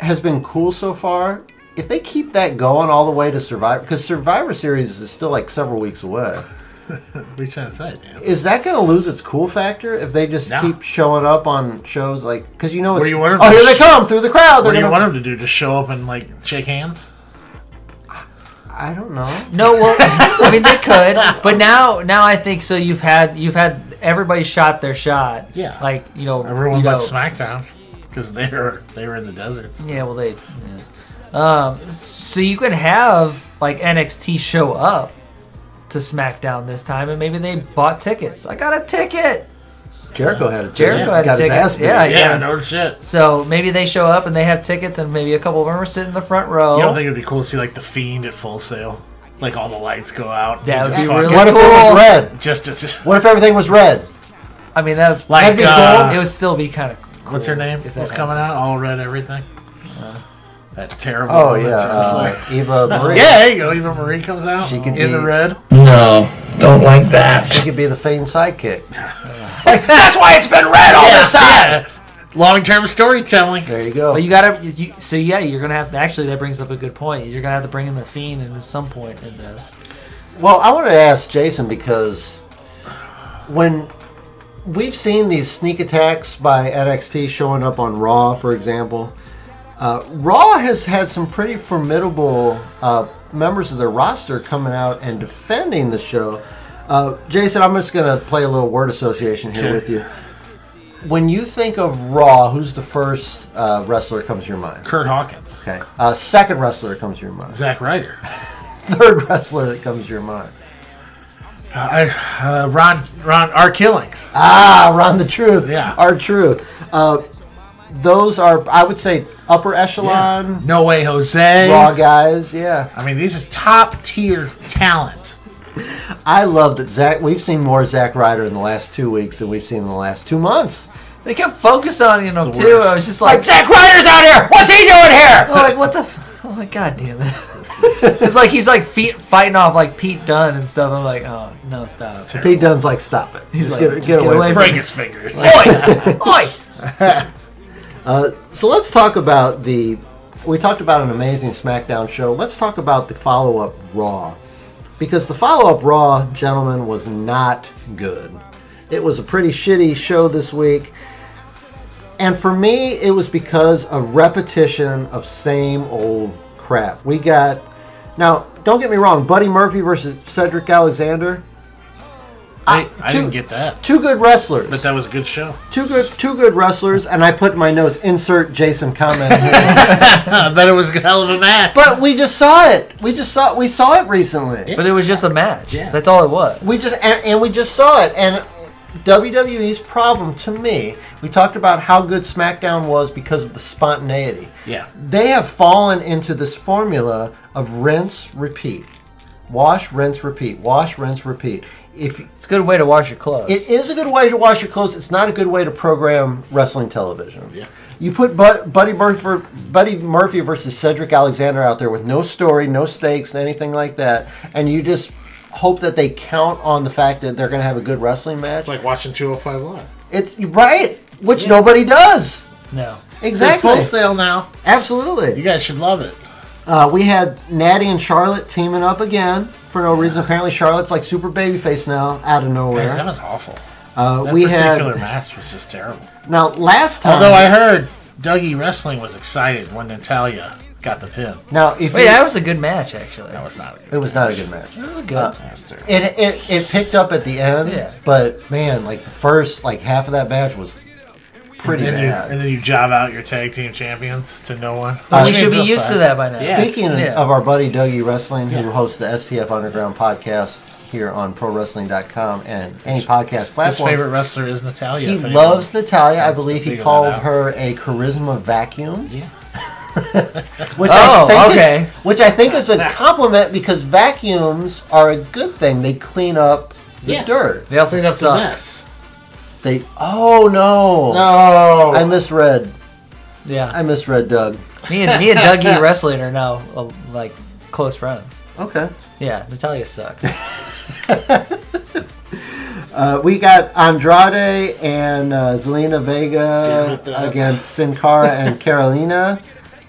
has been cool so far. If they keep that going all the way to Survivor, because Survivor Series is still like several weeks away, What are you trying to say, man? is that going to lose its cool factor if they just No. keep showing up on shows like? Because you know, What it's, do you want 'em to oh here they sh- come through the crowd. What They're do you gonna- want him to do? Just show up and like shake hands? I don't know. No, well, I mean they could, but now, now I think so. You've had, you've had everybody shot their shot. Yeah. Like you know, Everyone you but know- SmackDown because they were they were in the desert. Yeah, well, they. Yeah. Um, so you could have like NXT show up to SmackDown this time, and maybe they bought tickets. I got a ticket. Jericho had a ticket. Jericho had got a his ticket. ass beat. yeah, he got his- shit. So maybe they show up and they have tickets, and maybe a couple of them are sitting in the front row. You don't think it'd be cool to see like the fiend at full sail? Like all the lights go out. He That would just be fucking- really What if it <laughs> was cool. red? Just, just What if everything was red? I mean, that Like, that'd be uh, cool. It would still be kind of cool. What's her name? If that What's coming out? All red everything. That terrible. Uh-huh. Oh, woman yeah, that's just uh, like- <laughs> Eva Marie. yeah, there you <laughs> go. Eva Marie comes out. She could in the red. No, don't like that. She could be the Fane sidekick. That's why it's been red all this time. Long term storytelling. There you go. But you gotta. You, so yeah, you're gonna have. Actually, that brings up a good point. You're gonna have to bring in the fiend at some point in <laughs> this. Well, I wanted to ask Jason because when we've seen these sneak attacks by NXT showing up on Raw, for example, uh, Raw has had some pretty formidable uh, members of their roster coming out and defending the show. Uh, Jason, I'm just going to play a little word association here Sure. with you. When you think of Raw, who's the first uh, wrestler comes to your mind? Kurt Hawkins. Okay. Uh, second wrestler that comes to your mind. Zack Ryder. <laughs> Third wrestler that comes to your mind. Uh, Ron Ron R. Killings. Ah, Ron the Truth. Yeah. Our Truth. Uh, those are, I would say, upper echelon No way, Jose. raw guys. Yeah. I mean, these is top tier talent. I love that Zach. We've seen more Zack Ryder in the last two weeks than we've seen in the last two months. They kept focusing on him The too. worst. I was just like, Like, Zack Ryder's out here! What's he doing here? I'm like what the? f- I'm like God damn it. it's like he's like feet fighting off like Pete Dunne and stuff. I'm like, oh no, stop. Pete Dunne's like, stop it. He's just like, get, just get get away. away from from me." Break his fingers. <laughs> Oi! Oi! Uh, so let's talk about the. We talked about an amazing SmackDown show. Let's talk about the follow up Raw. Because the follow up Raw, gentlemen, was not good. It was a pretty shitty show this week. And for me, it was because of repetition of same old crap. We got. Now, don't get me wrong, Buddy Murphy versus Cedric Alexander. I, I two- didn't get that. Two good wrestlers. But that was a good show. Two good, two good wrestlers, and I put in my notes. Insert Jason comment. here. <laughs> I bet it was a hell of a match. but we just saw it. We just saw we saw it recently. But it was just a match. That's all it was. We just and, and we just saw it. And WWE's problem to me, we talked about how good SmackDown was because of the spontaneity. Yeah. They have fallen into this formula of rinse, repeat, wash, rinse, repeat, wash, rinse, repeat. If It's a good way to wash your clothes. It is a good way to wash your clothes. It's not a good way to program wrestling television. Yeah. You put Bud, Buddy, Murphy, Buddy Murphy versus Cedric Alexander out there with no story, no stakes, anything like that, and you just hope that they count on the fact that they're going to have a good wrestling match. It's like watching 205 Live. It's right, which nobody does. No. Exactly. Full sale now. Absolutely. You guys should love it. Uh, we had Natty and Charlotte teaming up again for no reason. Apparently, Charlotte's like super babyface now, out of nowhere. Guys, that was awful. Uh, that we had particular match was just terrible. now last time. Although I heard Dougie Wrestling was excited when Natalia got the pin. now if Wait, you- that was a good match actually. That was not. A good It was not a good match. Uh, It was good. It, it, it picked up at the end, Yeah. but man, like the first like half of that match was pretty and then bad. You, and then you job out your tag team champions to no one. Uh, we should be used to that by now. Speaking Yeah. of our buddy Dougie Wrestling, who hosts the STF Underground podcast here on ProWrestling.com and any podcast His platform, favorite wrestler is Natalia. he if anyone- loves Natalia. I believe he figure that called out. her a charisma vacuum. Yeah. <laughs> which Oh, I think okay. Is, which I think is a compliment because vacuums are a good thing. They clean up the Yeah. dirt. They also Clean up the suck. mess. They. Oh no. No. I misread. Yeah. I misread Doug. Me and <laughs> me and Dougie wrestling are now uh, like close friends. Okay. Yeah, Natalia sucks. <laughs> Uh, we got Andrade and uh, Zelina Vega against Sin Cara <laughs> and Carolina.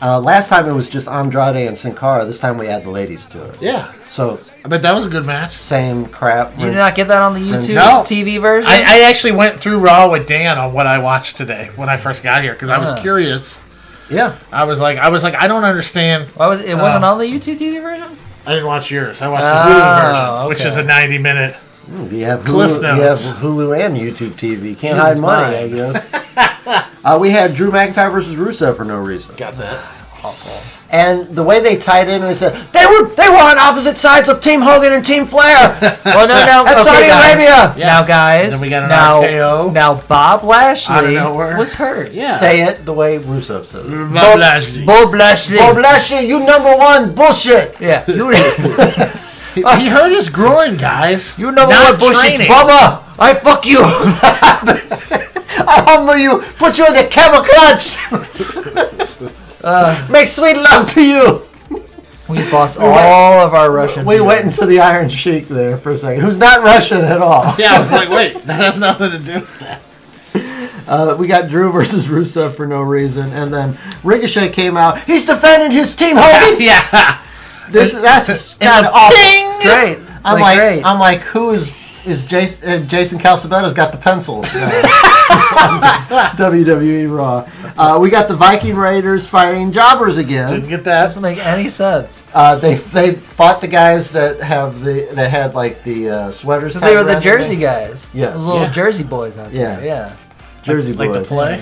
Uh, last time it was just Andrade and Sin Cara. This time we add the ladies to it. Yeah. So But that was a good match. same crap. You did not get that on the Uh, YouTube No. TV version. I, I actually went through Raw with Dan on what I watched today when I first got here because I was Huh. curious. Yeah. I was like, I was like, I don't understand. Why was it wasn't Uh, on the YouTube TV version? I didn't watch yours. I watched the Hulu version, Oh, which okay. is a ninety-minute. Ooh, you have Cliff Hulu, you have notes. Hulu and YouTube TV. Can't This is hide money, mine. I guess. <laughs> uh, we had Drew McIntyre versus Rusev for no reason. Got that? Awful. And the way they tied in, they said they were they were on opposite sides of Team Hogan and <laughs> Team Flair. Well, no, no. <laughs> That's okay, Saudi guys. Arabia. Yeah. Now, guys. Then we got an now, RKO. now Bob Out of Lashley nowhere. was hurt. Yeah. Say it the way Rusev said it. Mm-hmm. Bob Lashley. Bob Lashley. Bob Lashley, you number one bullshit. yeah. You, <laughs> He, he hurt his groin, guys. you know Not what bullshit, training. Bubba. I fuck you. <laughs> I humble you, put you in the camel clutch, Uh, make sweet love to you. <laughs> We just lost went- all of our Russian. We went viewers. into the Iron Sheik there for a second, who's not Russian at all. <laughs> Yeah, I was like, wait, that has nothing to do with that. Uh, we got Drew versus Rusev for no reason, and then Ricochet came out. He's defending his <laughs> team, Hogan. yeah, this is that's And god the awful. ping! Great. I'm Like, like, great. I'm like, who is is Jason? Uh, Jason Calcebetta's got the <laughs> pencil. <laughs> now. WWE Raw. Uh, we got the Viking Raiders fighting jobbers again. get that. Doesn't make any sense. Uh, they they fought the guys that have the that had like the uh, sweaters. Because they were tied the around Jersey their neck. guys. Yes. Those little Yeah. Jersey boys out Yeah. there. Yeah. Jersey Like boys. the play?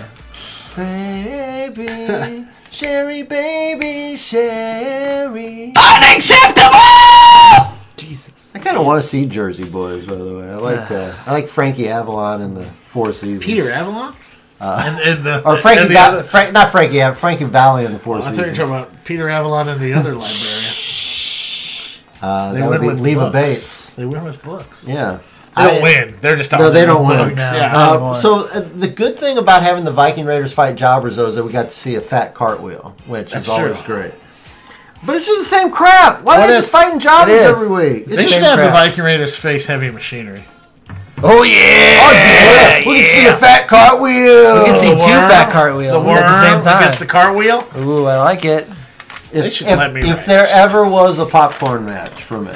Baby, Sherry, baby, Sherry. Unacceptable! Jesus. I kind of want to see Jersey Boys, by the way. I <sighs> like uh, I like Frankie Avalon in the Four Seasons. Peter Avalon? Uh, And, and the, or Frankie, and the Val- other- Oh, Frank, not Frankie, Av- Frankie Valley in the Four I thought you were Seasons. talking about Peter Avalon and the <laughs> other librarian. uh, that would be Leva books. Bates. They win with books. Yeah. They don't win. They're just out no. They there don't with win. books. Uh, Yeah. anymore. so uh, the good thing about having the Viking Raiders fight jobbers though is that we got to see a fat cartwheel, which That's is always true. great. But it's just the same crap. Why are they What just if- fighting jobbers It is. every week? It's They the should same have the crap. Viking Raiders face heavy machinery. Oh yeah. Oh, yeah. We can see a fat cartwheel. We can see The two worm, fat The cartwheels worm at the same time. against the cartwheel. Ooh, I like it. If, They should if- let me if rant. there ever was a popcorn match for <laughs> me,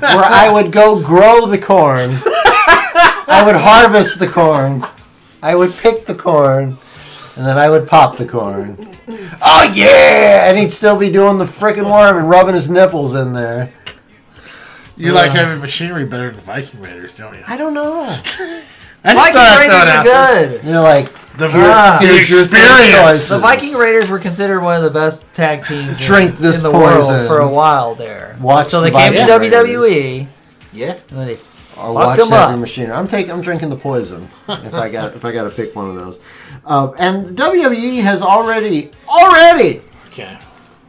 where I would go grow the corn, I would harvest the corn, I would pick the corn, and then I would pop the corn. Oh yeah! And he'd still be doing the freaking worm and rubbing his nipples in there. You like heavy machinery better than the Viking Raiders, don't you? I don't <laughs> know. I just thought I'd Viking throw it Raiders are out there. good. You're like The, Here- ah, the here's your third experience. choice. The Viking Raiders were considered one of the best tag teams in- Drink in, this the poison. world for a while there. Watch so the they came to E. Viking WWE Yeah. and then they or fucked watch them heavy up. machinery. I'm taking, I'm drinking the poison. If I got, if I got to pick one of those, um, and WWE has already, already Okay.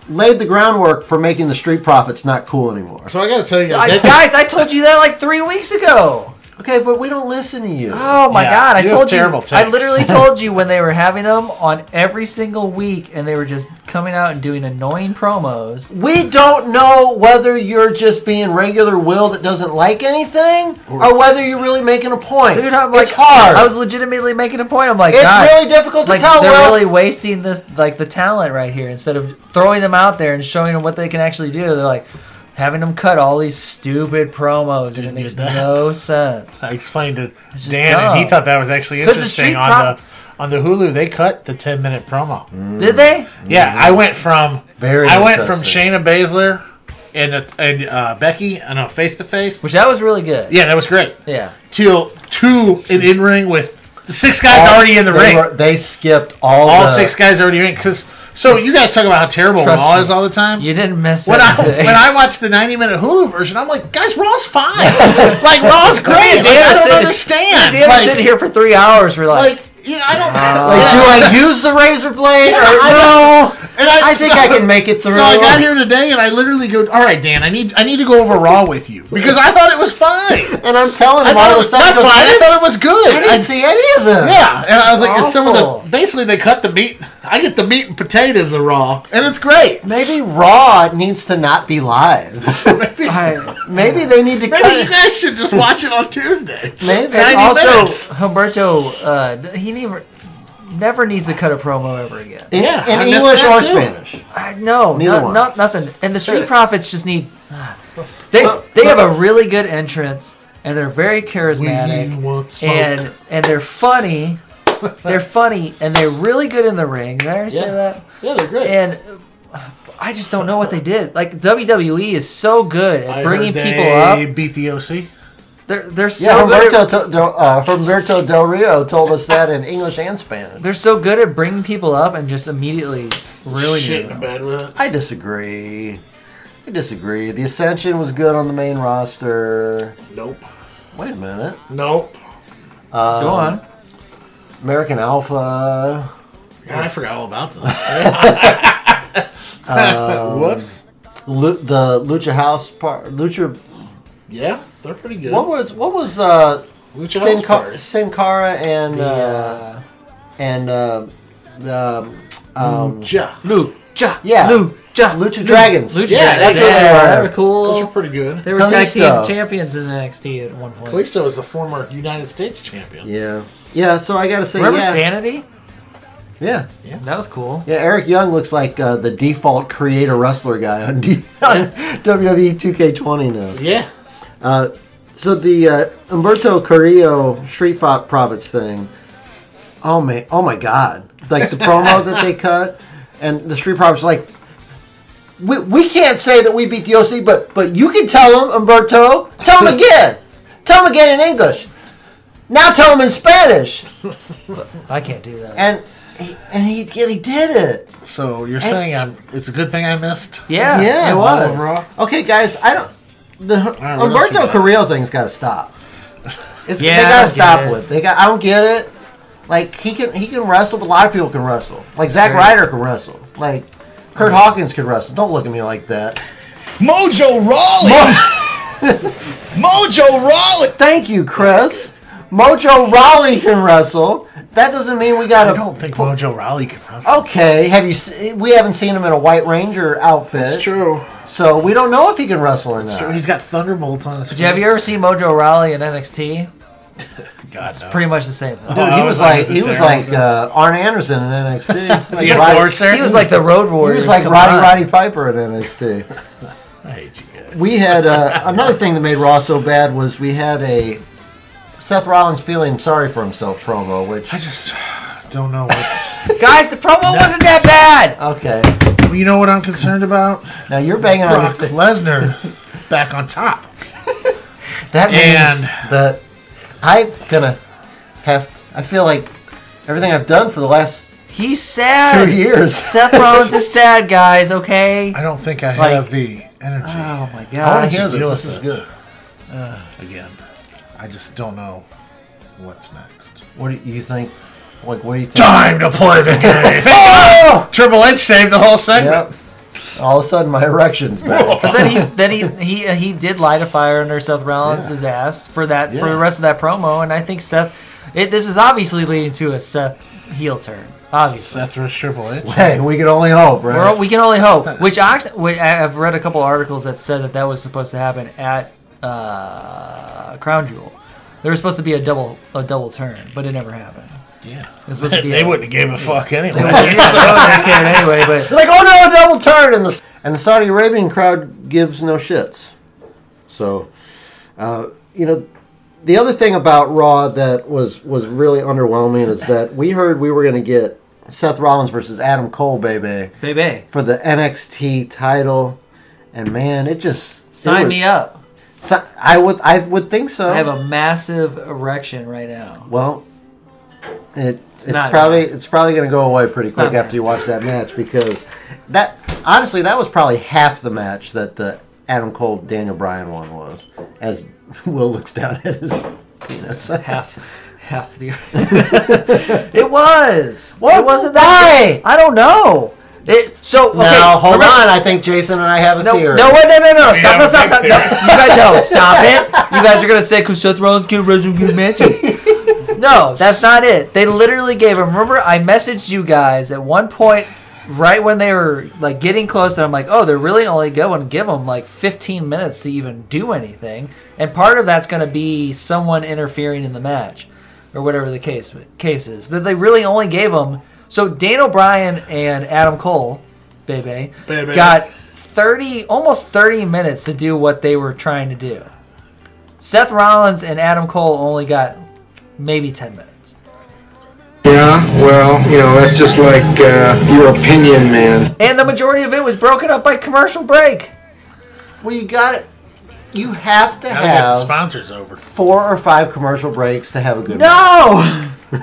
laid the groundwork for making the street profits not cool anymore. So I gotta tell you, I, that- guys, I told you that like three weeks ago. Okay, but we don't listen to you. Oh my Yeah, god! I you have told you. terrible I takes. <laughs> <laughs> literally told you when they were having them on every single week, and they were just coming out and doing annoying promos. We don't know whether you're just being regular Will that doesn't like anything, or whether you're really making a point. Dude, I'm like, it's hard. I was legitimately making a point. I'm like, it's God, really difficult to like tell. they're Will. really wasting this like the talent right here instead of throwing them out there and showing them what they can actually do. They're like having them cut all these stupid promos, and it Didn't makes get that. no sense. I explained to just Dan, dumb. and he thought that was actually 'Cause the street interesting on pro- the on the Hulu. They cut the ten minute promo. Did they? Yeah, I went from Very I went from interesting. Shayna Baszler and and uh, Becky, I know face to face. Which that was really good. Yeah, that was great. Yeah. Till two in in ring with the six guys All- already in the they ring. were- they skipped all all the- six guys already in because. So you guys talk about how terrible Trust Raw me. is all the time. You didn't miss when I anything. when I watched the 90 minute Hulu version, I'm like, guys, Raw's <laughs> fine. like Raw's great. Like, Dan I was don't sitting- understand. Dan was Like- sitting here for three hours. We're like, like you know, I don't Like, do I use the razor blade or no? and I think I can make it through. So I got here today and I literally go, all right, Dan, I need I need to go over Raw with you because I thought it was fine. and I'm telling I him thought all it the was stuff. not because fine. I thought it was I good. didn't see any of them. yeah, and I was like, it's some of awful. the basically they cut the meat. I <laughs> get the meat and potatoes of Raw, and it's great. Maybe Raw needs to not <laughs> be live. maybe they need to Maybe you cut. guys should just watch it on Tuesday. <laughs> Maybe 90 also minutes. Humberto, uh, d- he never never needs to cut a promo ever again. in, Yeah, in I missed English that or too. Spanish. I, no, Neither not, one. not nothing. And the Street Profits just need. They So- they so- have a really good entrance, and they're very charismatic, We want smoke. and and they're <laughs> funny. They're funny, and they're really good in the ring. Did I ever say Yeah. <laughs> that? yeah, they're great. And. uh, I just don't know what they did. Like WWE is so good at I bringing heard people they up. beat the OC. They're they're so Yeah, good. at- Humberto, to, Del- uh, Humberto Del Rio told us that in English and Spanish. They're so good at bringing people up and just immediately ruining Shit in a them. bed with it. I disagree. I disagree. The Ascension was good on the main roster. Nope. Wait a minute. Um, Nope. Go on. American Alpha. God, I forgot all about <laughs> <laughs> this. <laughs> Um, Whoops. Lu- the Lucha House part. Lucha. Yeah, they're pretty good. What was what was uh, Lucha Sin, House Ca- Party. Sin Cara and The, uh, and uh, the um, Lucha. Lucha. Yeah. Lucha. Lucha Dragons. Lucha yeah, Dragons. that's what they Yeah, were. They were cool. Those were pretty good. They were tag team Kalisto. champions in NXT at one point. Kalisto is a former United States champion. Yeah. Yeah, so I gotta say, Remember yeah. Sanity? Yeah. Yeah. That was cool. Yeah, Eric Young looks like uh, the default creator wrestler guy on, D- <laughs> on E WWE 2K20 now. Yeah. Uh, so the uh, Umberto Carrillo Street Fight Profits thing. Oh man! Oh my God! Like the promo that they cut, and the Street Profits are like, we, we can't say that we beat the OC, but but you can tell them, Umberto. Tell them again. tell them again in English. Now tell them in Spanish. I can't do that. And he, and he he did it. So you're And- saying I'm? It's a good thing I missed. yeah, All overall? Okay, guys, I don't. The right, what else we Umberto got? Carrillo thing's got to <laughs> stop. It's Yeah, they I got don't to stop get it. with. They got. I don't get it. Like he can he can wrestle, but a lot of people can wrestle. Like Zack Sure. Ryder can wrestle. Like Kurt Hawkins can wrestle. Don't look at me like that. Mojo Rawley. Mojo Rawley. Thank you, Chris. Mojo Rawley can wrestle. That doesn't mean we got to. I don't think Mojo Rawley can wrestle. Okay, have you? se- We haven't seen him in a White Ranger outfit. That's true. So we don't know if he can wrestle or That's not. true. He's got thunderbolts on his. But you- have you ever seen Mojo Riley in <laughs> NXT? God, it's pretty much the same. Dude, he Oh, Oh, was like he was like uh, Arn Anderson in <laughs> NXT. Like Yeah, Roddy- Corsair. He was like the Road He Warriors, was like come Roddy on. Roddy Piper in NXT. I hate you guys. We had uh, another thing that made Raw so bad was we had a Seth Rollins feeling sorry for himself promo, which I just don't know. What... <laughs> Guys, the promo wasn't that bad. okay, Well, you know what I'm concerned about? Now you're banging on <laughs> Brock Lesnar back on top. that means And- that I'm gonna have. I feel like everything I've done for the last He's sad. Two years. Seth Rollins is sad, guys. Okay. I don't think I have <laughs> the energy. Oh my god. I wanna hear this. This is good. Uh. Again, I just don't know what's next. What do you think? Like, what do you think? Time to play the <laughs> game. oh! Triple H saved the whole segment. All of a sudden, my erection's back. But then he then he he uh, he did light a fire under Seth Rollins' ass for that for the Yeah. rest of that promo, and I think Seth. It, this is obviously leading to a Seth heel turn. Obviously, Seth versus Triple H. <laughs> Hey, we can only hope, right? We're, we can only hope. Which actually, wait, I- I've read a couple articles that said that that was supposed to happen at uh, Crown Jewel. There was supposed to be a double a double turn, but it never happened. Yeah, it's supposed to <laughs> be. They a- wouldn't have gave a fuck anyway. They wouldn't have cared anyway, <laughs> but They're like, oh no, a double turn, and the and the Saudi Arabian crowd gives no shits. So, uh, you know, the other thing about Raw that was was really underwhelming is that we heard we were going to get Seth Rollins versus Adam Cole, baby, baby, for the NXT title, and man, it just it sign was- me up. si- I would I would think so. I have a massive erection right now. <laughs> Well, it, it's, not probably massive. it's probably going to go away pretty It's quick not after you watch that match because that honestly that was probably half the match that the Adam Cole Daniel Bryan one was. As <laughs> Will looks down at his penis, <laughs> half half the. it was. What? It wasn't Why? that. I don't know. It so okay. now hold remember- on, I think Jason and I have a No, theory. no, wait, no, no, no! We Stop, have stop, stop, a stop! big No, theory. you guys, no, <laughs> stop it! You guys are gonna say because Seth Rollins can't wrestle good matches. No, that's not it. They literally gave him. Remember, I messaged you guys at one point, right when they were like getting close, and I'm like, oh, they're really only going to give him like 15 minutes to even do anything, and part of that's gonna be someone interfering in the match, or whatever the case case is. That they really only gave him. So Dan O'Brien and Adam Cole, baby, Baby. got 30 almost 30 minutes to do what they were trying to do seth rollins and adam cole only got maybe 10 minutes Yeah, well, you know, that's just like uh, your opinion, man. and the majority of it was broken up by commercial break well, you got it. You have to Gotta get the have sponsors over. four or five commercial breaks to have a good. no <laughs>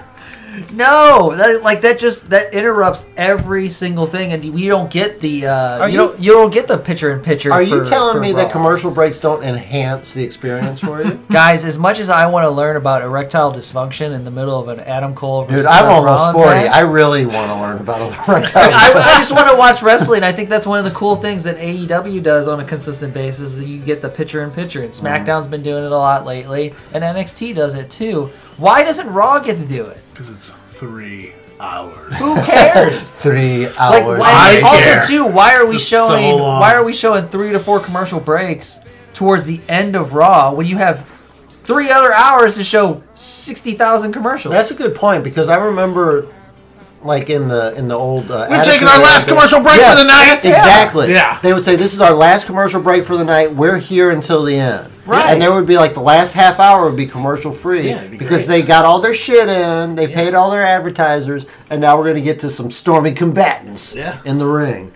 No, that, like that just that interrupts every single thing, and you don't get the uh, Are you, you- don't you don't get the picture in picture. Are you for- telling for me Raw. that commercial breaks don't enhance the experience <laughs> for you? Guys, as much as I want to learn about erectile dysfunction in the middle of an Adam Cole versus Dude, I'm Seth almost Rollins 40. match, I really want to learn about erectile I, I just want to watch wrestling. I think that's one of the cool things that AEW does on a consistent basis. Is that you get the picture in picture, Mm-hmm. and SmackDown's been doing it a lot lately, and NXT does it too. Why doesn't Raw get to do it? Because it's three hours. Who cares? <laughs> Three hours. Like I why, also care. too, why are we It's so showing long. why are we showing three to four commercial breaks towards the end of Raw when you have three other hours to show sixty thousand commercials? That's a good point because I remember, like in the in the old. Uh, We're Attitude taking our Era last days- commercial break for the night. Yeah. Exactly. Yeah. They would say, "This is our last commercial break for the night. We're here until the end." Right. And there would be like the last half hour would be commercial free Yeah, it'd be because great. they got all their shit in, they paid all their advertisers, and now we're going to get to some stormy combatants Yeah. in the ring.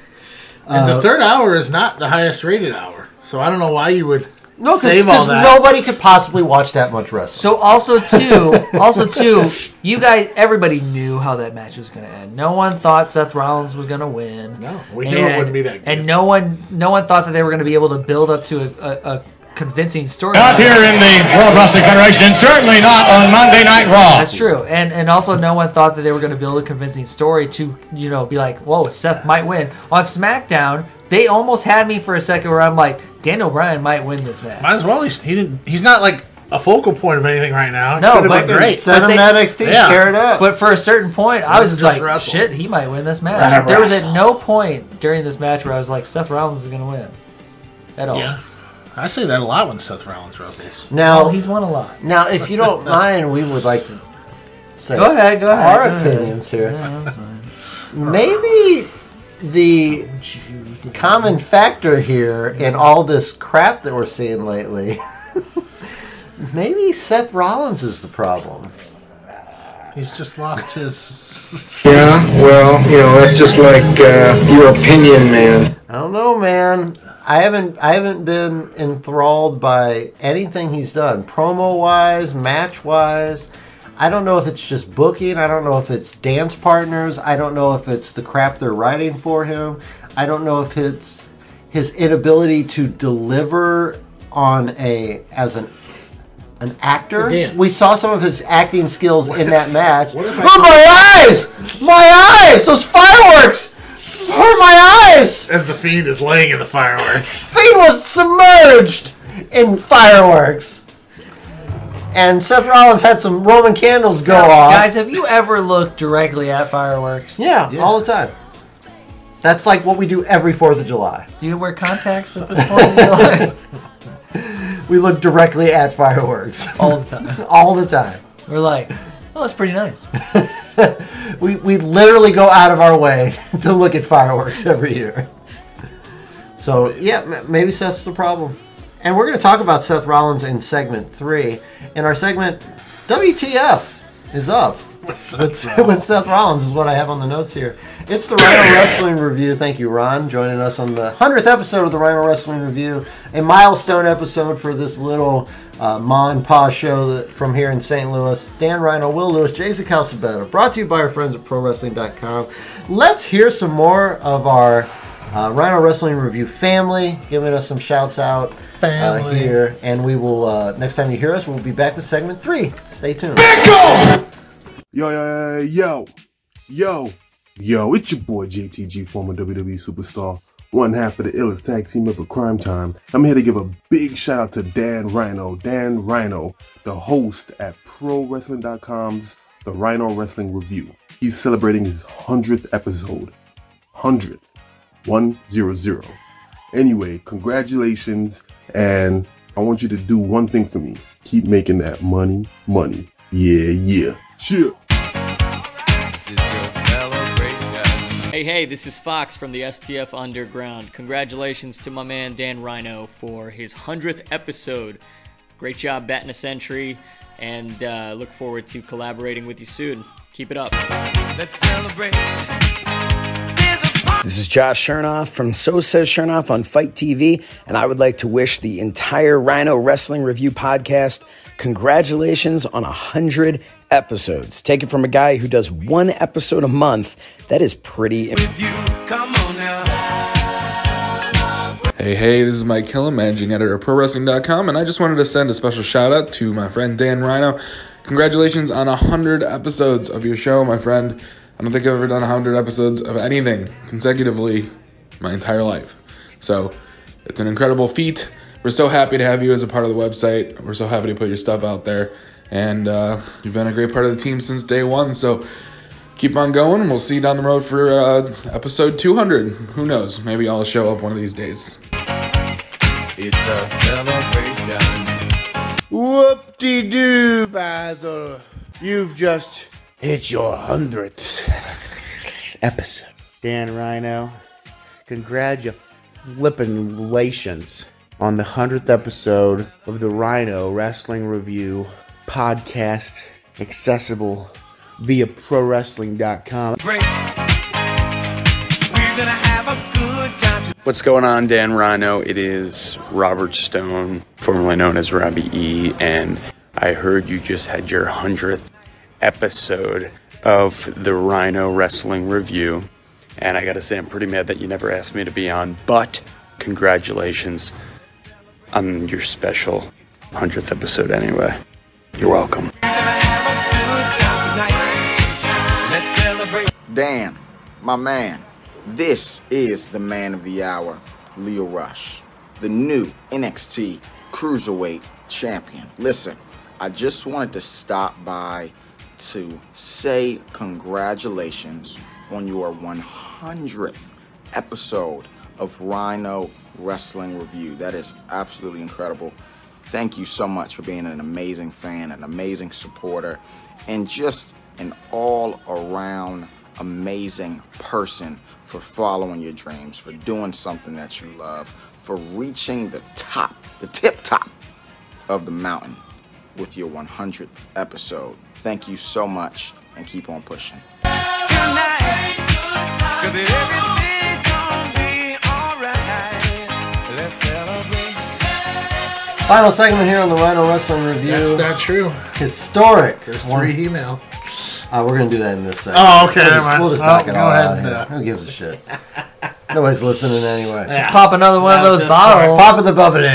And Uh, the third hour is not the highest rated hour, so I don't know why you would no, save all because that. nobody could possibly watch that much wrestling. So also <laughs> too, also too, you guys, everybody knew how that match was going to end. No one thought Seth Rollins was going to win. No, we knew it wouldn't be that And no one, no one thought that they were going to be able to build up to a, a, a convincing story. Not here in the World Wrestling Federation, and certainly not on Monday Night Raw. That's true, and and also no one thought that they were going to build a convincing story to you know be like, whoa, Seth might win on SmackDown. They almost had me for a second where I'm like, Daniel Bryan might win this match. Might as well. He's, he didn't. He's not like a focal point of anything right now. It No, could've but been great. but they- Yeah. But for a certain point, I Let was him just just like, wrestle. shit, he might win this Let match. him But there was wrestle. at no point during this match where I was like, Seth Rollins is going to win at all. Yeah. I say that a lot when Seth Rollins wrestles. Now Well, oh, he's won a lot. Now, if you <laughs> don't mind, we would like to say Go ahead, go ahead, our go ahead. opinions here. Maybe the common factor here in all this crap that we're seeing lately, <laughs> maybe Seth Rollins is the problem. He's just lost his. Yeah, well, you know, that's just like uh, your opinion, man. I don't know, man. I haven't I haven't been enthralled by anything he's done, promo wise, match wise. I don't know if it's just booking. I don't know if it's dance partners. I don't know if it's the crap they're writing for him. I don't know if it's his inability to deliver on a as an an actor. Again. We saw some of his acting skills in that match. What if I- oh my eyes! My eyes! Those fireworks! Hurt my eyes! As the fiend is laying in the fireworks. feet was submerged in fireworks. And Seth Rollins had some Roman candles go off. Guys, have you ever looked directly at fireworks? yeah, all the time. That's like what we do every 4th of July. Do you wear contacts at this point in your life? <laughs> We look directly at fireworks. All the time. <laughs> all the time. We're like, oh, that's pretty <laughs> nice. We, we literally go out of our way <laughs> to look at fireworks every year. So, yeah, m- maybe Seth's the problem. And we're going to talk about Seth Rollins in segment three. And our segment, WTF, is up. with, <laughs> with Seth Rollins is what I have on the notes here. It's the Rhino Wrestling Review. Thank you, Ron, joining us on the hundredth episode of the Rhino Wrestling Review, a milestone episode for this little uh, Ma and Pa show that, from here in St. Louis. Dan Rhino, Will Lewis, Jason Calcebetta, brought to you by our friends at ProWrestling.com. Let's hear some more of our uh, Rhino Wrestling Review family, giving us some shouts out. uh, Family. here, and we will. Uh, next time you hear us, we'll be back with segment three. Stay tuned. Yo, yo, yo, yo, yo, it's your boy JTG, former WWE superstar, one half of the illest tag team of a crime time. I'm here to give a big shout out to Dan Rhino, Dan Rhino, the host at ProWrestling.com's The Rhino Wrestling Review. He's celebrating his 100th episode. 100. 100. Anyway, congratulations, and I want you to do one thing for me keep making that money, money. Yeah, yeah. Cheer. This is your celebration. Hey, hey, this is Fox from the STF Underground. Congratulations to my man Dan Rhino for his 100th episode. Great job batting a century, and uh, look forward to collaborating with you soon. Keep it up. Let's celebrate. This is Josh Chernoff from So Says Chernoff on Fight TV, and I would like to wish the entire Rhino Wrestling Review podcast congratulations on 100 episodes. Take it from a guy who does one episode a month. That is pretty. Hey, hey, this is Mike Killam, managing editor of ProWrestling.com, and I just wanted to send a special shout out to my friend Dan Rhino. Congratulations on 100 episodes of your show, my friend. I don't think I've ever done 100 episodes of anything consecutively my entire life. So it's an incredible feat. We're so happy to have you as a part of the website. We're so happy to put your stuff out there. And uh, you've been a great part of the team since day one. So keep on going. We'll see you down the road for uh, episode 200. Who knows? Maybe I'll show up one of these days. It's a celebration. Whoop de doo, Basil. You've just hit your hundredth episode. Dan Rhino, congratulations on the hundredth episode of the Rhino Wrestling Review podcast, accessible via ProWrestling.com. What's going on, Dan Rhino? It is Robert Stone, formerly known as Robbie E. And I heard you just had your 100th episode of the Rhino Wrestling Review. And I got to say, I'm pretty mad that you never asked me to be on, but congratulations on your special 100th episode anyway. You're welcome. Dan, my man, this is the man of the hour, Leo Rush, the new NXT Cruiserweight Champion. Listen, I just wanted to stop by to say congratulations on your 100th episode of Rhino Wrestling Review. That is absolutely incredible. Thank you so much for being an amazing fan, an amazing supporter, and just an all around amazing person for following your dreams, for doing something that you love, for reaching the top, the tip top of the mountain with your 100th episode. Thank you so much and keep on pushing. Final segment here on the Rhino Wrestling Review. That's not true. Historic. There's One- three emails. Uh, we're gonna do that in this segment. Oh, okay, We'll never just, mind. we'll just Oh, knock it go all ahead out and do here. that. Who gives a shit? Nobody's listening anyway. Let's pop another one of those bottles. Pop of the bubbly. No,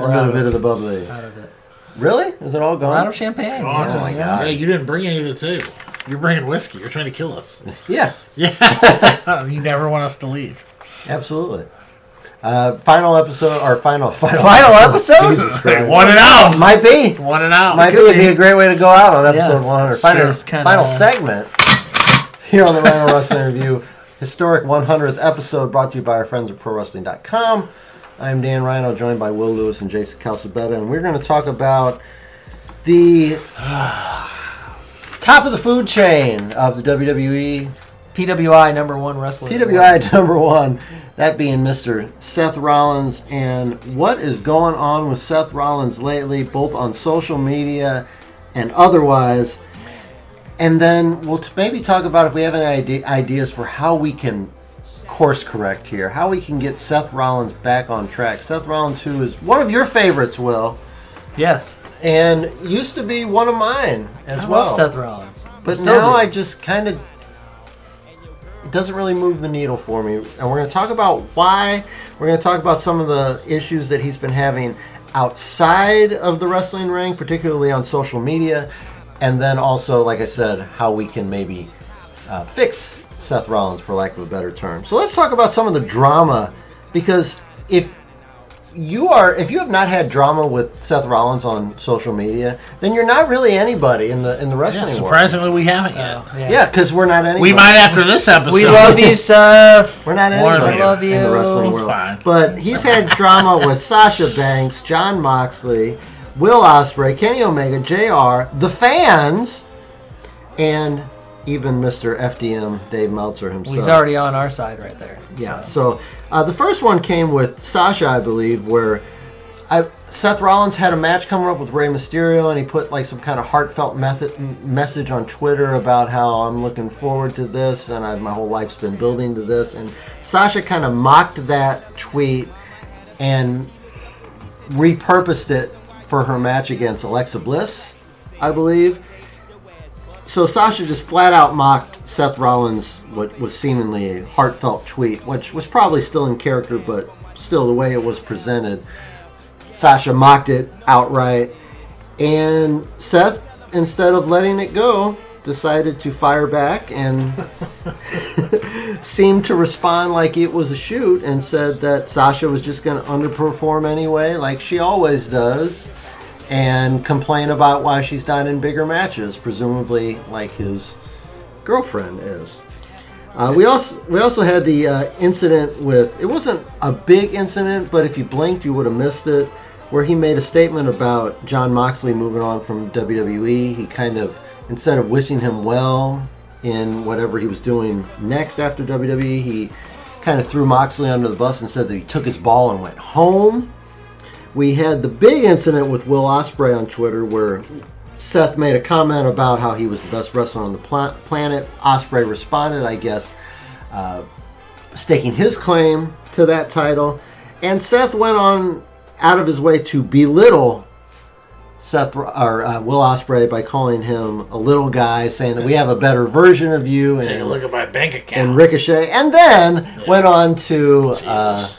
we're out another of bit it. of the bubbly. Out of it. Really? Is it all gone? Out of champagne. It's yeah. awful. Oh, my God. Hey, you didn't bring any to the table. Oh, You're bringing whiskey. You're trying to kill us. Yeah. Yeah. <laughs> you never want us to leave. Absolutely. Uh, final episode or final <laughs> final Final episode? Jesus They Christ. want it out. Might be. Want it out. Might be. It'd be a great way to go out on episode Yeah. 100. Sure, Final, it's kinda- final segment here on the Rhino Wrestling Review. Historic 100th episode brought to you by our friends at ProWrestling.com. I'm Dan Rhino, joined by Will Lewis and Jason Calzabetta, and we're going to talk about the <sighs> top of the food chain of the E WWE. PWI number one wrestler. PWI number one, that being Mr. Seth Rollins, and what is going on with Seth Rollins lately, both on social media and otherwise. And then we'll t- maybe talk about if we have any ide- ideas for how we can course correct here, how we can get Seth Rollins back on track. Seth Rollins, who is one of your favorites, Will. Yes. And used to be one of mine <laughs> as I well. love Seth Rollins. I But still now do. I just kind of it doesn't really move the needle for me. And we're going to talk about why. We're going to talk about some of the issues that he's been having outside of the wrestling ring, particularly on social media. And then also, like I said, how we can maybe uh, fix Seth Rollins, for lack of a better term. So let's talk about some of the drama, because if you are if you have not had drama with Seth Rollins on social media, then you're not really anybody in the in the wrestling Yeah, world. surprisingly, <laughs> we haven't yet. Yeah, because we're not anybody. We might after this episode. We love you, Seth. <laughs> We're not More anybody of you. in the wrestling It's world. fine. But he's had drama with Sasha Banks, John Moxley, Will Ospreay, Kenny Omega, JR, the fans, and even Mr. FDM Dave Meltzer Well, himself. he's already on our side right there. Yeah. So, uh, the first one came with Sasha, I believe, where I, Seth Rollins had a match coming up with Rey Mysterio, and he put like some kind of heartfelt method, message on Twitter about how I'm looking forward to this, and I've, my whole life's been building to this. And Sasha kind of mocked that tweet and repurposed it for her match against Alexa Bliss, I believe. So Sasha just flat out mocked Seth Rollins' what was seemingly a heartfelt tweet, which was probably still in character, but still the way it was presented. Sasha mocked it outright, and Seth, instead of letting it go, decided to fire back and seemed to respond like it was a shoot and said that Sasha was just going to underperform anyway, like she always does, and complain about why she's not in bigger matches, presumably like his girlfriend is. Uh, we also we also had the uh, incident with it wasn't a big incident, but if you blinked, you would have missed it. Where he made a statement about John Moxley moving on from WWE, he kind of instead of wishing him well in whatever he was doing next after WWE, he kind of threw Moxley under the bus and said that he took his ball and went home. We had the big incident with Will Osprey on Twitter where Seth made a comment about how he was the best wrestler on the pla- planet. Osprey responded, I guess, uh, staking his claim to that title. And Seth went on out of his way to belittle Seth or uh, Will Osprey by calling him a little guy, saying that we have a better version of you. And, Take a look at my bank account. and Ricochet, and then went on to uh,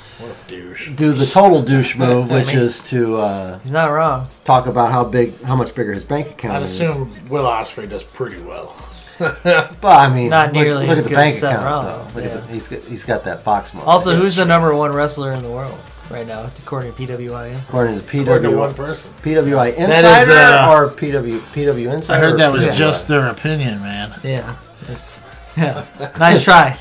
do the <laughs> total douche move, which is to uh, He's not wrong. talk about how big, how much bigger his bank account I'd is. assume Will Osprey does pretty well. <laughs> But I mean, Not look, nearly look as at the good bank as Seth account Rollins, though. Look yeah. at the, he's got, he's got that Fox money. Also, who's the number one wrestler in the world right now, according to PWI? Insider? according to PW, According to one person. PWI Insider That is, uh, or PW PW I Insider? heard that or was PWI? just their opinion, man. Yeah, it's <laughs> yeah. nice <laughs> try.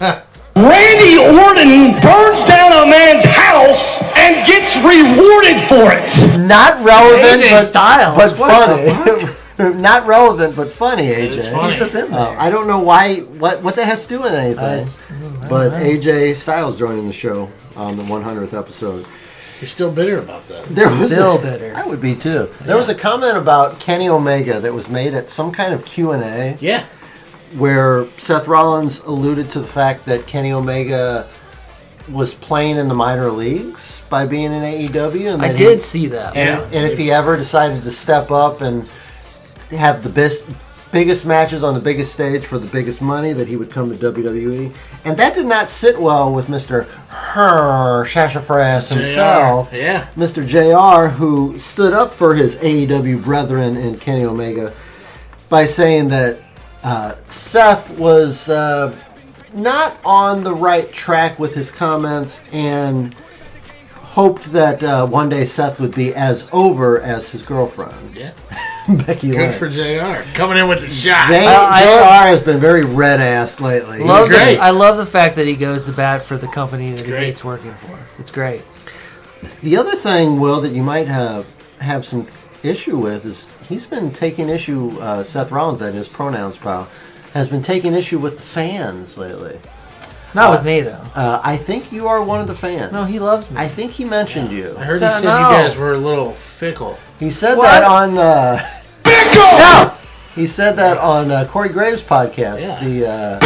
Randy Orton burns down a man's house and gets rewarded for it. not relevant, AJ but, Styles, but what the funny. <laughs> not relevant, but funny. AJ, funny. He's just in Uh, I don't know why what what that has to do with anything, That's- but AJ Styles joining the show on the 100th episode. He's still bitter about that. There Still a, bitter. I would be too. There was a comment about Kenny Omega that was made at some kind of Q and A Yeah. where Seth Rollins alluded to the fact that Kenny Omega was playing in the minor leagues by being in AEW, and I that did see that. He, and, and if he ever decided to step up and have the best, biggest matches on the biggest stage for the biggest money, that he would come to WWE, and that did not sit well with Mister Her Sassafras himself. Yeah. Mr. JR, who stood up for his AEW brethren in Kenny Omega by saying that uh, Seth was uh, not on the right track with his comments and hoped that uh, one day Seth would be as over as his girlfriend, Yeah. <laughs> Becky Good Lynch. for JR. Coming in with the shot. Jay- Uh, I- JR has been very red ass lately. Love He's great. the, I love the fact that he goes to bat for the company that he great. hates working for. It's great. <laughs> The other thing, Will, that you might have have some issue with is he's been taking issue. Uh, Seth Rollins, that is pronouns pal, has been taking issue with the fans lately. Not with me though. Uh, I think you are one of the fans. No, he loves me. I think he mentioned you. I heard So- you said no. you guys were a little fickle. He said What? that on. Uh, <laughs> No! He said that on uh, Corey Graves' podcast, Yeah. the uh,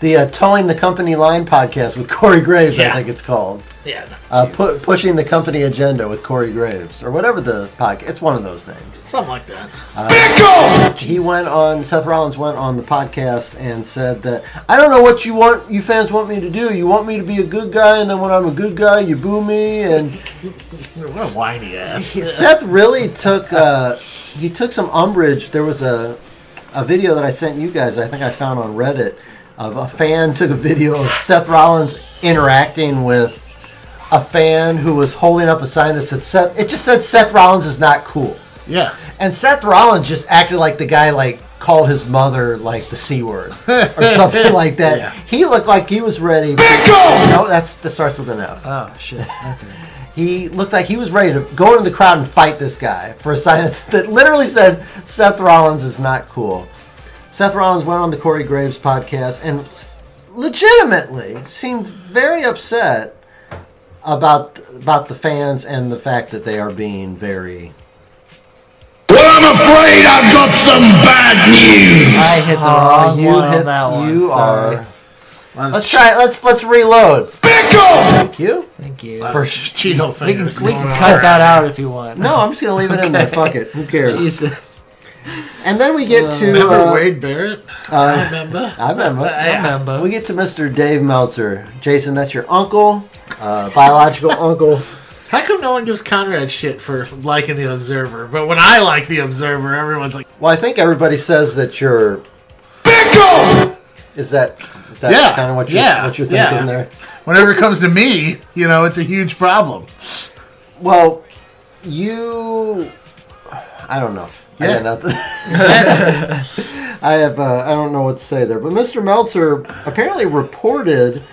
the uh, Towing the Company Line podcast with Corey Graves, I Yeah. think it's called. Yeah. Uh, pu- pushing the company agenda with Corey Graves or whatever the podcast. It's one of those names. Uh, Something like that. He went on. Seth Rollins went on the podcast and said that I don't know what you want. You fans want me to do. You want me to be a good guy, and then when I'm a good guy, you boo me. And <laughs> What a whiny ass. he- Seth really took uh, he took some umbrage. There was a a video that I sent you guys. I think I found on Reddit of a fan took a video of Seth Rollins interacting with a fan who was holding up a sign that said Seth. It just said Seth Rollins is not cool. Yeah. And Seth Rollins just acted like the guy like called his mother like the c word <laughs> or something like that. Yeah. He looked like he was ready. No, that's that starts with an F. Oh shit. Okay. He looked like he was ready to go into the crowd and fight this guy for a sign that, <laughs> that literally said Seth Rollins is not cool. Seth Rollins went on the Corey Graves podcast and s- legitimately seemed very upset about about the fans and the fact that they are being very Well, I'm afraid I've got some bad news. I hit the Aw, wrong one on that one. You Sorry. are. Let's try. it. Let's let's reload. Thank you. Thank you. For Cheeto we can, fingers. we going can on. cut that out if you want. no, I'm just gonna leave it in there. Fuck it. Who cares? Jesus. And then we get to Remember uh, Wade Barrett? uh, I remember. I remember. I remember. We get to Mr. Dave Meltzer. Jason, that's your uncle, uh, <laughs> biological uncle. How come no one gives Conrad shit for liking the Observer? But when I like the Observer, everyone's like, Well, I think everybody says that you're. Is that is that Yeah, kind of what you're, yeah, what you're thinking yeah. there? whenever it comes to me, you know, it's a huge problem. Well, you. I don't know. I Yeah. got <laughs> nothing. I have. Uh, I don't know what to say there. But Mr. Meltzer apparently reported.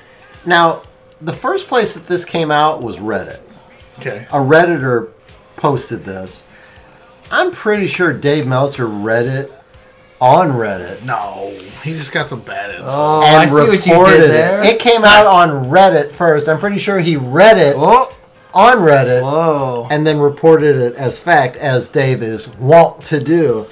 Now, the first place that this came out was Reddit. Okay. A redditor posted this. I'm pretty sure Dave Meltzer read it on Reddit. No, he just got some bad info. Oh, I see what you did there. it. It came out on Reddit first. I'm pretty sure he read it Oh. on Reddit and then reported it as fact, as Dave is wont to do.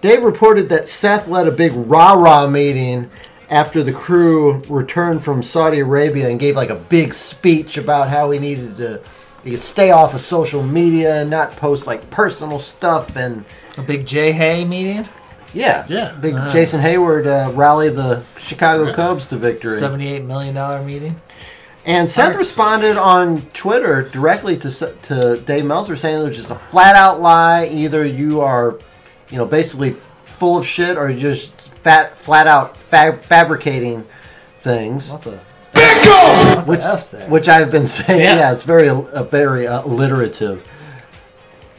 Dave reported that Seth led a big rah rah meeting after the crew returned from Saudi Arabia and gave like a big speech about how he needed to he could stay off of social media and not post like personal stuff and a big J Hay meeting. Yeah, yeah. Big Ah. Jason Hayward uh, rally the Chicago Cubs to victory. Seventy-eight million dollar meeting. And Seth responded on Twitter directly to S- to Dave Meltzer saying it was just a flat out lie. Either you are, you know, basically full of shit, or you're just fat flat out fab- fabricating things. Lots of Bingo! Which, F's there. which I've been saying. Yeah, Yeah. it's very uh, very uh, alliterative.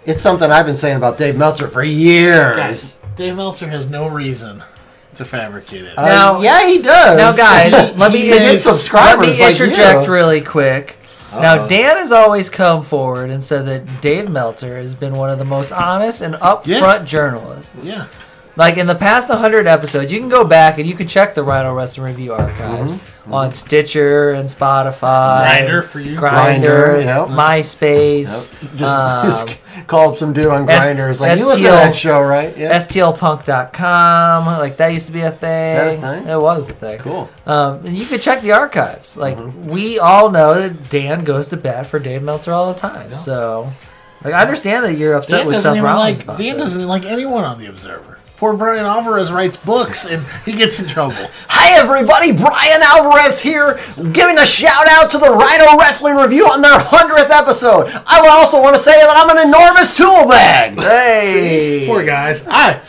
It's something I've been saying about Dave Meltzer for years. Guys, Dave Meltzer has no reason to fabricate it. Uh, yeah, he does. Now, guys, <laughs> He- let me he gets int- subscribers Let me like interject you. really quick. Now, Dan has always come forward and said that Dave Meltzer has been one of the most honest and upfront journalists. Yeah. Like in the past 100 episodes, you can go back and you can check the Rhino Wrestling Review archives Mm-hmm. on Stitcher and Spotify, Grindr for you. Grinder, Grindr, yep. MySpace. Just, um, just <laughs> call up some dude on S- Grinders. Like you STL listen to that show, right? Yeah. STLpunk.com. Like that used to be a thing. a thing? It was a thing. Cool. Mm-hmm. Um, and you could check the archives. Like we all know that Dan goes to bat for Dave Meltzer all the time. So, like I understand that you're upset Dan with doesn't Seth even Rollins. like about Dan it. doesn't like anyone on the Observer. Poor Brian Alvarez writes books and he <laughs> gets in trouble. Hi everybody, Brian Alvarez here, giving a shout out to the Rhino Wrestling Review on their hundredth episode. I would also want to say that I'm an enormous tool bag. See? Poor guys. I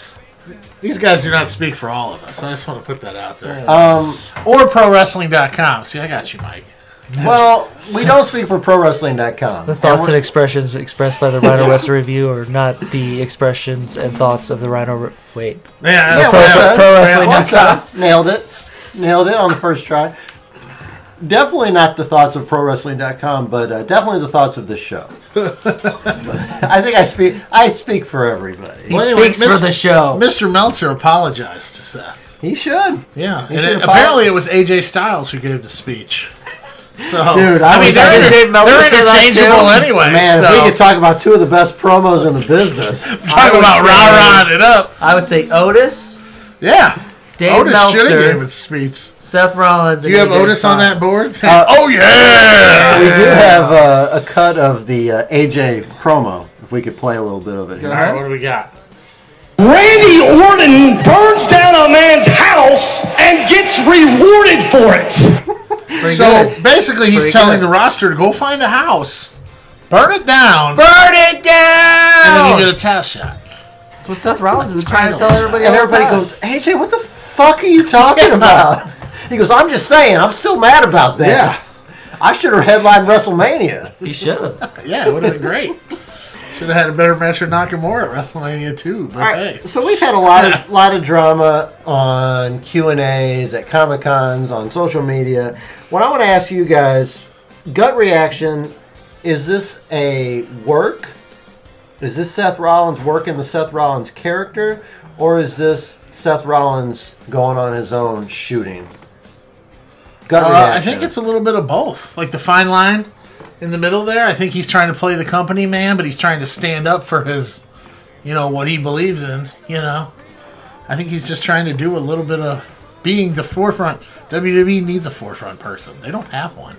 these guys do not speak for all of us. I just want to put that out there. Um, or prowrestling.com. See, I got you, Mike. well, we don't speak for ProWrestling.com. The thoughts and expressions expressed by the <laughs> Rhino Wrestling Review are not the expressions and thoughts of the Rhino. Re- Wait, Yeah, Yeah, Pro- well said. Pro Wrestling Well dot com. said. Nailed it. Nailed it on the first try. Definitely not the thoughts of ProWrestling.com, but uh, definitely the thoughts of this show. <laughs> I think I speak. I speak for everybody. He speaks for the show. Mr. Meltzer apologized to Seth. He should. Yeah. He and should it- apolo- apparently it was AJ Styles who gave the speech. So, <laughs> Dude, I I, mean, was- they're, Did Dave Meltzer they're say that too? interchangeable anyway. Man, so- if we could talk about two of the best promos in the <laughs> business. Talk <laughs> about rah rah it up. I would say Otis, Yeah. Dave Otis should have Meltzer. gave his speech. Seth Rollins. Do And you have AJ Otis on Styles. that board? Uh, oh yeah. we do have uh, a cut of the uh, AJ promo. If we could play a little bit of it. All Here. right, what do we got? Randy Orton burns down a man's house and gets rewarded for <laughs> it. so basically, he's Pretty telling the good. roster to go find a house, burn it down, Burn it down. and then you get a towel shot. That's what Seth Rollins was trying to tell everybody. And all the time. everybody goes, AJ, what the fuck are you talking about? He goes, I'm just saying, I'm still mad about that. I should have headlined WrestleMania. He should have. Yeah, it would have been <laughs> great. Should have had a better match with Nakamura at WrestleMania too. But All hey, right, so we've had a lot <laughs> of lot of drama on Q and A's at Comic Cons on social media. What I want to ask you guys, gut reaction, is this a work? Is this Seth Rollins working the Seth Rollins character, or is this Seth Rollins going on his own shooting? Gut Uh, I reaction. think it's a little bit of both. Like the fine line in the middle there. I think he's trying to play the company man, but he's trying to stand up for his, you know, what he believes in. You know, I think he's just trying to do a little bit of being the forefront. WWE needs a forefront person. They don't have one.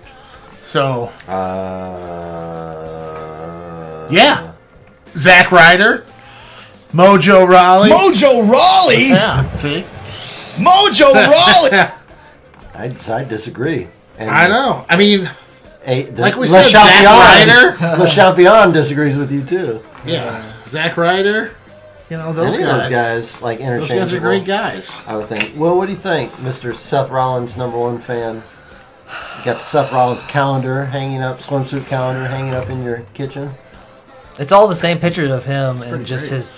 So Uh, yeah, Zack Ryder, Mojo Raleigh. Mojo Raleigh? Yeah, see? <laughs> Mojo <laughs> Raleigh! I, I disagree. And I know. I mean, A, the, like we Le said, Zack Champion- Ryder. <laughs> Le Champion disagrees with you too. yeah. Zack Ryder. You know, Any those of guys. those guys like Those interchangeable. guys are great guys. I would think. Well, what do you think, Mr. Seth Rollins, number one fan? You got the Seth Rollins calendar hanging up, swimsuit calendar hanging up in your kitchen. It's all the same pictures of him and just great. his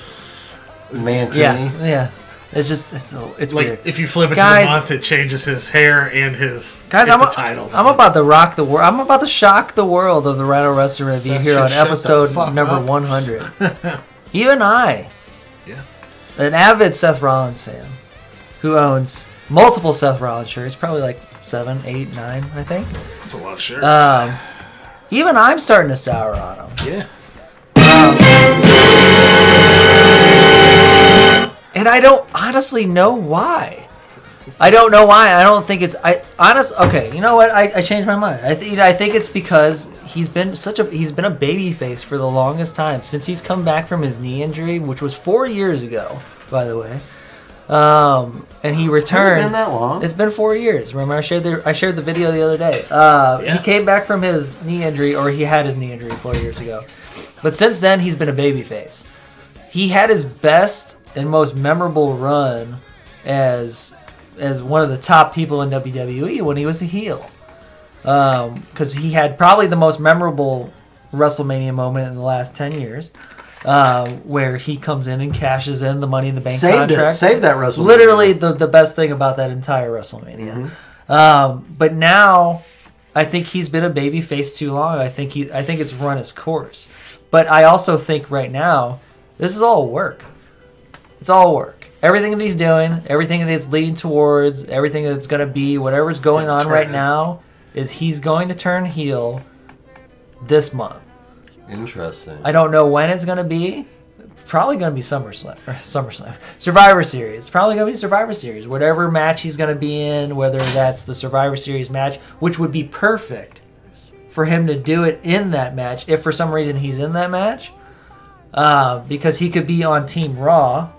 Man, yeah, yeah. It's just it's a- it's like, weird. if you flip it guys, to the month, it changes his hair and his guys, get I'm the a- titles. I'm about to rock the world. I'm about to shock the world of the Rhino Wrestling Review Seth here should on shut the episode fuck number up. <laughs> 100. Even I, Yeah. an avid Seth Rollins fan, who owns multiple Seth Rollins shirts, probably like seven, eight, nine, I think. That's a lot of shirts. Um, even I'm starting to sour on Um, him. Yeah. And I don't honestly know why. I don't know why. I don't think it's. I honest. Okay, you know what? I, I changed my mind. I think I think it's because he's been such a he's been a baby face for the longest time since he's come back from his knee injury, which was four years ago, by the way. Um, and he returned. been that long? It's been four years. Remember, I shared the I shared the video the other day. Uh, Yeah. He came back from his knee injury, or he had his knee injury four years ago. But since then, he's been a babyface. He had his best and most memorable run as as one of the top people in WWE when he was a heel, because he had probably the most memorable WrestleMania moment in the last ten years, uh, where he comes in and cashes in the Money in the Bank Saved it. contract. Saved that WrestleMania. Literally the the best thing about that entire WrestleMania. Um, but now, I think he's been a baby face too long. I think he, I think it's run its course. But I also think right now, this is all work. It's all work. Everything that he's doing, everything that it's leading towards, everything that's going to be, whatever's going on right turn. now, is he's going to turn heel this month. Interesting. I don't know when it's gonna be. Probably gonna be SummerSlam, or <laughs> SummerSlam, Survivor Series. Probably gonna be Survivor Series. Whatever match he's gonna be in, whether that's the Survivor Series match, which would be perfect for him to do it in that match. If for some reason he's in that match, uh, because he could be on Team Raw,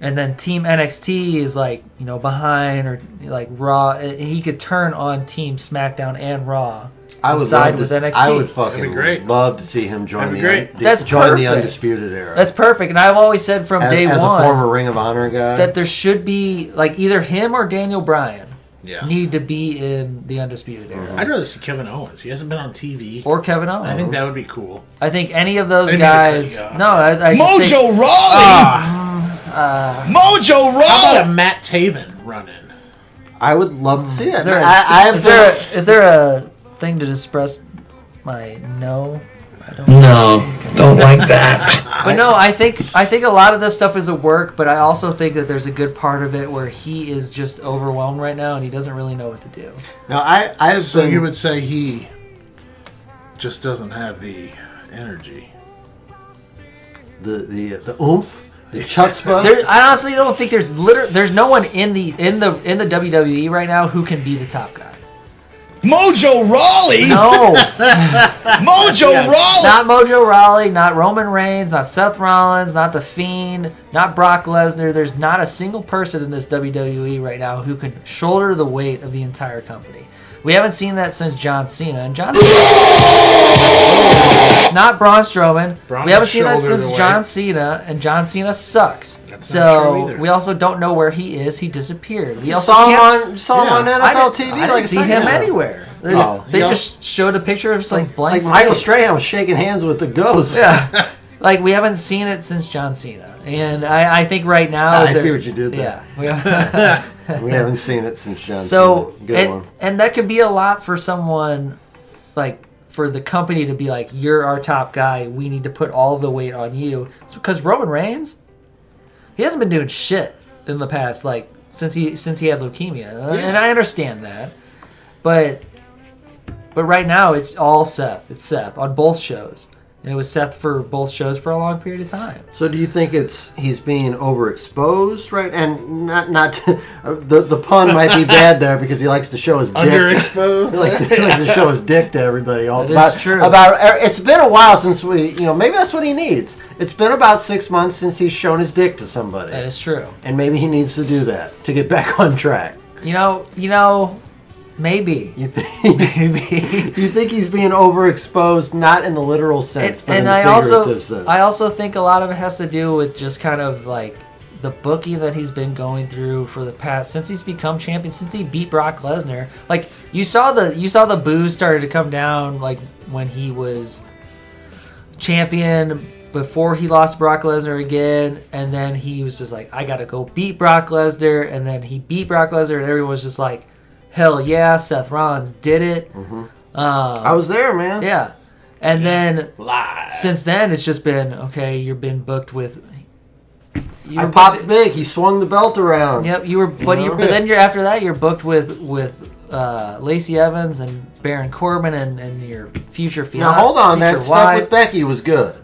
and then Team NXT is like you know behind or like Raw. uh, He could turn on Team SmackDown and Raw. I would and side love with to, NXT. I would That'd fucking be great. love to see him join That'd the be great. un- That's join the perfect. undisputed era. That's perfect, and I've always said from as, day as one a former Ring of Honor guy. that there should be like either him or Daniel Bryan Yeah. need to be in the undisputed era, Uh-huh. I'd rather see Kevin Owens. He hasn't been on TV. or Kevin Owens. I think that would be cool. I think any of those They need to uh, guys. cut you off. No, I, I just Mojo think- Ah. Rawley! uh, Mojo Ah. How Raleigh! about a Matt Taven run in? I would love to see it. Hmm. is there a- I, I have is there a, been- is there a thing to express my no? I don't No, don't like that. <laughs> But no, I think I think a lot of this stuff is a work, but I also think that there's a good part of it where he is just overwhelmed right now and he doesn't really know what to do. no, I I have So been- you would say he just doesn't have the energy. the the the oomph, the chutzpah. There, I honestly don't think there's liter- there's no one in the in the in the WWE right now who can be the top guy. Mojo Raleigh! <laughs> No, <laughs> <laughs> Mojo Raleigh! not Mojo Rawley, not Roman Reigns, not Seth Rollins, not The Fiend, not Brock Lesnar. There's not a single person in this WWE right now who can shoulder the weight of the entire company. We haven't seen that since John Cena, and John Cena, <laughs> not Braun Strowman. Braun we haven't seen that shouldered since the John weight. Cena, and John Cena sucks. That's not so true either. we also don't know where he is. He disappeared. We You also saw him can't s- on saw him on Yeah. NFL I didn't- TV. I didn't like a see second him ago. anywhere. They, Oh, they yeah. just showed a picture of some blank Like Michael space. Strahan was shaking hands with the ghost. Yeah. <laughs> like we haven't seen it since John Cena, and I, I think right now. Ah, is I there- see what you did there. Yeah. <laughs> we haven't seen it since John. so Cena. good and, one. and that could be a lot for someone, like for the company to be like, "You're our top guy. We need to put all the weight on you." It's because Roman Reigns, he hasn't been doing shit in the past, like since he since he had leukemia, Uh, and I understand that, but but right now it's all Seth. It's Seth on both shows. and it was set for both shows for a long period of time. So do you think it's he's being overexposed, right? And not not uh, the the pun might be bad there because he likes to show his dick. Underexposed? <laughs> He like, to- he like to show his dick to everybody all That is about, true. about- er, it's been a while since we you know maybe that's what he needs. It's been about six months since he's shown his dick to somebody, That is true. and maybe he needs to do that to get back on track. You know, you know, maybe. You think, <laughs> maybe you think he's being overexposed, not in the literal sense, but in and the I figurative also sense. I also think a lot of it has to do with just kind of like the bookie that he's been going through for the past since he's become champion since he beat Brock Lesnar. Like you saw the you saw the booze started to come down like when he was champion before he lost Brock Lesnar again and then he was just like I got to go beat Brock Lesnar and then he beat Brock Lesnar and everyone was just like hell yeah Seth Rollins did it. Mhm. Um, I was there, man. Yeah. And then since then, it's just been okay. You've been booked with. You I were popped big. He swung the belt around. Yep, you were, but you, know? but then you're after that you're booked with with uh, Lacey Evans and Baron Corbin and, and your future Now fiance. hold on, that stuff with Becky was good.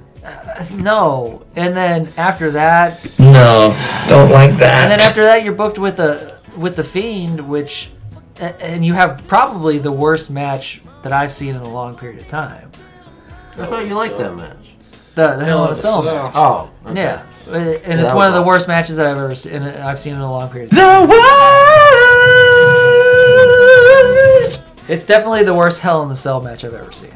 no, and then after that, No, don't like And then that. after that, you're booked with a with the Fiend, which, a- and you have probably the worst match that I've seen in a long period of time. I thought you liked that match. The, the Hell in a the Cell Cell. match. Oh, okay. yeah, Uh, and Yeah, it's that one was of the awesome. worst matches that I've ever seen. I've seen in a long period. Of time. It's definitely the worst Hell in the Cell match I've ever seen.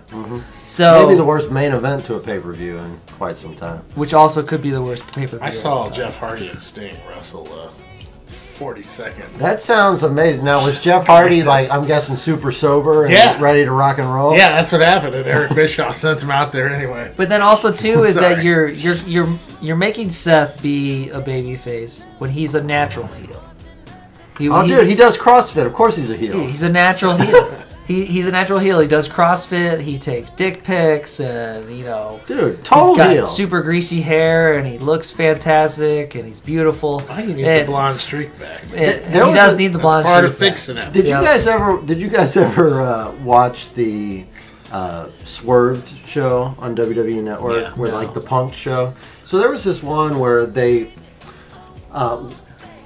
So Mm-hmm. maybe the worst main event to a pay per view in quite some time. which also could be the worst pay per view. I saw Jeff Hardy and Sting wrestle uh, 40 seconds. That sounds amazing. Now was Jeff Hardy like? I'm guessing super sober and Yeah. ready to rock and roll. Yeah, that's what happened. And Eric Bischoff <laughs> sent him out there anyway. Oh. But then <laughs> also too is that Sorry. you're you're you're you're making Seth be a baby face when he's a natural heel. He- oh, dude, he does CrossFit. Of course, he's a heel. Yeah, He's a natural <laughs> heel. he, he's a natural heel. He does CrossFit. He takes dick pics, and you know, Dude, total he's got heel. super greasy hair, and he looks fantastic, and he's beautiful. I He needs the blonde streak back. There he was does a- need the That's blonde. part streak of back. fixing it. Did Yeah. you guys ever? Did you guys ever uh, watch the uh, Swerved show on WWE Network, Yeah. where No. like the Punk show? So there was this one where they, uh,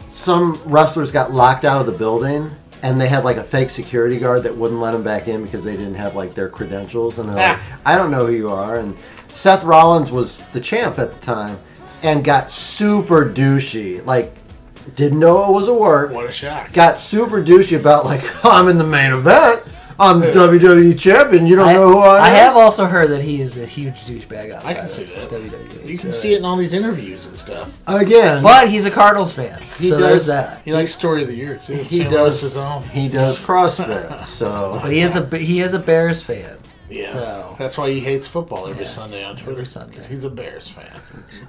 some wrestlers got locked out of the building. And they had like a fake security guard that wouldn't let them back in because they didn't have like their credentials. And Ah. they're like, I don't know who you are. And Seth Rollins was the champ at the time and got super douchey. Like, didn't know it was a work What a shock. got super douchey about like <laughs> I'm in the main event. I'm the WWE champion. You don't know who I am. I have also heard that he is a huge douchebag outside I can see that. of WWE. You so- can see it in all these interviews and stuff. again. but he's a Cardinals fan, He so does- there's that. He likes Story of the Year, too. he St. does Louis' own. He does CrossFit. So, But he is a he is a Bears fan. Yeah. So That's why he hates football every Yeah. Sunday on Twitter. Every Sunday. 'cause He's a Bears fan.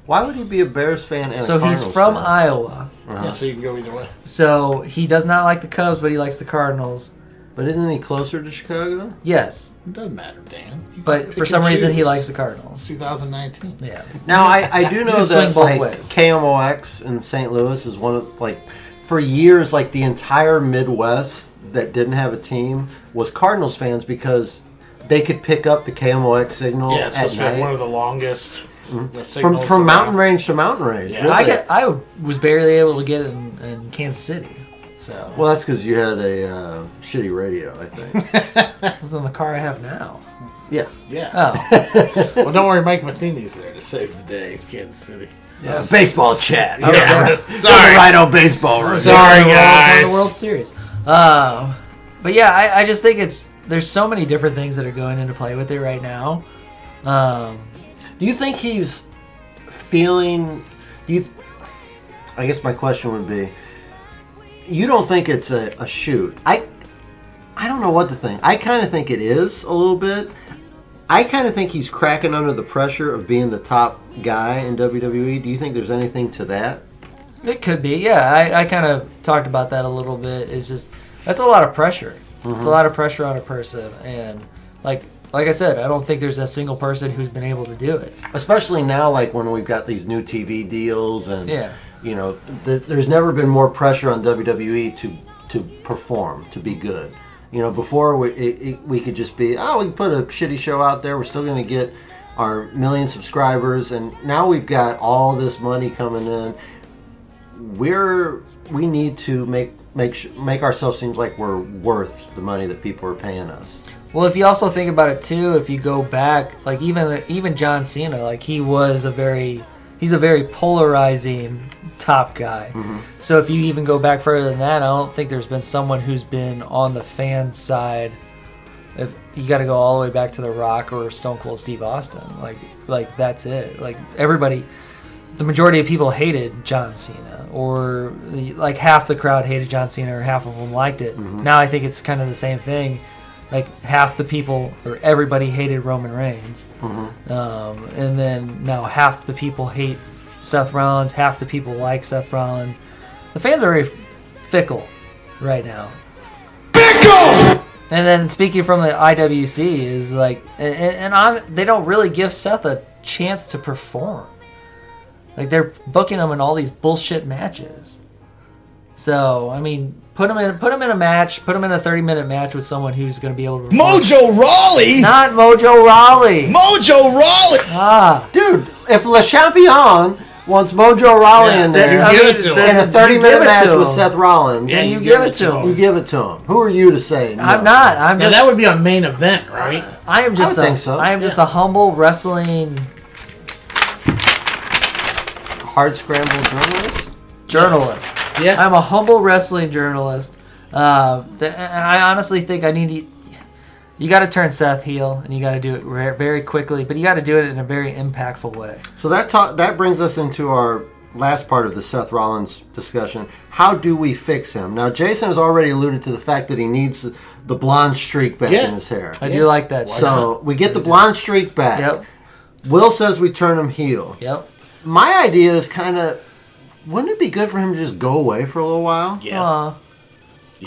why would he be a Bears fan? And a so he's Cardinals Uh-huh. from fan? Iowa. Yeah, so you can go either way. So he does not like the Cubs, but he likes the Cardinals. But isn't he closer to Chicago? Yes, It doesn't matter, Dan. You can but for pick some and reason he choose. likes the Cardinals. 2019. Yeah. <laughs> Now I, I do You know can swing that both like ways. KMOX in St. Louis is one of like for years like the entire Midwest that didn't have a team was Cardinals fans because they could pick up the KMOX signal Yeah, it's supposed at to be one night. Mm-hmm. of the longest. the From signals from around. mountain range to mountain range. Yeah. really. I get, I was barely able to get it in, in Kansas City, so Well, that's because you had a uh, shitty radio, I <laughs> think. <laughs> it was in the car I have now. yeah. Yeah. Oh. well, don't worry, Mike Matheny's there to save the day in Kansas City. Yeah, Uh, baseball chat. Yeah. <laughs> Yeah. Sorry. Rhino baseball room. Sorry, Sorry, The guys. World Series. Um, but yeah, I, I just think it's there's so many different things that are going into play with it right now. Um, Do you think he's feeling? Do you? th- I guess my question would be: You don't think it's a, a shoot? I, I don't know what to think. I kind of think it is a little bit. I kind of think he's cracking under the pressure of being the top guy in WWE. Do you think there's anything to that? It could be, yeah. I, I kind of talked about that a little bit. It's just that's a lot of pressure. It's a Mhm. lot of pressure on a person, and like like I said, I don't think there's a single person who's been able to do it. Especially now, like when we've got these new TV deals and Yeah. you know, th- there's never been more pressure on WWE to to perform, to be good. You know, before we it, it, we could just be, oh, we can put a shitty show out there. We're still going to get our million subscribers, and now we've got all this money coming in. We're we need to make make su- make ourselves seem like we're worth the money that people are paying us. Well, if you also think about it too, if you go back, like even even John Cena, like he was a very he's a very polarizing top guy. So if you even go back further than that, I don't think there's been someone who's been on the fan side. If you got to go all the way back to The Rock or Stone Cold Steve Austin, like like that's it. Like everybody, the majority of people hated John Cena, or the- like half the crowd hated John Cena, or half of them liked it. Mhm. Now I think it's kind of the same thing. Like half the people or everybody hated Roman Reigns, Mhm. um, and then now half the people hate Seth Rollins, half the people like Seth Rollins. The fans are very fickle right now. And then speaking from the IWC is like, and, and, and I'm, they don't really give Seth a chance to perform. Like they're booking him in all these bullshit matches. So I mean, put him in, put him in a match, put him in a thirty-minute match with someone who's going to be able to. perform. Mojo Rawley? not Mojo Raleigh. Mojo Rawley. Ah, dude, if Le Champion wants Mojo Rawley Yeah, in then there, you give it to him. in a Then you give thirty-minute it match to with him. Seth Rollins, Then you give it to him. You give it to him. Who are you to say? No? I'm not. I'm Yeah, just. Uh, that would be a main event, right? I am just. I a, would think so. I am just a humble wrestling Hard scramble journalist. journalist. Yeah, I'm a humble wrestling journalist. Uh, th- I honestly think I need to. You got to turn Seth heel, and you got to do it re- very quickly, but you got to do it in a very impactful way. So that ta- that brings us into our last part of the Seth Rollins discussion. How do we fix him? Now, Jason has already alluded to the fact that he needs the blonde streak back Yeah. in his hair. I do Yeah. like that. So we get the blonde streak back. Yep. Will says we turn him heel. Yep. My idea is kind of, wouldn't it be good for him to just go away for a little while? Yeah.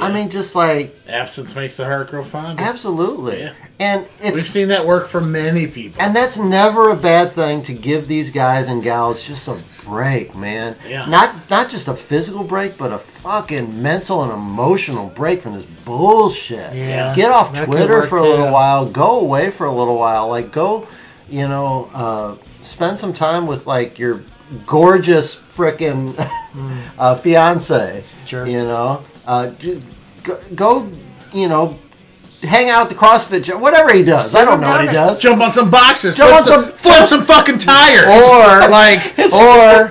I mean, just like Absence makes the heart grow fonder. Absolutely. Yeah. And it's We've seen that work for many people. And that's never a bad thing to give these guys and gals just a break, man. Yeah. Not not just a physical break, but a fucking mental and emotional break from this bullshit. Yeah. Get off That could Twitter work for a little too. while. Go away for a little while. Like go, you know, uh, spend some time with like your gorgeous frickin' <laughs> uh, fiance. Sure. You know, uh, just go, go, you know, hang out at the CrossFit gym, whatever he does. I Sit don't him know what down he and- does. Jump on some boxes. Jump flip on some- Flip some fucking tires. <laughs> Or- like. Or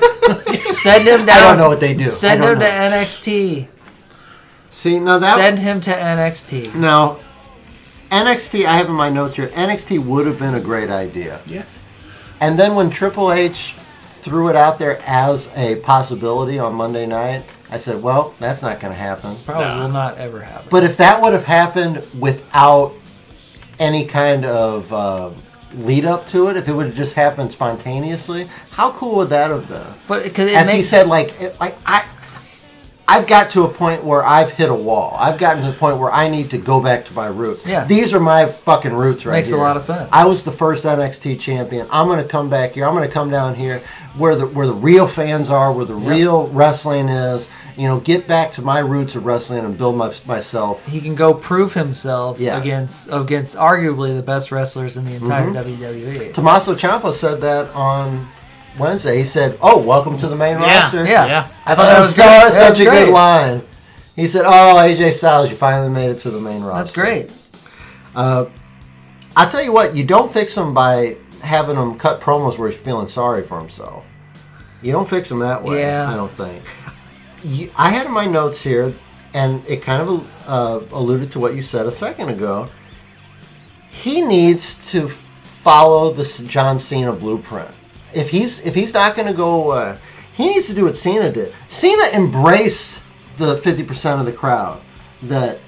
send him down. I don't know what they do. I Send don't him know. to NXT. See, now that send him to NXT. now NXT. I have in my notes here. NXT would have been a great idea. Yeah. And then when Triple H threw it out there as a possibility on Monday night, I said, "Well, that's not going to happen." Probably will not ever happen. But if that would have happened without any kind of uh, lead up to it, if it would have just happened spontaneously, how cool would that have been? But 'cause it as he makes- said, like, it, like I, I've got to a point where I've hit a wall. I've gotten to the point where I need to go back to my roots. Yeah. these are my fucking roots right Makes a here. lot of sense. I was the first NXT champion. I'm going to come back here. I'm going to come down here where the where the real fans are, where the Yep. real wrestling is. You know, get back to my roots of wrestling and build my, myself He can go prove himself Yeah. against against arguably the best wrestlers in the entire E. Mhm. WWE. Tommaso Ciampa said that on Wednesday. He said, "Oh, welcome to the main Yeah, roster." yeah. Yeah. I thought that was, great. so- That was such a good great. line. He said, "Oh, AJ Styles, you finally made it to the main roster." That's great. Uh, I tell you what, you don't fix him by having him cut promos where he's feeling sorry for himself. You don't fix him that way. Yeah. I don't think. You, I had in my notes here, and it kind of uh, alluded to what you said a second ago. He needs to f- follow the S- John Cena blueprint. If he's if he's not going to go, uh, he needs to do what Cena did. Cena embraced the fifty percent of the crowd that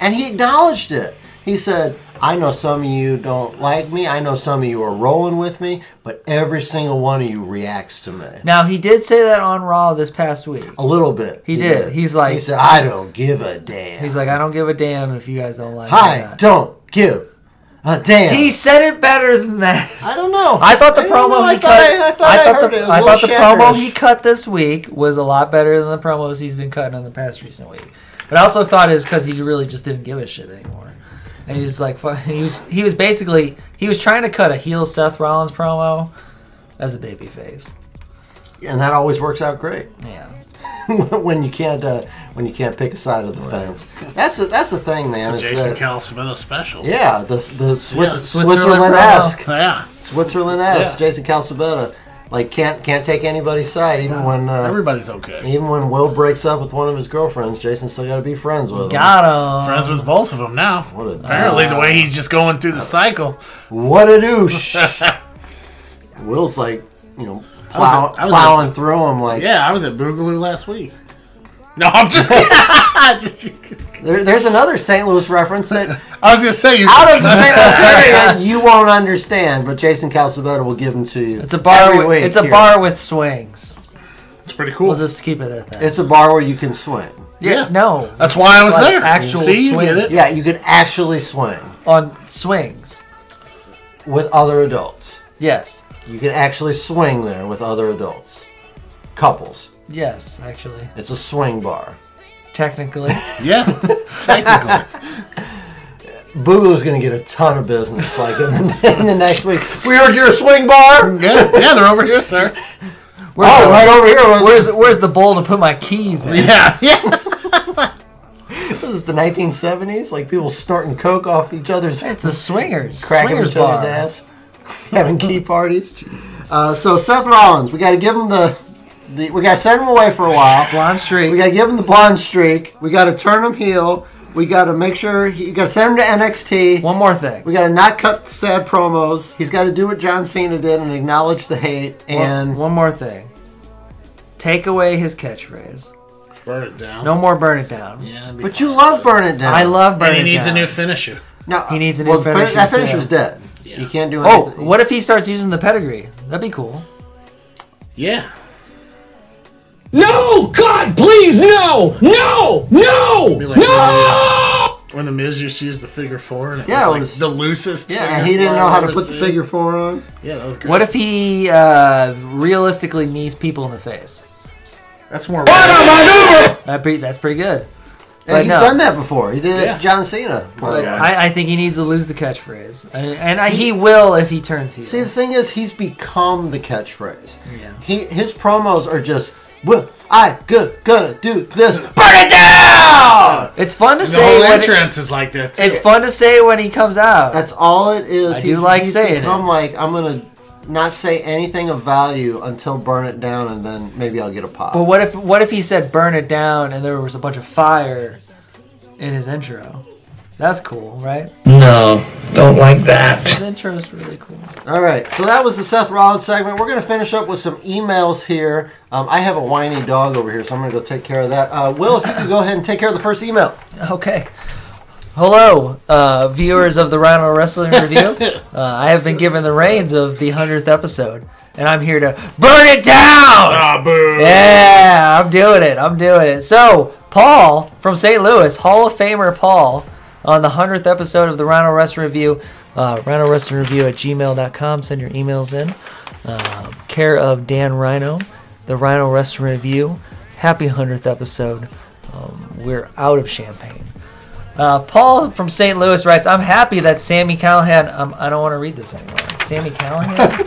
and he acknowledged it. He said, I know some of you don't like me. I know some of you are rolling with me, but every single one of you reacts to me. Now he did say that on Raw this past week. A little bit. He did. He's like- He said, I don't give a damn. He's like, I don't give a damn if you guys don't like me. or I not." don't give a damn. He said it better than that. I don't know. I thought the I don't promo know. I he thought cut. I- I thought I heard the, it. It was I a thought the little promo shabberish. he cut this week was a lot better than the promos he's been cutting in the past recent week. But I also thought it was because he really just didn't give a shit anymore. and he's like, fu- he was he was basically he was trying to cut a heel Seth Rollins promo as a babyface. and that always works out great. Yeah. <laughs> when you can't uh, when you can't pick a side of the fence. That's a, that's the thing, man. It's a is Jason that- Calcevino special. Yeah, the the Swiss, Yeah, Switzerland esque. Oh, promo. Yeah. Switzerland esque. Yeah. Jason Calcebetta, like can't can't take anybody's side, even when uh, everybody's okay. Even when Will breaks up with one of his girlfriends, Jason's still got to be friends with him. Got him. Friends with both of them now. What a Apparently, the way he's just going through the cycle. What <laughs> a douche. Will's like, you know, plow, I was a- plowing through him. Like, yeah, I was at Boogaloo last week. No, I'm <laughs> just kidding. There, there's another St. Louis reference that <laughs> I was gonna say you out of the St. <laughs> Louis area you won't understand, but Jason Calcebetta will give them to you. It's a bar. every with- week it's a here. bar with swings. It's pretty cool. We'll just keep it at that. It's a bar where you can swing. Yeah, no. That's it's why I was like there. Actual See, you swing get it. Yeah, you can actually swing on swings. with other adults. Yes. You can actually swing there with other adults, couples. Yes, actually, It's a swing bar. technically. <laughs> Yeah, technically. Boogaloo's going to get a ton of business like in the, in the next week. We heard you're a swing bar. Yeah, yeah, they're over here, <laughs> sir. oh, right over here. Where's where's the bowl to put my keys? In? Yeah, yeah. This is the 1970s. Like people snorting coke off each other's. It's a swingers. cracking swingers each other's bar. ass, <laughs> <laughs> having key parties. Uh, so Seth Rollins, we got to give him the, the we got to send him away for a while. Blonde streak. We got to give him the blonde streak. We got to turn him heel. We got to make sure he, you got to send him to NXT. One more thing. We got to not cut sad promos. He's got to do what John Cena did and acknowledge the hate. One, And one more thing. Take away his catchphrase. Burn it down. No more burn it down. Yeah, that'd be but you love burn it down. I love burn And he it needs down. a new finisher. No, He needs a new well, the fin- finisher, That too. finisher's dead. You can't do Oh, anything. what if he starts using the pedigree? That'd be cool. Yeah. No! God, please, no! No! No! Be like, No! When the Miz used to use the figure four, and it Yeah, was, it like was- the loosest. yeah, figure and he didn't four know how I've to ever put the seen. figure four on. Yeah, that was great. What if he uh, realistically knees people in the face? That's more. That be, that's pretty good. And But he's no. done that before. He did it Yeah. to John Cena. But Yeah. I, I think he needs to lose the catchphrase, and, and I, he will if he turns heel. See, the thing is, he's become the catchphrase. Yeah. He his promos are just, "Well, I good gonna do this, burn it down." It's fun to The whole say. When it- entrance is like that. Too. it's fun to say when he comes out. That's all it is. I do like saying become it. like I'm gonna not say anything of value until burn it down, and then maybe I'll get a pop. but what if what if he said burn it down and there was a bunch of fire in his intro? That's cool, right? No, don't like that. His intro is really cool. All right, so that was the Seth Rollins segment. We're going to finish up with some emails here. Um, I have a whiny dog over here, so I'm going to go take care of that. Uh, Will, if you could go ahead and take care of the first email. Okay. Hello, uh, viewers of the Rhino <laughs> Wrestling Review. Uh, I have been given the reins of the 100th episode, and I'm here to burn it down! Ah, boo. Yeah, I'm doing it. I'm doing it. So, Paul from St. Louis, Hall of Famer Paul, on the 100th episode of the Rhino Wrestling Review, uh, Rhino Wrestling Review at gmail.com. Send your emails in. Um, care of Dan Rhino, the Rhino Wrestling Review. Happy 100th episode. Um, we're out of champagne. Uh, Paul from St. Louis writes, I'm happy that Sammy Callahan. Um, I don't want to read this anymore. Sammy Callahan?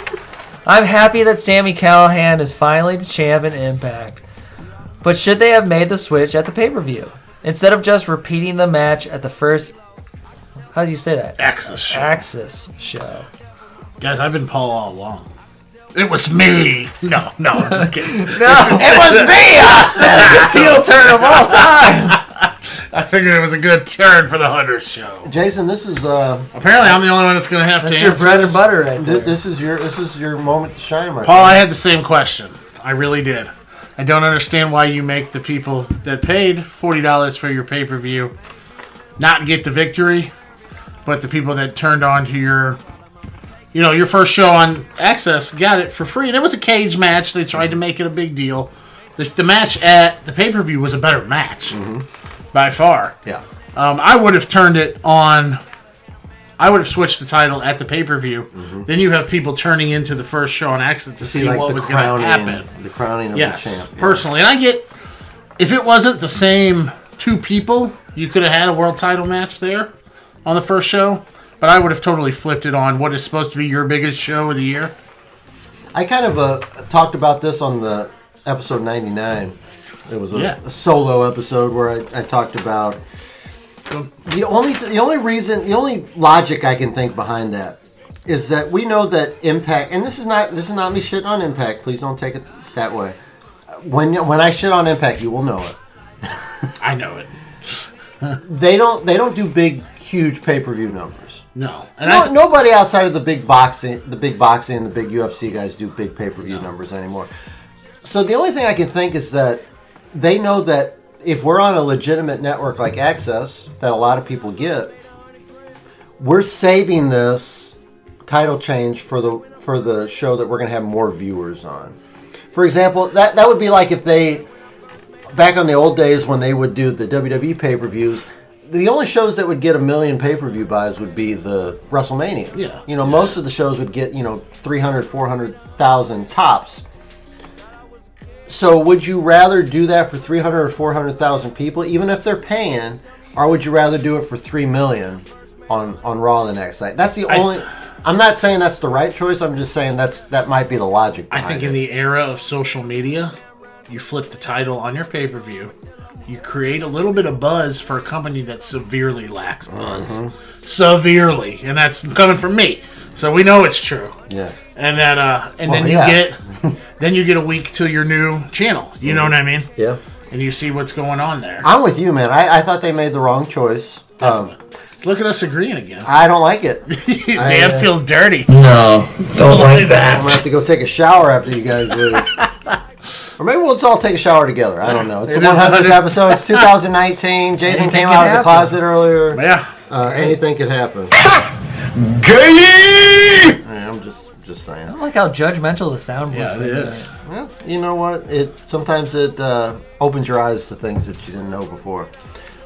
I'm happy that Sammy Callahan is finally the champ in Impact. But should they have made the switch at the pay per view? Instead of just repeating the match at the first. How do you say that? Axis. shit. Axis show. Guys, I've been Paul all along. It was me. No, no, I'm just kidding. <laughs> No, it <laughs> was me, Austin! Biggest heel turn of all time! I figured it was a good turn for the Hunter show. Jason, this is uh, Apparently, I'm the only one that's going to have That's to your answer. bread and butter right th- there. this is your this is your moment to shine, right? Paul, I had the same question. I really did. I don't understand why you make the people that paid forty dollars for your pay per view not get the victory, but the people that turned on to your, you know, your first show on Access got it for free, and it was a cage match. They tried to make it a big deal. The, the match at the pay per view was a better match by far. now. Yeah. Um, I would have turned it on. I would have switched the title at the pay per view. Then you have people turning into the first show on accident to see, Mm-hmm. like what the was going to crowning, happen. the crowning of Yes, the champ. Yeah. personally, and I get if it wasn't the same two people, you could have had a world title match there. on the first show, but I would have totally flipped it on what is supposed to be your biggest show of the year. I kind of uh, talked about this on the episode 99. It was a, Yeah. a solo episode where I, I talked about the, the only the only reason the only logic I can think behind that is that we know that impact and this is not this is not me shitting on impact. Please don't take it that way. When when I shit on impact, you will know it. I know it. they don't they don't do big huge pay per view numbers. No, no, nobody outside of the big boxing, the big boxing, and the big UFC guys do big pay per view numbers anymore. So the only thing I can think is that they know that if we're on a legitimate network like Access, that a lot of people get, we're saving this title change for the for the show that we're going to have more viewers on. For example, that that would be like if they back on the old days when they would do the WWE pay per views, the only shows that would get a million pay per view buys would be the WrestleManias. Yeah. You know, most of the shows would get, you know, 300, 400,000 tops. So would you rather do that for 300 or 400,000 people, even if they're paying, or would you rather do it for 3 million on, on Raw the next night? That's the I- only. I'm not saying that's the right choice. I'm just saying that's that might be the logic. I behind think it. in the era of social media, you flip the title on your pay per view, you create a little bit of buzz for a company that severely lacks buzz. Mhm. Severely. And that's coming from me. So we know it's true. yeah. And that uh and Well, then you yeah. <laughs> get then you get a week to your new channel. You know what I mean? Mm-hmm. Yeah. And you see what's going on there. I'm with you, man. I, I thought they made the wrong choice. Um, Look at us agreeing again. I don't <laughs> like it. Man I, uh, feels dirty. I'm gonna have to go take a shower after you guys leave. <laughs> Or maybe we'll just all take a shower together. I don't know. It's It the is 100th 100. episode. <laughs> It's 2019. Jason Anything came can out of the happen. closet earlier. Yeah. Uh, anything could happen. Gay! Yeah, I'm just just saying. I like how judgmental the sound was. it is. You know what? It sometimes it uh, opens your eyes to things that you didn't know before.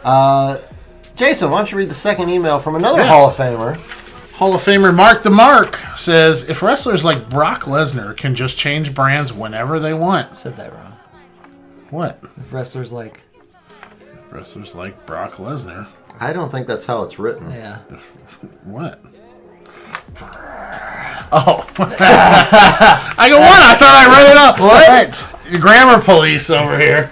Uh, Jason, why don't you read the second email from another Yeah. Hall of Famer? Hall of Famer Mark the Mark says if wrestlers like Brock Lesnar can just change brands whenever they want. Said that wrong. What? If wrestlers like. Wrestlers like Brock Lesnar. I don't think that's how it's written. Yeah. <laughs> What? Oh. <laughs> I go, what? I thought I read it up. What? All right. Grammar police over here.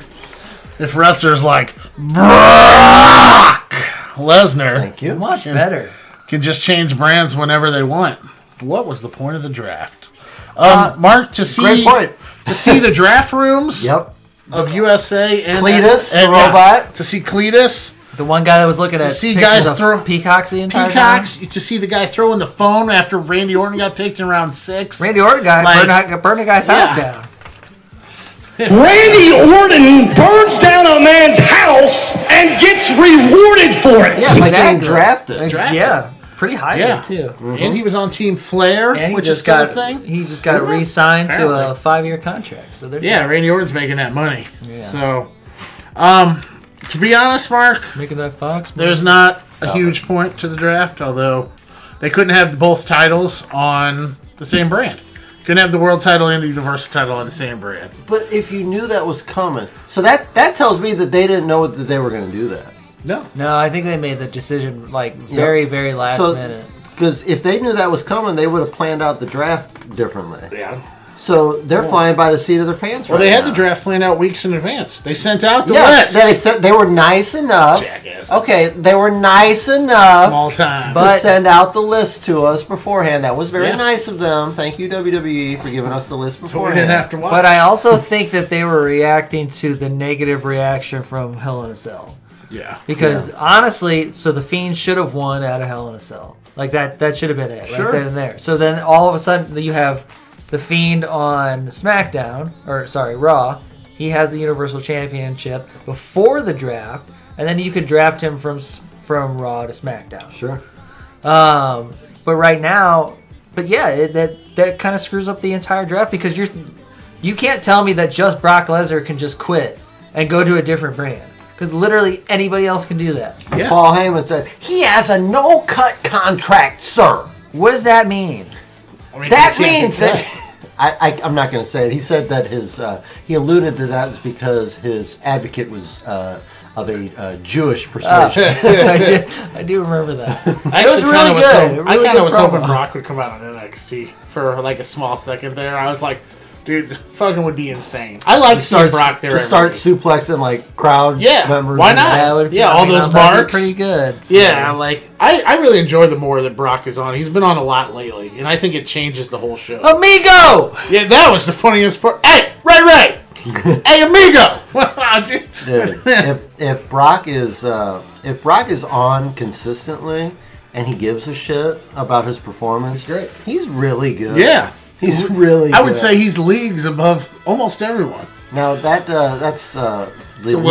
If wrestlers like Brock Lesnar. Thank you. Much better. Can just change brands whenever they want. What was the point of the draft? Um, Mark, to see Uh, great point. to see <laughs> the draft rooms Yep. of USA and Cletus, the and, yeah, robot. to see Cletus. The one guy that was looking To at see pictures guys of throw- peacocks the entire Peacocks, to see the guy throwing the phone after Randy Orton got picked in round six. time. Randy Orton guy Like- burned, burned a guy's house Yeah. down. Randy Orton burns down a man's house and gets rewarded for it. Yeah, like being drafted. Drafted. Yeah, pretty highly Yeah. Mm-hmm. too. And he was on Team Flair, And he which just is kind got of thing. he just got Is it? re-signed to a Apparently. five-year contract. So there's Yeah, that. Randy Orton's making that money. Yeah. So, um, to be honest, Mark, making that Fox. money. there's not a Stop huge point to the draft, although they couldn't have both titles on the same brand. Couldn't have the world title and the universal title on the same brand. But if you knew that was coming, so that that tells me that they didn't know that they were going to do that. No. No, I think they made the decision like very, very last So- minute. Because if they knew that was coming, they would have planned out the draft differently. Yeah. So they're flying by the seat of their pants. Well, right they had now. the draft planned out weeks in advance. They sent out the Yeah, list. they said they were nice enough. Jackasses. Okay, they were nice enough. Small time. to send out the list to us beforehand. That was very Yeah. nice of them. Thank you WWE for giving us the list beforehand. But I also think that they were reacting to the negative reaction from Hell in a Cell. Yeah. Because honestly, so the Fiend should have won out of Hell in a Cell. Like that that should have been it Sure. right then and there. So then all of a sudden you have the Fiend on SmackDown or sorry, Raw. He has the Universal Championship before the draft, and then you could draft him from S- from Raw to SmackDown. Sure. Um, but right now, but yeah, it, that that kind of screws up the entire draft because you're you can't tell me that just Brock Lesnar can just quit and go to a different brand because literally anybody else can do that. Paul Heyman said he has a no cut contract, sir. What does that mean? That means that <laughs> I, I, I'm not going to say it. He said that his uh, he alluded to that was because his advocate was uh, of a uh, <laughs> Jewish persuasion. Oh, I, <laughs> do, I do remember I <laughs> that. it was actually really kinda good. hoping- really I kind good of was promo. hoping Brock would come out on NXT for like a small second there. I was like, dude, fucking would be insane. I like To seeing start- Brock there. To every start week. suplexing like crowd Yeah, members. why not? That yeah, all mean, those that'd be marks. <laughs> pretty good, so- Yeah, like I, I really enjoy the more that Brock is on. He's been on a lot lately, and I think it changes the whole show. Amigo. Yeah, that was the funniest part. Hey, right, right. hey, amigo. <laughs> Dude, if if Brock is uh, if Brock is on consistently and he gives a shit about his performance, he's great. He's really good. Yeah. he's really. I would good. say he's leagues above almost everyone. now that uh, that's uh, the It's a Will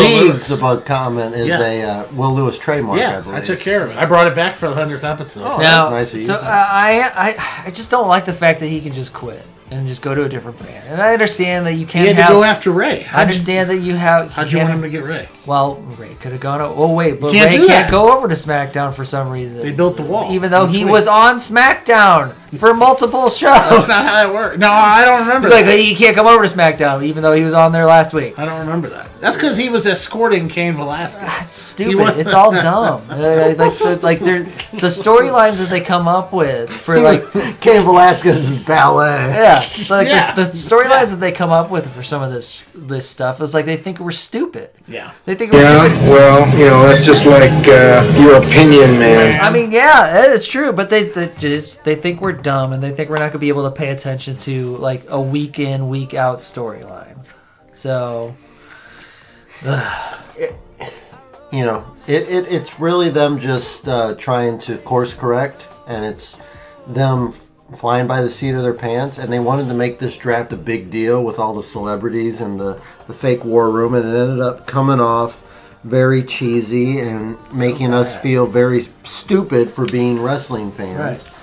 Lewis. leagues above comment is Yeah. a uh, Will Lewis trademark. I yeah, believe. I, took care of it. I brought it back for the hundredth episode. Oh, Now, that's nice of you. so uh, I, I, I just don't like the fact that he can just quit and just go to a different brand. And I understand that you can't had to have, go after Ray. How'd you- I understand that you have. How'd you want him to get Ray? Well, Ray could have gone. o- Oh wait, but You can't Ray do can't that. go over to SmackDown for some reason. They built the wall, even though in he between. was on SmackDown for multiple shows. That's not how it worked. No, I don't remember. It's like that. he can't come over to SmackDown, even though he was on there last week. I don't remember that. That's because he was escorting Kane Velasquez. That's Stupid. Ah, <laughs> It's all dumb. Uh, like, the, like there's the storylines that they come up with for like <laughs> Cain Velasquez's ballet. Yeah, like Yeah. the, the storylines that they come up with for some of this this stuff is like they think we're stupid. Yeah, they think we're Yeah, stupid. well, you know, that's just like uh, your opinion, man. I mean, yeah, it's true, but they they, just, they think we're dumb and they think we're not going to be able to pay attention to like a week in week out storyline. So, you know, it, it it's really them just uh, trying to course correct, and it's them f- flying by the seat of their pants. And they wanted to make this draft a big deal with all the celebrities and the the fake war room, and it ended up coming off very cheesy and making us bad. feel very stupid for being wrestling fans. Right.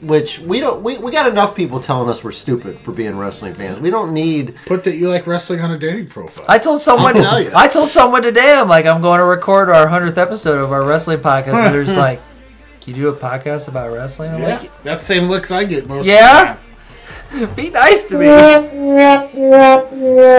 <sighs> Which we don't we, we got enough people telling us we're stupid for being wrestling fans. We don't need put that you like wrestling on a dating profile. I told <laughs> someone I'll tell ya. I told someone today I'm like I'm going to record our hundredth episode of our wrestling podcast, and they're just <laughs> like, "You do a podcast about wrestling?" I'm Yeah, like, that's the same looks I get most. Yeah? Be nice to me. <laughs>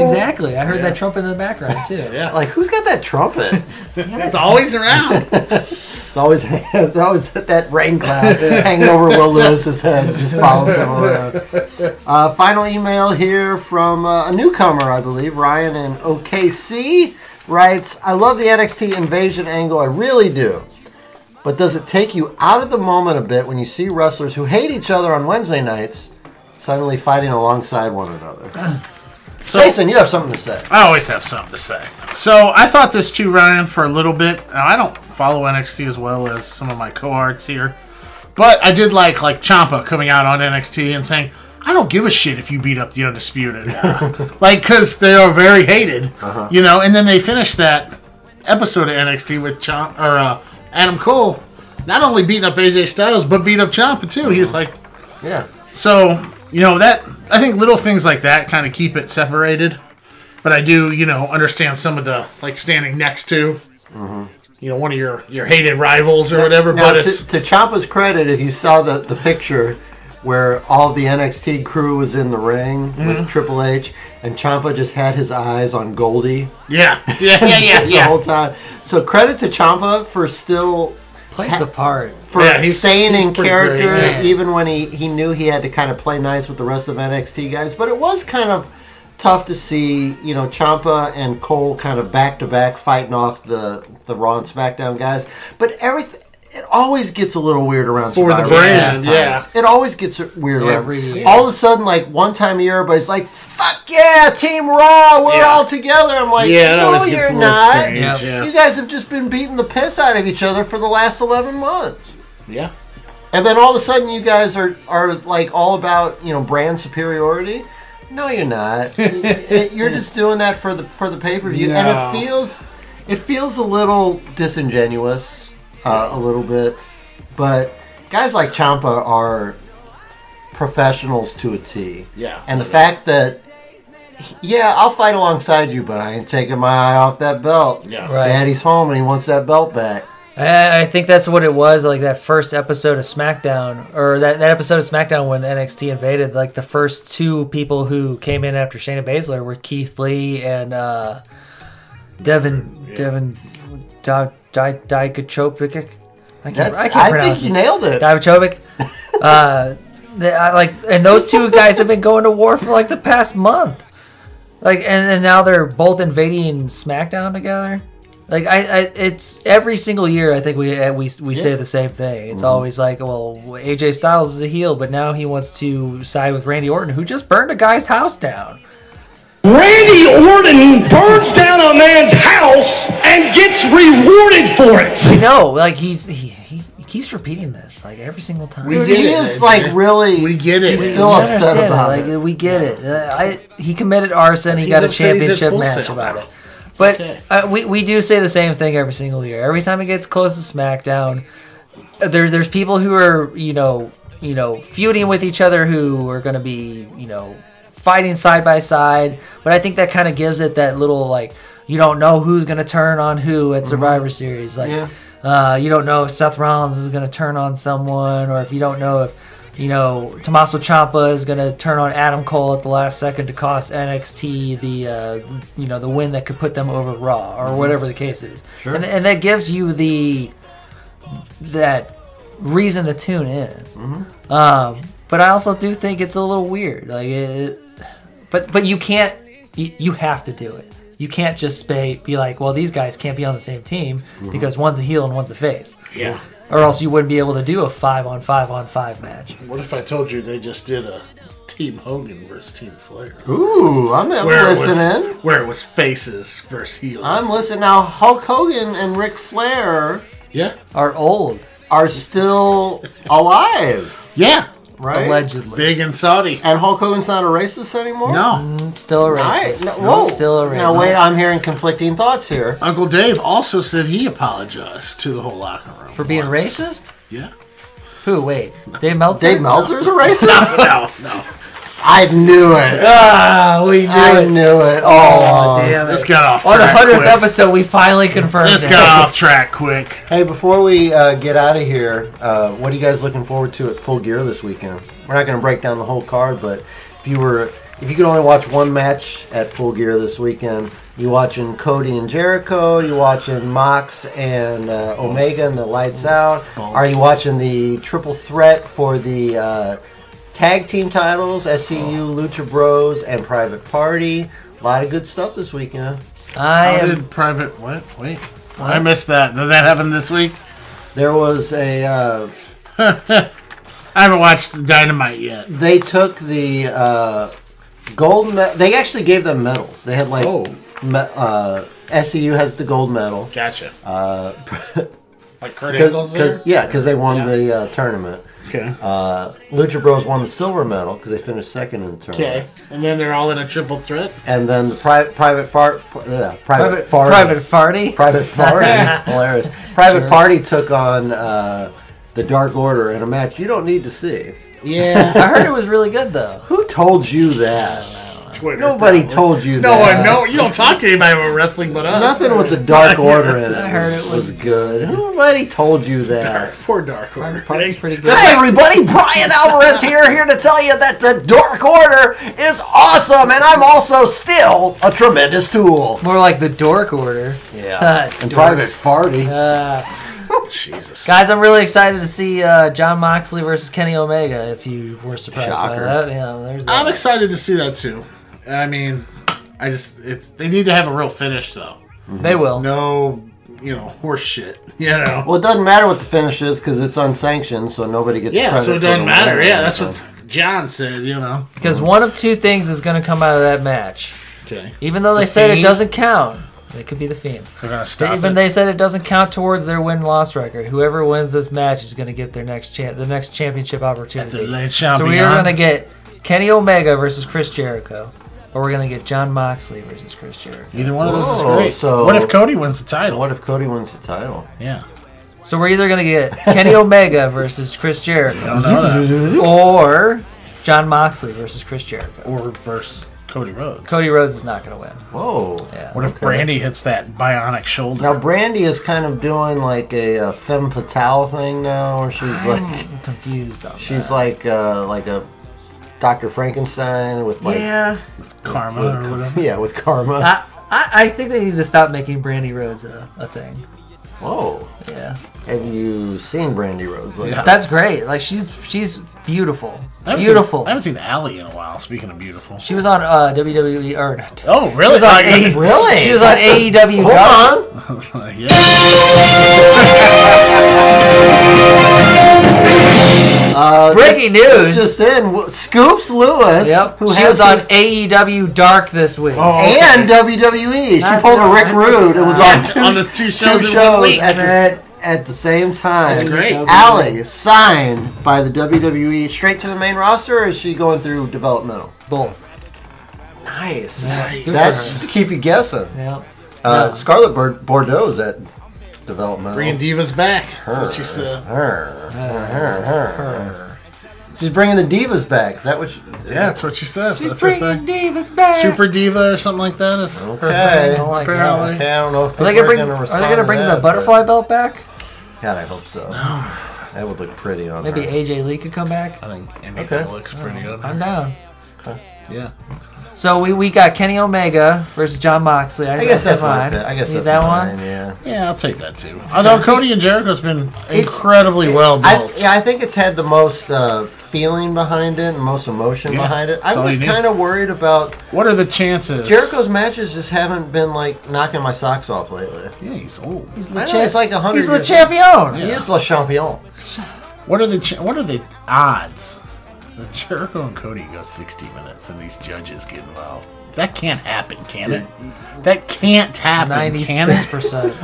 Exactly. I heard that trump in the background too. <laughs> yeah. Like who's got that trumpet? <laughs> It's always <laughs> around. It's always <laughs> it's always that rain cloud hanging over Will Lewis's head, just follows him around. Uh, final email here from uh, a newcomer, I believe, Ryan in OKC writes, "I love the NXT invasion angle, I really do. But does it take you out of the moment a bit when you see wrestlers who hate each other on Wednesday nights suddenly fighting alongside one <clears throat> another?" Jason, you have something to say. I always have something to say. Oh, So I thought this too, Ryan, for a little bit. Now, I don't follow NXT as well as some of my cohorts here, but I did like like Champa coming out on NXT and saying, "I don't give a shit if you beat up the Undisputed," Era." like because they are very hated, you know. And then they finished that episode of NXT with Champ or uh, Adam Cole, not only beating up AJ Styles but beat up Champa too. He was like, Yeah. so, you know, that I think little things like that kind of keep it separated. But I do, you know, understand some of the like standing next to, Mm-hmm. you know, one of your your hated rivals or whatever. Now, but to, it's to Ciampa's credit, if you saw the, the picture where all the NXT crew was in the ring with Mhm. Triple H, and Ciampa just had his eyes on Goldie yeah, <laughs> yeah, yeah, yeah, <laughs> the yeah. whole time. So credit to Ciampa for still Plays the part. for Yeah, he's- staying he's in pretty character, great, yeah. even when he, he knew he had to kind of play nice with the rest of NXT guys. But it was kind of tough to see, you know, Champa and Cole kind of back to back fighting off the the Raw and SmackDown guys. But everything. It always gets a little weird around For the Survivor brand, Series yeah. times. It always gets weird Every around. year. All of a sudden, like one time a year, everybody's like, "Fuck yeah, Team Raw, we're Yeah. all together." I'm like, Yeah, it "No, always gets you're a little not. strange, yeah. You guys have just been beating the piss out of each other for the last eleven months." yeah. And then all of a sudden, you guys are are like all about you know brand superiority. No, <laughs> you're not. Y- you're just doing that for the for the pay per view, and No. it feels it feels a little disingenuous, uh, a little bit. But guys like Champa are professionals to a T. Yeah. And the fact that yeah, I'll fight alongside you, but I ain't taking my eye off that belt. Yeah. Right. Daddy's home and he wants that belt back. I I think that's what it was. Like that first episode of SmackDown, or that, that episode of SmackDown when NXT invaded. Like the first two people who came in after Shayna Baszler were Keith Lee and uh, Devin Devin Dog Di Diakochopic. I can't, That's- I can't I think pronounce you his- nailed it. <laughs> Diakochopic. uh, they- I, like, and those two guys have been going to war for like the past month. Like, and, and now they're both invading SmackDown together. Like, I, I it's every single year. I think we uh, we we say Yeah. the same thing. It's Mhm. always like, well, AJ Styles is a heel, but now he wants to side with Randy Orton, who just burned a guy's house down. Randy Orton burns down a man's house and gets rewarded for it. I know, like he's he, he, he keeps repeating this like every single time. We Dude, get he it, is, man. like, really- We get it. he's still We upset understand about Like, we get it. Uh, I he committed arson. He He's got a upset he's at championship Full match Sail about now. it. But okay. uh, we we do say the same thing every single year. Every time it gets close to SmackDown, uh, there's there's people who are you know you know feuding with each other who are going to be you know fighting side by side. But I think that kind of gives it that little like you don't know who's going to turn on who at Survivor Series. Like Mm-hmm. Yeah. uh, you don't know if Seth Rollins is going to turn on someone, or if you don't know if you know Tommaso Ciampa is going to turn on Adam Cole at the last second to cost NXT the uh, you know the win that could put them over Raw or Mhm. whatever the case is. Sure. And, and that gives you the that reason to tune in. Mm-hmm. Um, but I also do think it's a little weird. Like, it, but but you can't. You, you have to do it. You can't just be, be like, well, these guys can't be on the same team Mm-hmm. Mhm. because one's a heel and one's a face. Yeah. Or else you wouldn't be able to do a five on five on five match. What if I told you they just did a Team Hogan versus Team Flair? Ooh, I'm Where it was- listening. where it was faces versus heels. I'm listening now. Hulk Hogan and Ric Flair. Yeah. Are old. Are still <laughs> alive. Yeah. Right. Allegedly. Big and Saudi. And Hulk Hogan's not a racist anymore. No. Still a Nice. racist. No, whoa. Still a racist. Now wait, I'm hearing conflicting thoughts here. Uncle Dave also said he apologized to the whole locker room For being once. racist? Yeah. Who? Wait. Dave Meltzer? Dave Meltzer's a <laughs> racist? no, no. I knew it. Ah, we knew I it. knew it. Oh, all along. damn it. This got off On the track 100th quick. episode, we finally confirmed This it. got off track quick. Hey, before we uh, get out of here, uh, what are you guys looking forward to at Full Gear this weekend? We're not going to break down the whole card, but if you were, if you could only watch one match at Full Gear this weekend, you watching Cody and Jericho, you watching Mox and uh, Omega and the Lights Out. Are you watching the Triple Threat for the uh, tag team titles? SCU, Lucha Bros, and Private Party. A lot of good stuff this weekend. I How am- did Private what? Wait, What? I missed that. Did that happen this week? There was a. Uh, <laughs> I haven't watched Dynamite yet. uh, they took the uh, gold. Me- they actually gave them medals. They had like Oh. me- uh, SCU has the gold medal. Gotcha. Uh, <laughs> Like Kurt Cause- Angle's 'cause- there? yeah, because they won Yeah. the uh, tournament. Okay. Uh, Lucha Bros won the silver medal because they finished second in the Okay. tournament. And then they're all in a triple threat. And then the pri- private fart, uh, Private- private farty, private farty, <laughs> private farty, hilarious. Private Jerks. party took on uh, the Dark Order in a match you don't need to see. Yeah. I heard it was really good, though. Who told you that? Twitter. Nobody probably. told you no, that. No, no, you don't talk to anybody about wrestling but us. Nothing with the Dark Order in <laughs> it. I heard it was, good. Nobody told you that. Poor Dark Order. Party's <laughs> pretty good. Hey everybody, Brian Alvarez here, here to tell you that the Dark Order is awesome, and I'm also still a tremendous tool. More like the dork order. <laughs> Yeah. And Dorks. Private Farty. Uh, Oh, Jesus. Guys, I'm really excited to see uh, John Moxley versus Kenny Omega. If you were surprised Shocker. by that, yeah, there's that. I'm excited to see that too. I mean, I just it's they need to have a real finish though. They will. No, you know, horse shit. <laughs> You know. Well, it doesn't matter what the finish is because it's unsanctioned, so nobody gets yeah, credit. so it for the doesn't matter. win. Yeah, that's what John said. You know. because Mm-hmm. one of two things is going to come out of that match. Okay. Even though they The said it Fiend? doesn't count, it could be the Fiend. They're gonna stop Even it. they said it doesn't count towards their win-loss record. Whoever wins this match is going to get their next cha- the next championship opportunity. Le So we Champion. are going to get Kenny Omega versus Chris Jericho, or we're going to get John Moxley versus Chris Jericho. Either one of those Whoa, is great. so- what if Cody wins the title? What if Cody wins the title? Yeah. So we're either going to get <laughs> Kenny Omega versus Chris Jericho, I don't know or John Moxley versus Chris Jericho, or versus Cody Rhodes. Cody Rhodes is not going to win. Whoa. Yeah. What if Okay. Brandy hits that bionic shoulder? Now Brandy is kind of doing like a, uh femme fatale thing now, where she's like confused. On she's like uh, like a Dr. Frankenstein with like Yeah. Karma or whatever. Yeah, with karma. I, I, I think they need to stop making Brandy Rhodes a, a thing. Whoa. Yeah. Have you seen Brandy Rhodes? Like That's great. Like she's she's beautiful, I haven't beautiful. Seen, I haven't seen Allie in a while. oh, Speaking of beautiful, She was on uh, WWE or not. Oh, really? She was on, Like, <laughs> A- E really? She was on That's a- AEW. hold <laughs> Dark. Uh, Breaking that's- news. that's Just in, W- Scoops Lewis. Yep. Who she has Oh, was on his- AEW Dark this week. and WWE. She I pulled a know, Rick I- Rude. It was on two, on the two shows in one shows week. at, the, at the same time. That's great. Allie signed by the WWE straight to the main roster, or is she going through developmental? Both. Nice. Yeah, good for That's her. to keep you guessing. Yeah. Uh, Yeah. Scarlet Bor- Bordeaux's at developmental. bringing divas back. That's Her, what she said. her, her, her, her. She's bringing the divas back. Is that what? She, Yeah, that's what she says. She's That's her bringing thing. divas back. Super diva or something like that. Is okay. Okay. <laughs> Oh my apparently. Okay, I don't know if Are they people gonna bring? gonna Are they respond gonna to bring that, the but- butterfly belt back? God, I hope <sighs> so. That would look pretty on Maybe her. AJ Lee could come back. Oh, I think anything Okay. looks pretty good. I'm down. Yeah. So we, we got Kenny Omega versus John Moxley. I, I guess that's mine. mine. I guess Need that's that mine, one. Yeah. Yeah, I'll take that too. <laughs> Although Cody and Jericho's been incredibly well I, built. yeah, I think it's had the most uh, feeling behind it and most emotion Yeah, behind it. I that's all was you need. kind of worried about What are the chances? Jericho's matches. Just haven't been like knocking my socks off lately. Yeah, he's old. He's I the know, it's like a hundred. He's the years- champion. He is Le Champion. What are the ch- What are the odds that Jericho and Cody go 60 minutes and these judges get involved? That can't happen, can it? That can't happen. Can Ninety-six it? <laughs> percent.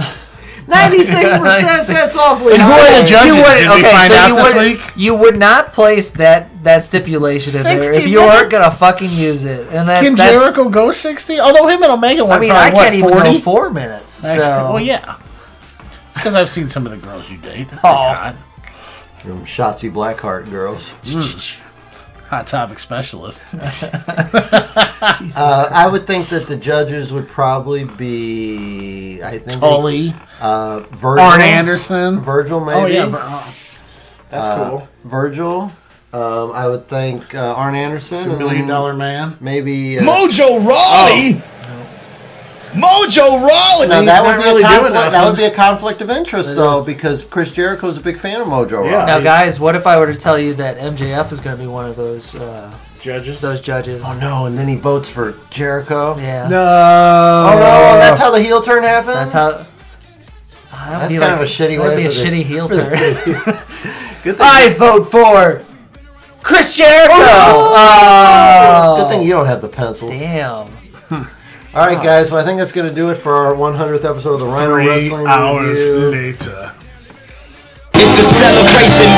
<laughs> Ninety-six percent. That's awfully. And who high. are the judges? You would Did we okay, find so out you this would week? you would not place that that stipulation in there if 60 you weren't minutes? gonna fucking use it. And that's, Can that's Jericho go 60? Although him and Omega went I mean, probably, I can't what, even 40? go four minutes. Like, So Well, yeah. It's because I've seen some of the girls you date. Oh, God. Them Shotzi Blackheart girls. Mm. <laughs> Hot topic <laughs> specialist. Uh, I would think that the judges would probably be. I think Tully, Uh, Virgil. Arn Anderson. Virgil, maybe. Oh, yeah. but, uh, That's Uh, cool. Virgil. Um, I would think uh, Arn Anderson. The and Million then Dollar Man. Maybe. Uh, Mojo Rawley. Mojo Rawley. no, he's that would not be really a doing conflict. nothing. That would be a conflict of interest, It though, is. because Chris Jericho's a big fan of Mojo Yeah. Rawley. now, guys, what if I were to tell you that MJF is gonna be one of those uh, Judges. those judges? Oh no! And then he votes for Jericho. Yeah, No. Oh no! That's how the heel turn happens. that's how. Ah, that would That's be kind like- of a shitty That'd way be a for the- shitty heel turn. <laughs> Good thing. I vote for Chris Jericho. Oh, Good thing you don't have the pencil. Damn. <laughs> All right, guys. Well, I think that's going to do it for our 100th episode of the Rhino Three Wrestling hours Review. later. It's a celebration,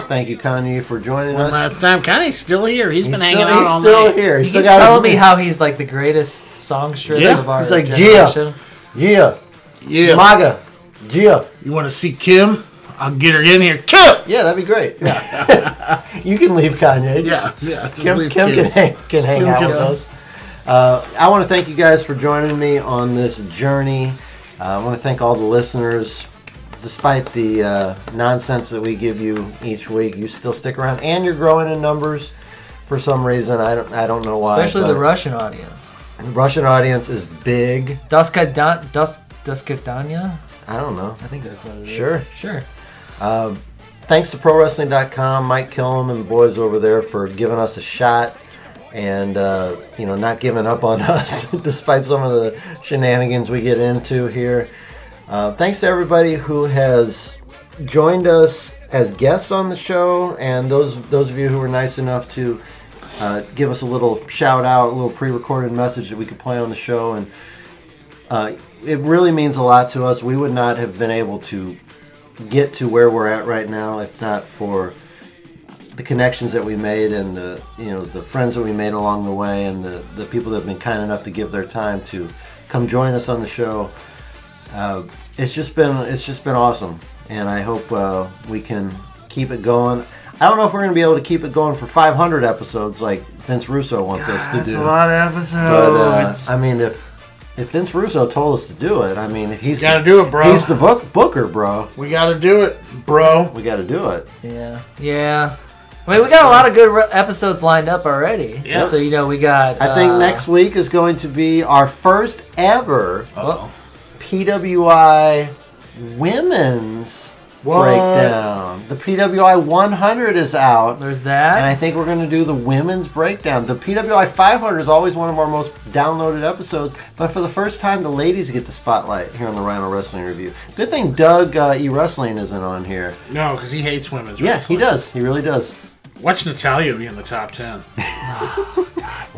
bitches. Thank you, Kanye, for joining One us. last time. Connie's still here. He's He's been hanging still, out he's all still night. here. He He's still keeps got his telling me mi- how he's like the greatest songstress Yeah. of our He's like, "Yeah." generation. Yeah, Yeah. MAGA. Yeah. You want to see Kim? I'll get her in here. Kim! Yeah, that'd be great. Yeah. <laughs> you can leave Kanye. Yeah, Just- yeah. just Kim, leave Kim Kim. can hang, can hang Kim out can- with us. Uh, I want to thank you guys for joining me on this journey. Uh, I want to thank all the listeners. Despite the uh, nonsense that we give you each week, you still stick around, and you're growing in numbers. For some reason, I don't I don't know why. Especially the but Russian audience. the Russian audience is big. Duska Dan- Dus Duskadanya? I don't know. I think that's what it is. Sure. Uh, Sure. thanks to ProWrestling.com, Mike Killam and the boys over there for giving us a shot and uh, you know not giving up on <laughs> us despite some of the shenanigans we get into here. Uh, thanks to everybody who has joined us as guests on the show, and those those of you who were nice enough to uh, give us a little shout out, a little pre-recorded message that we could play on the show, and uh, it really means a lot to us. We would not have been able to get to where we're at right now if not for the connections that we made and the you know the friends that we made along the way and the, the people that have been kind enough to give their time to come join us on the show uh, it's just been it's just been awesome and i hope uh, we can keep it going I don't know if we're going to be able to keep it going for 500 episodes like Vince Russo wants us to do. that's a lot of episodes. But, uh, I mean, if if Vince Russo told us to do it, I mean, he's Gotta do it, bro. He's the book, booker, bro. We gotta do it, bro. We got to do it. Yeah. Yeah. I mean, we got a lot of good re- episodes lined up already. Yeah. So, you know, we got. I think uh, next week is going to be our first ever PWI women's What? breakdown. The PWI 100 is out. There's that. And I think we're going to do the women's breakdown. The PWI 500 is always one of our most downloaded episodes, but for the first time, the ladies get the spotlight here on the Rhino Wrestling Review. Good thing Doug uh, E Wrestling isn't on here. No, because he hates women. Yes, he does. He really does. Watch Natalia be in the top ten.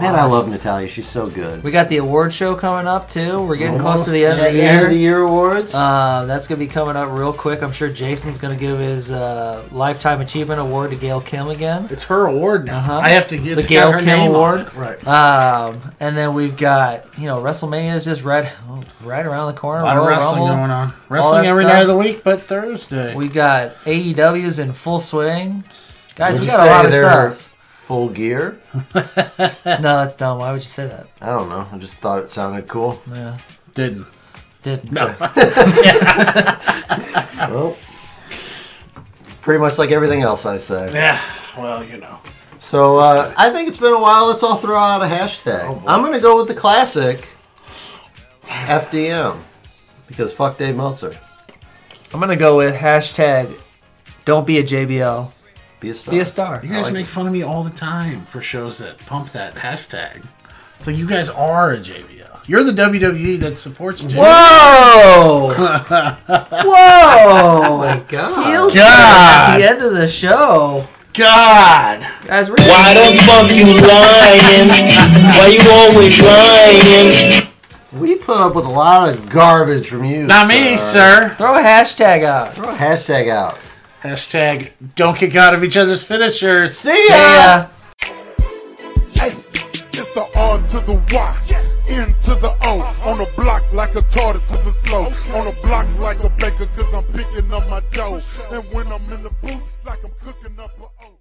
Man, I love Natalia. She's so good. We got the award show coming up too. We're getting close Almost. to the end of the Yeah, year. end of the year awards. Uh, that's gonna be coming up real quick. I'm sure Jason's gonna give his uh, lifetime achievement award to Gail Kim again. It's her award now. Uh-huh. I have to get the Gail Kim award. Right. Um, and then we've got you know WrestleMania is just right oh, right around the corner. A lot of Royal wrestling Rumble, going on. all Wrestling that every stuff. night of the week, but Thursday. We got AEW's in full swing. Guys, Would we you got a say lot of they're stuff. <laughs> Full gear. no, that's dumb. Why would you say that? I don't know. I just thought it sounded cool. Yeah. Didn't. Didn't. No. <laughs> <laughs> well, pretty much like everything else I say. yeah. Well, you know. So uh, I think it's been a while. Let's all throw out a hashtag. Oh, I'm going to go with the classic FDM because fuck Dave Meltzer. I'm gonna go with hashtag Don't be a JBL. Be a Be a star. You guys make fun of me all the time for shows that pump that hashtag. So you guys are a JBL. You're the WWE that supports JBL. <laughs> Whoa! Whoa! Oh my God. Heel turn God. At the end of the show. God. Guys, we're Why the fuck you lying? Why you always lying? We put up with a lot of garbage from you. Not me, sir. Throw a hashtag out. Throw a hashtag out. Hashtag don't kick out of each other's finishers. See ya. Hey, it's the R to the Y, N to the O. On the block like a tortoise with a slow. On the block like a baker, cause I'm picking up my dough. And when I'm in the booth, like I'm cooking up a oat.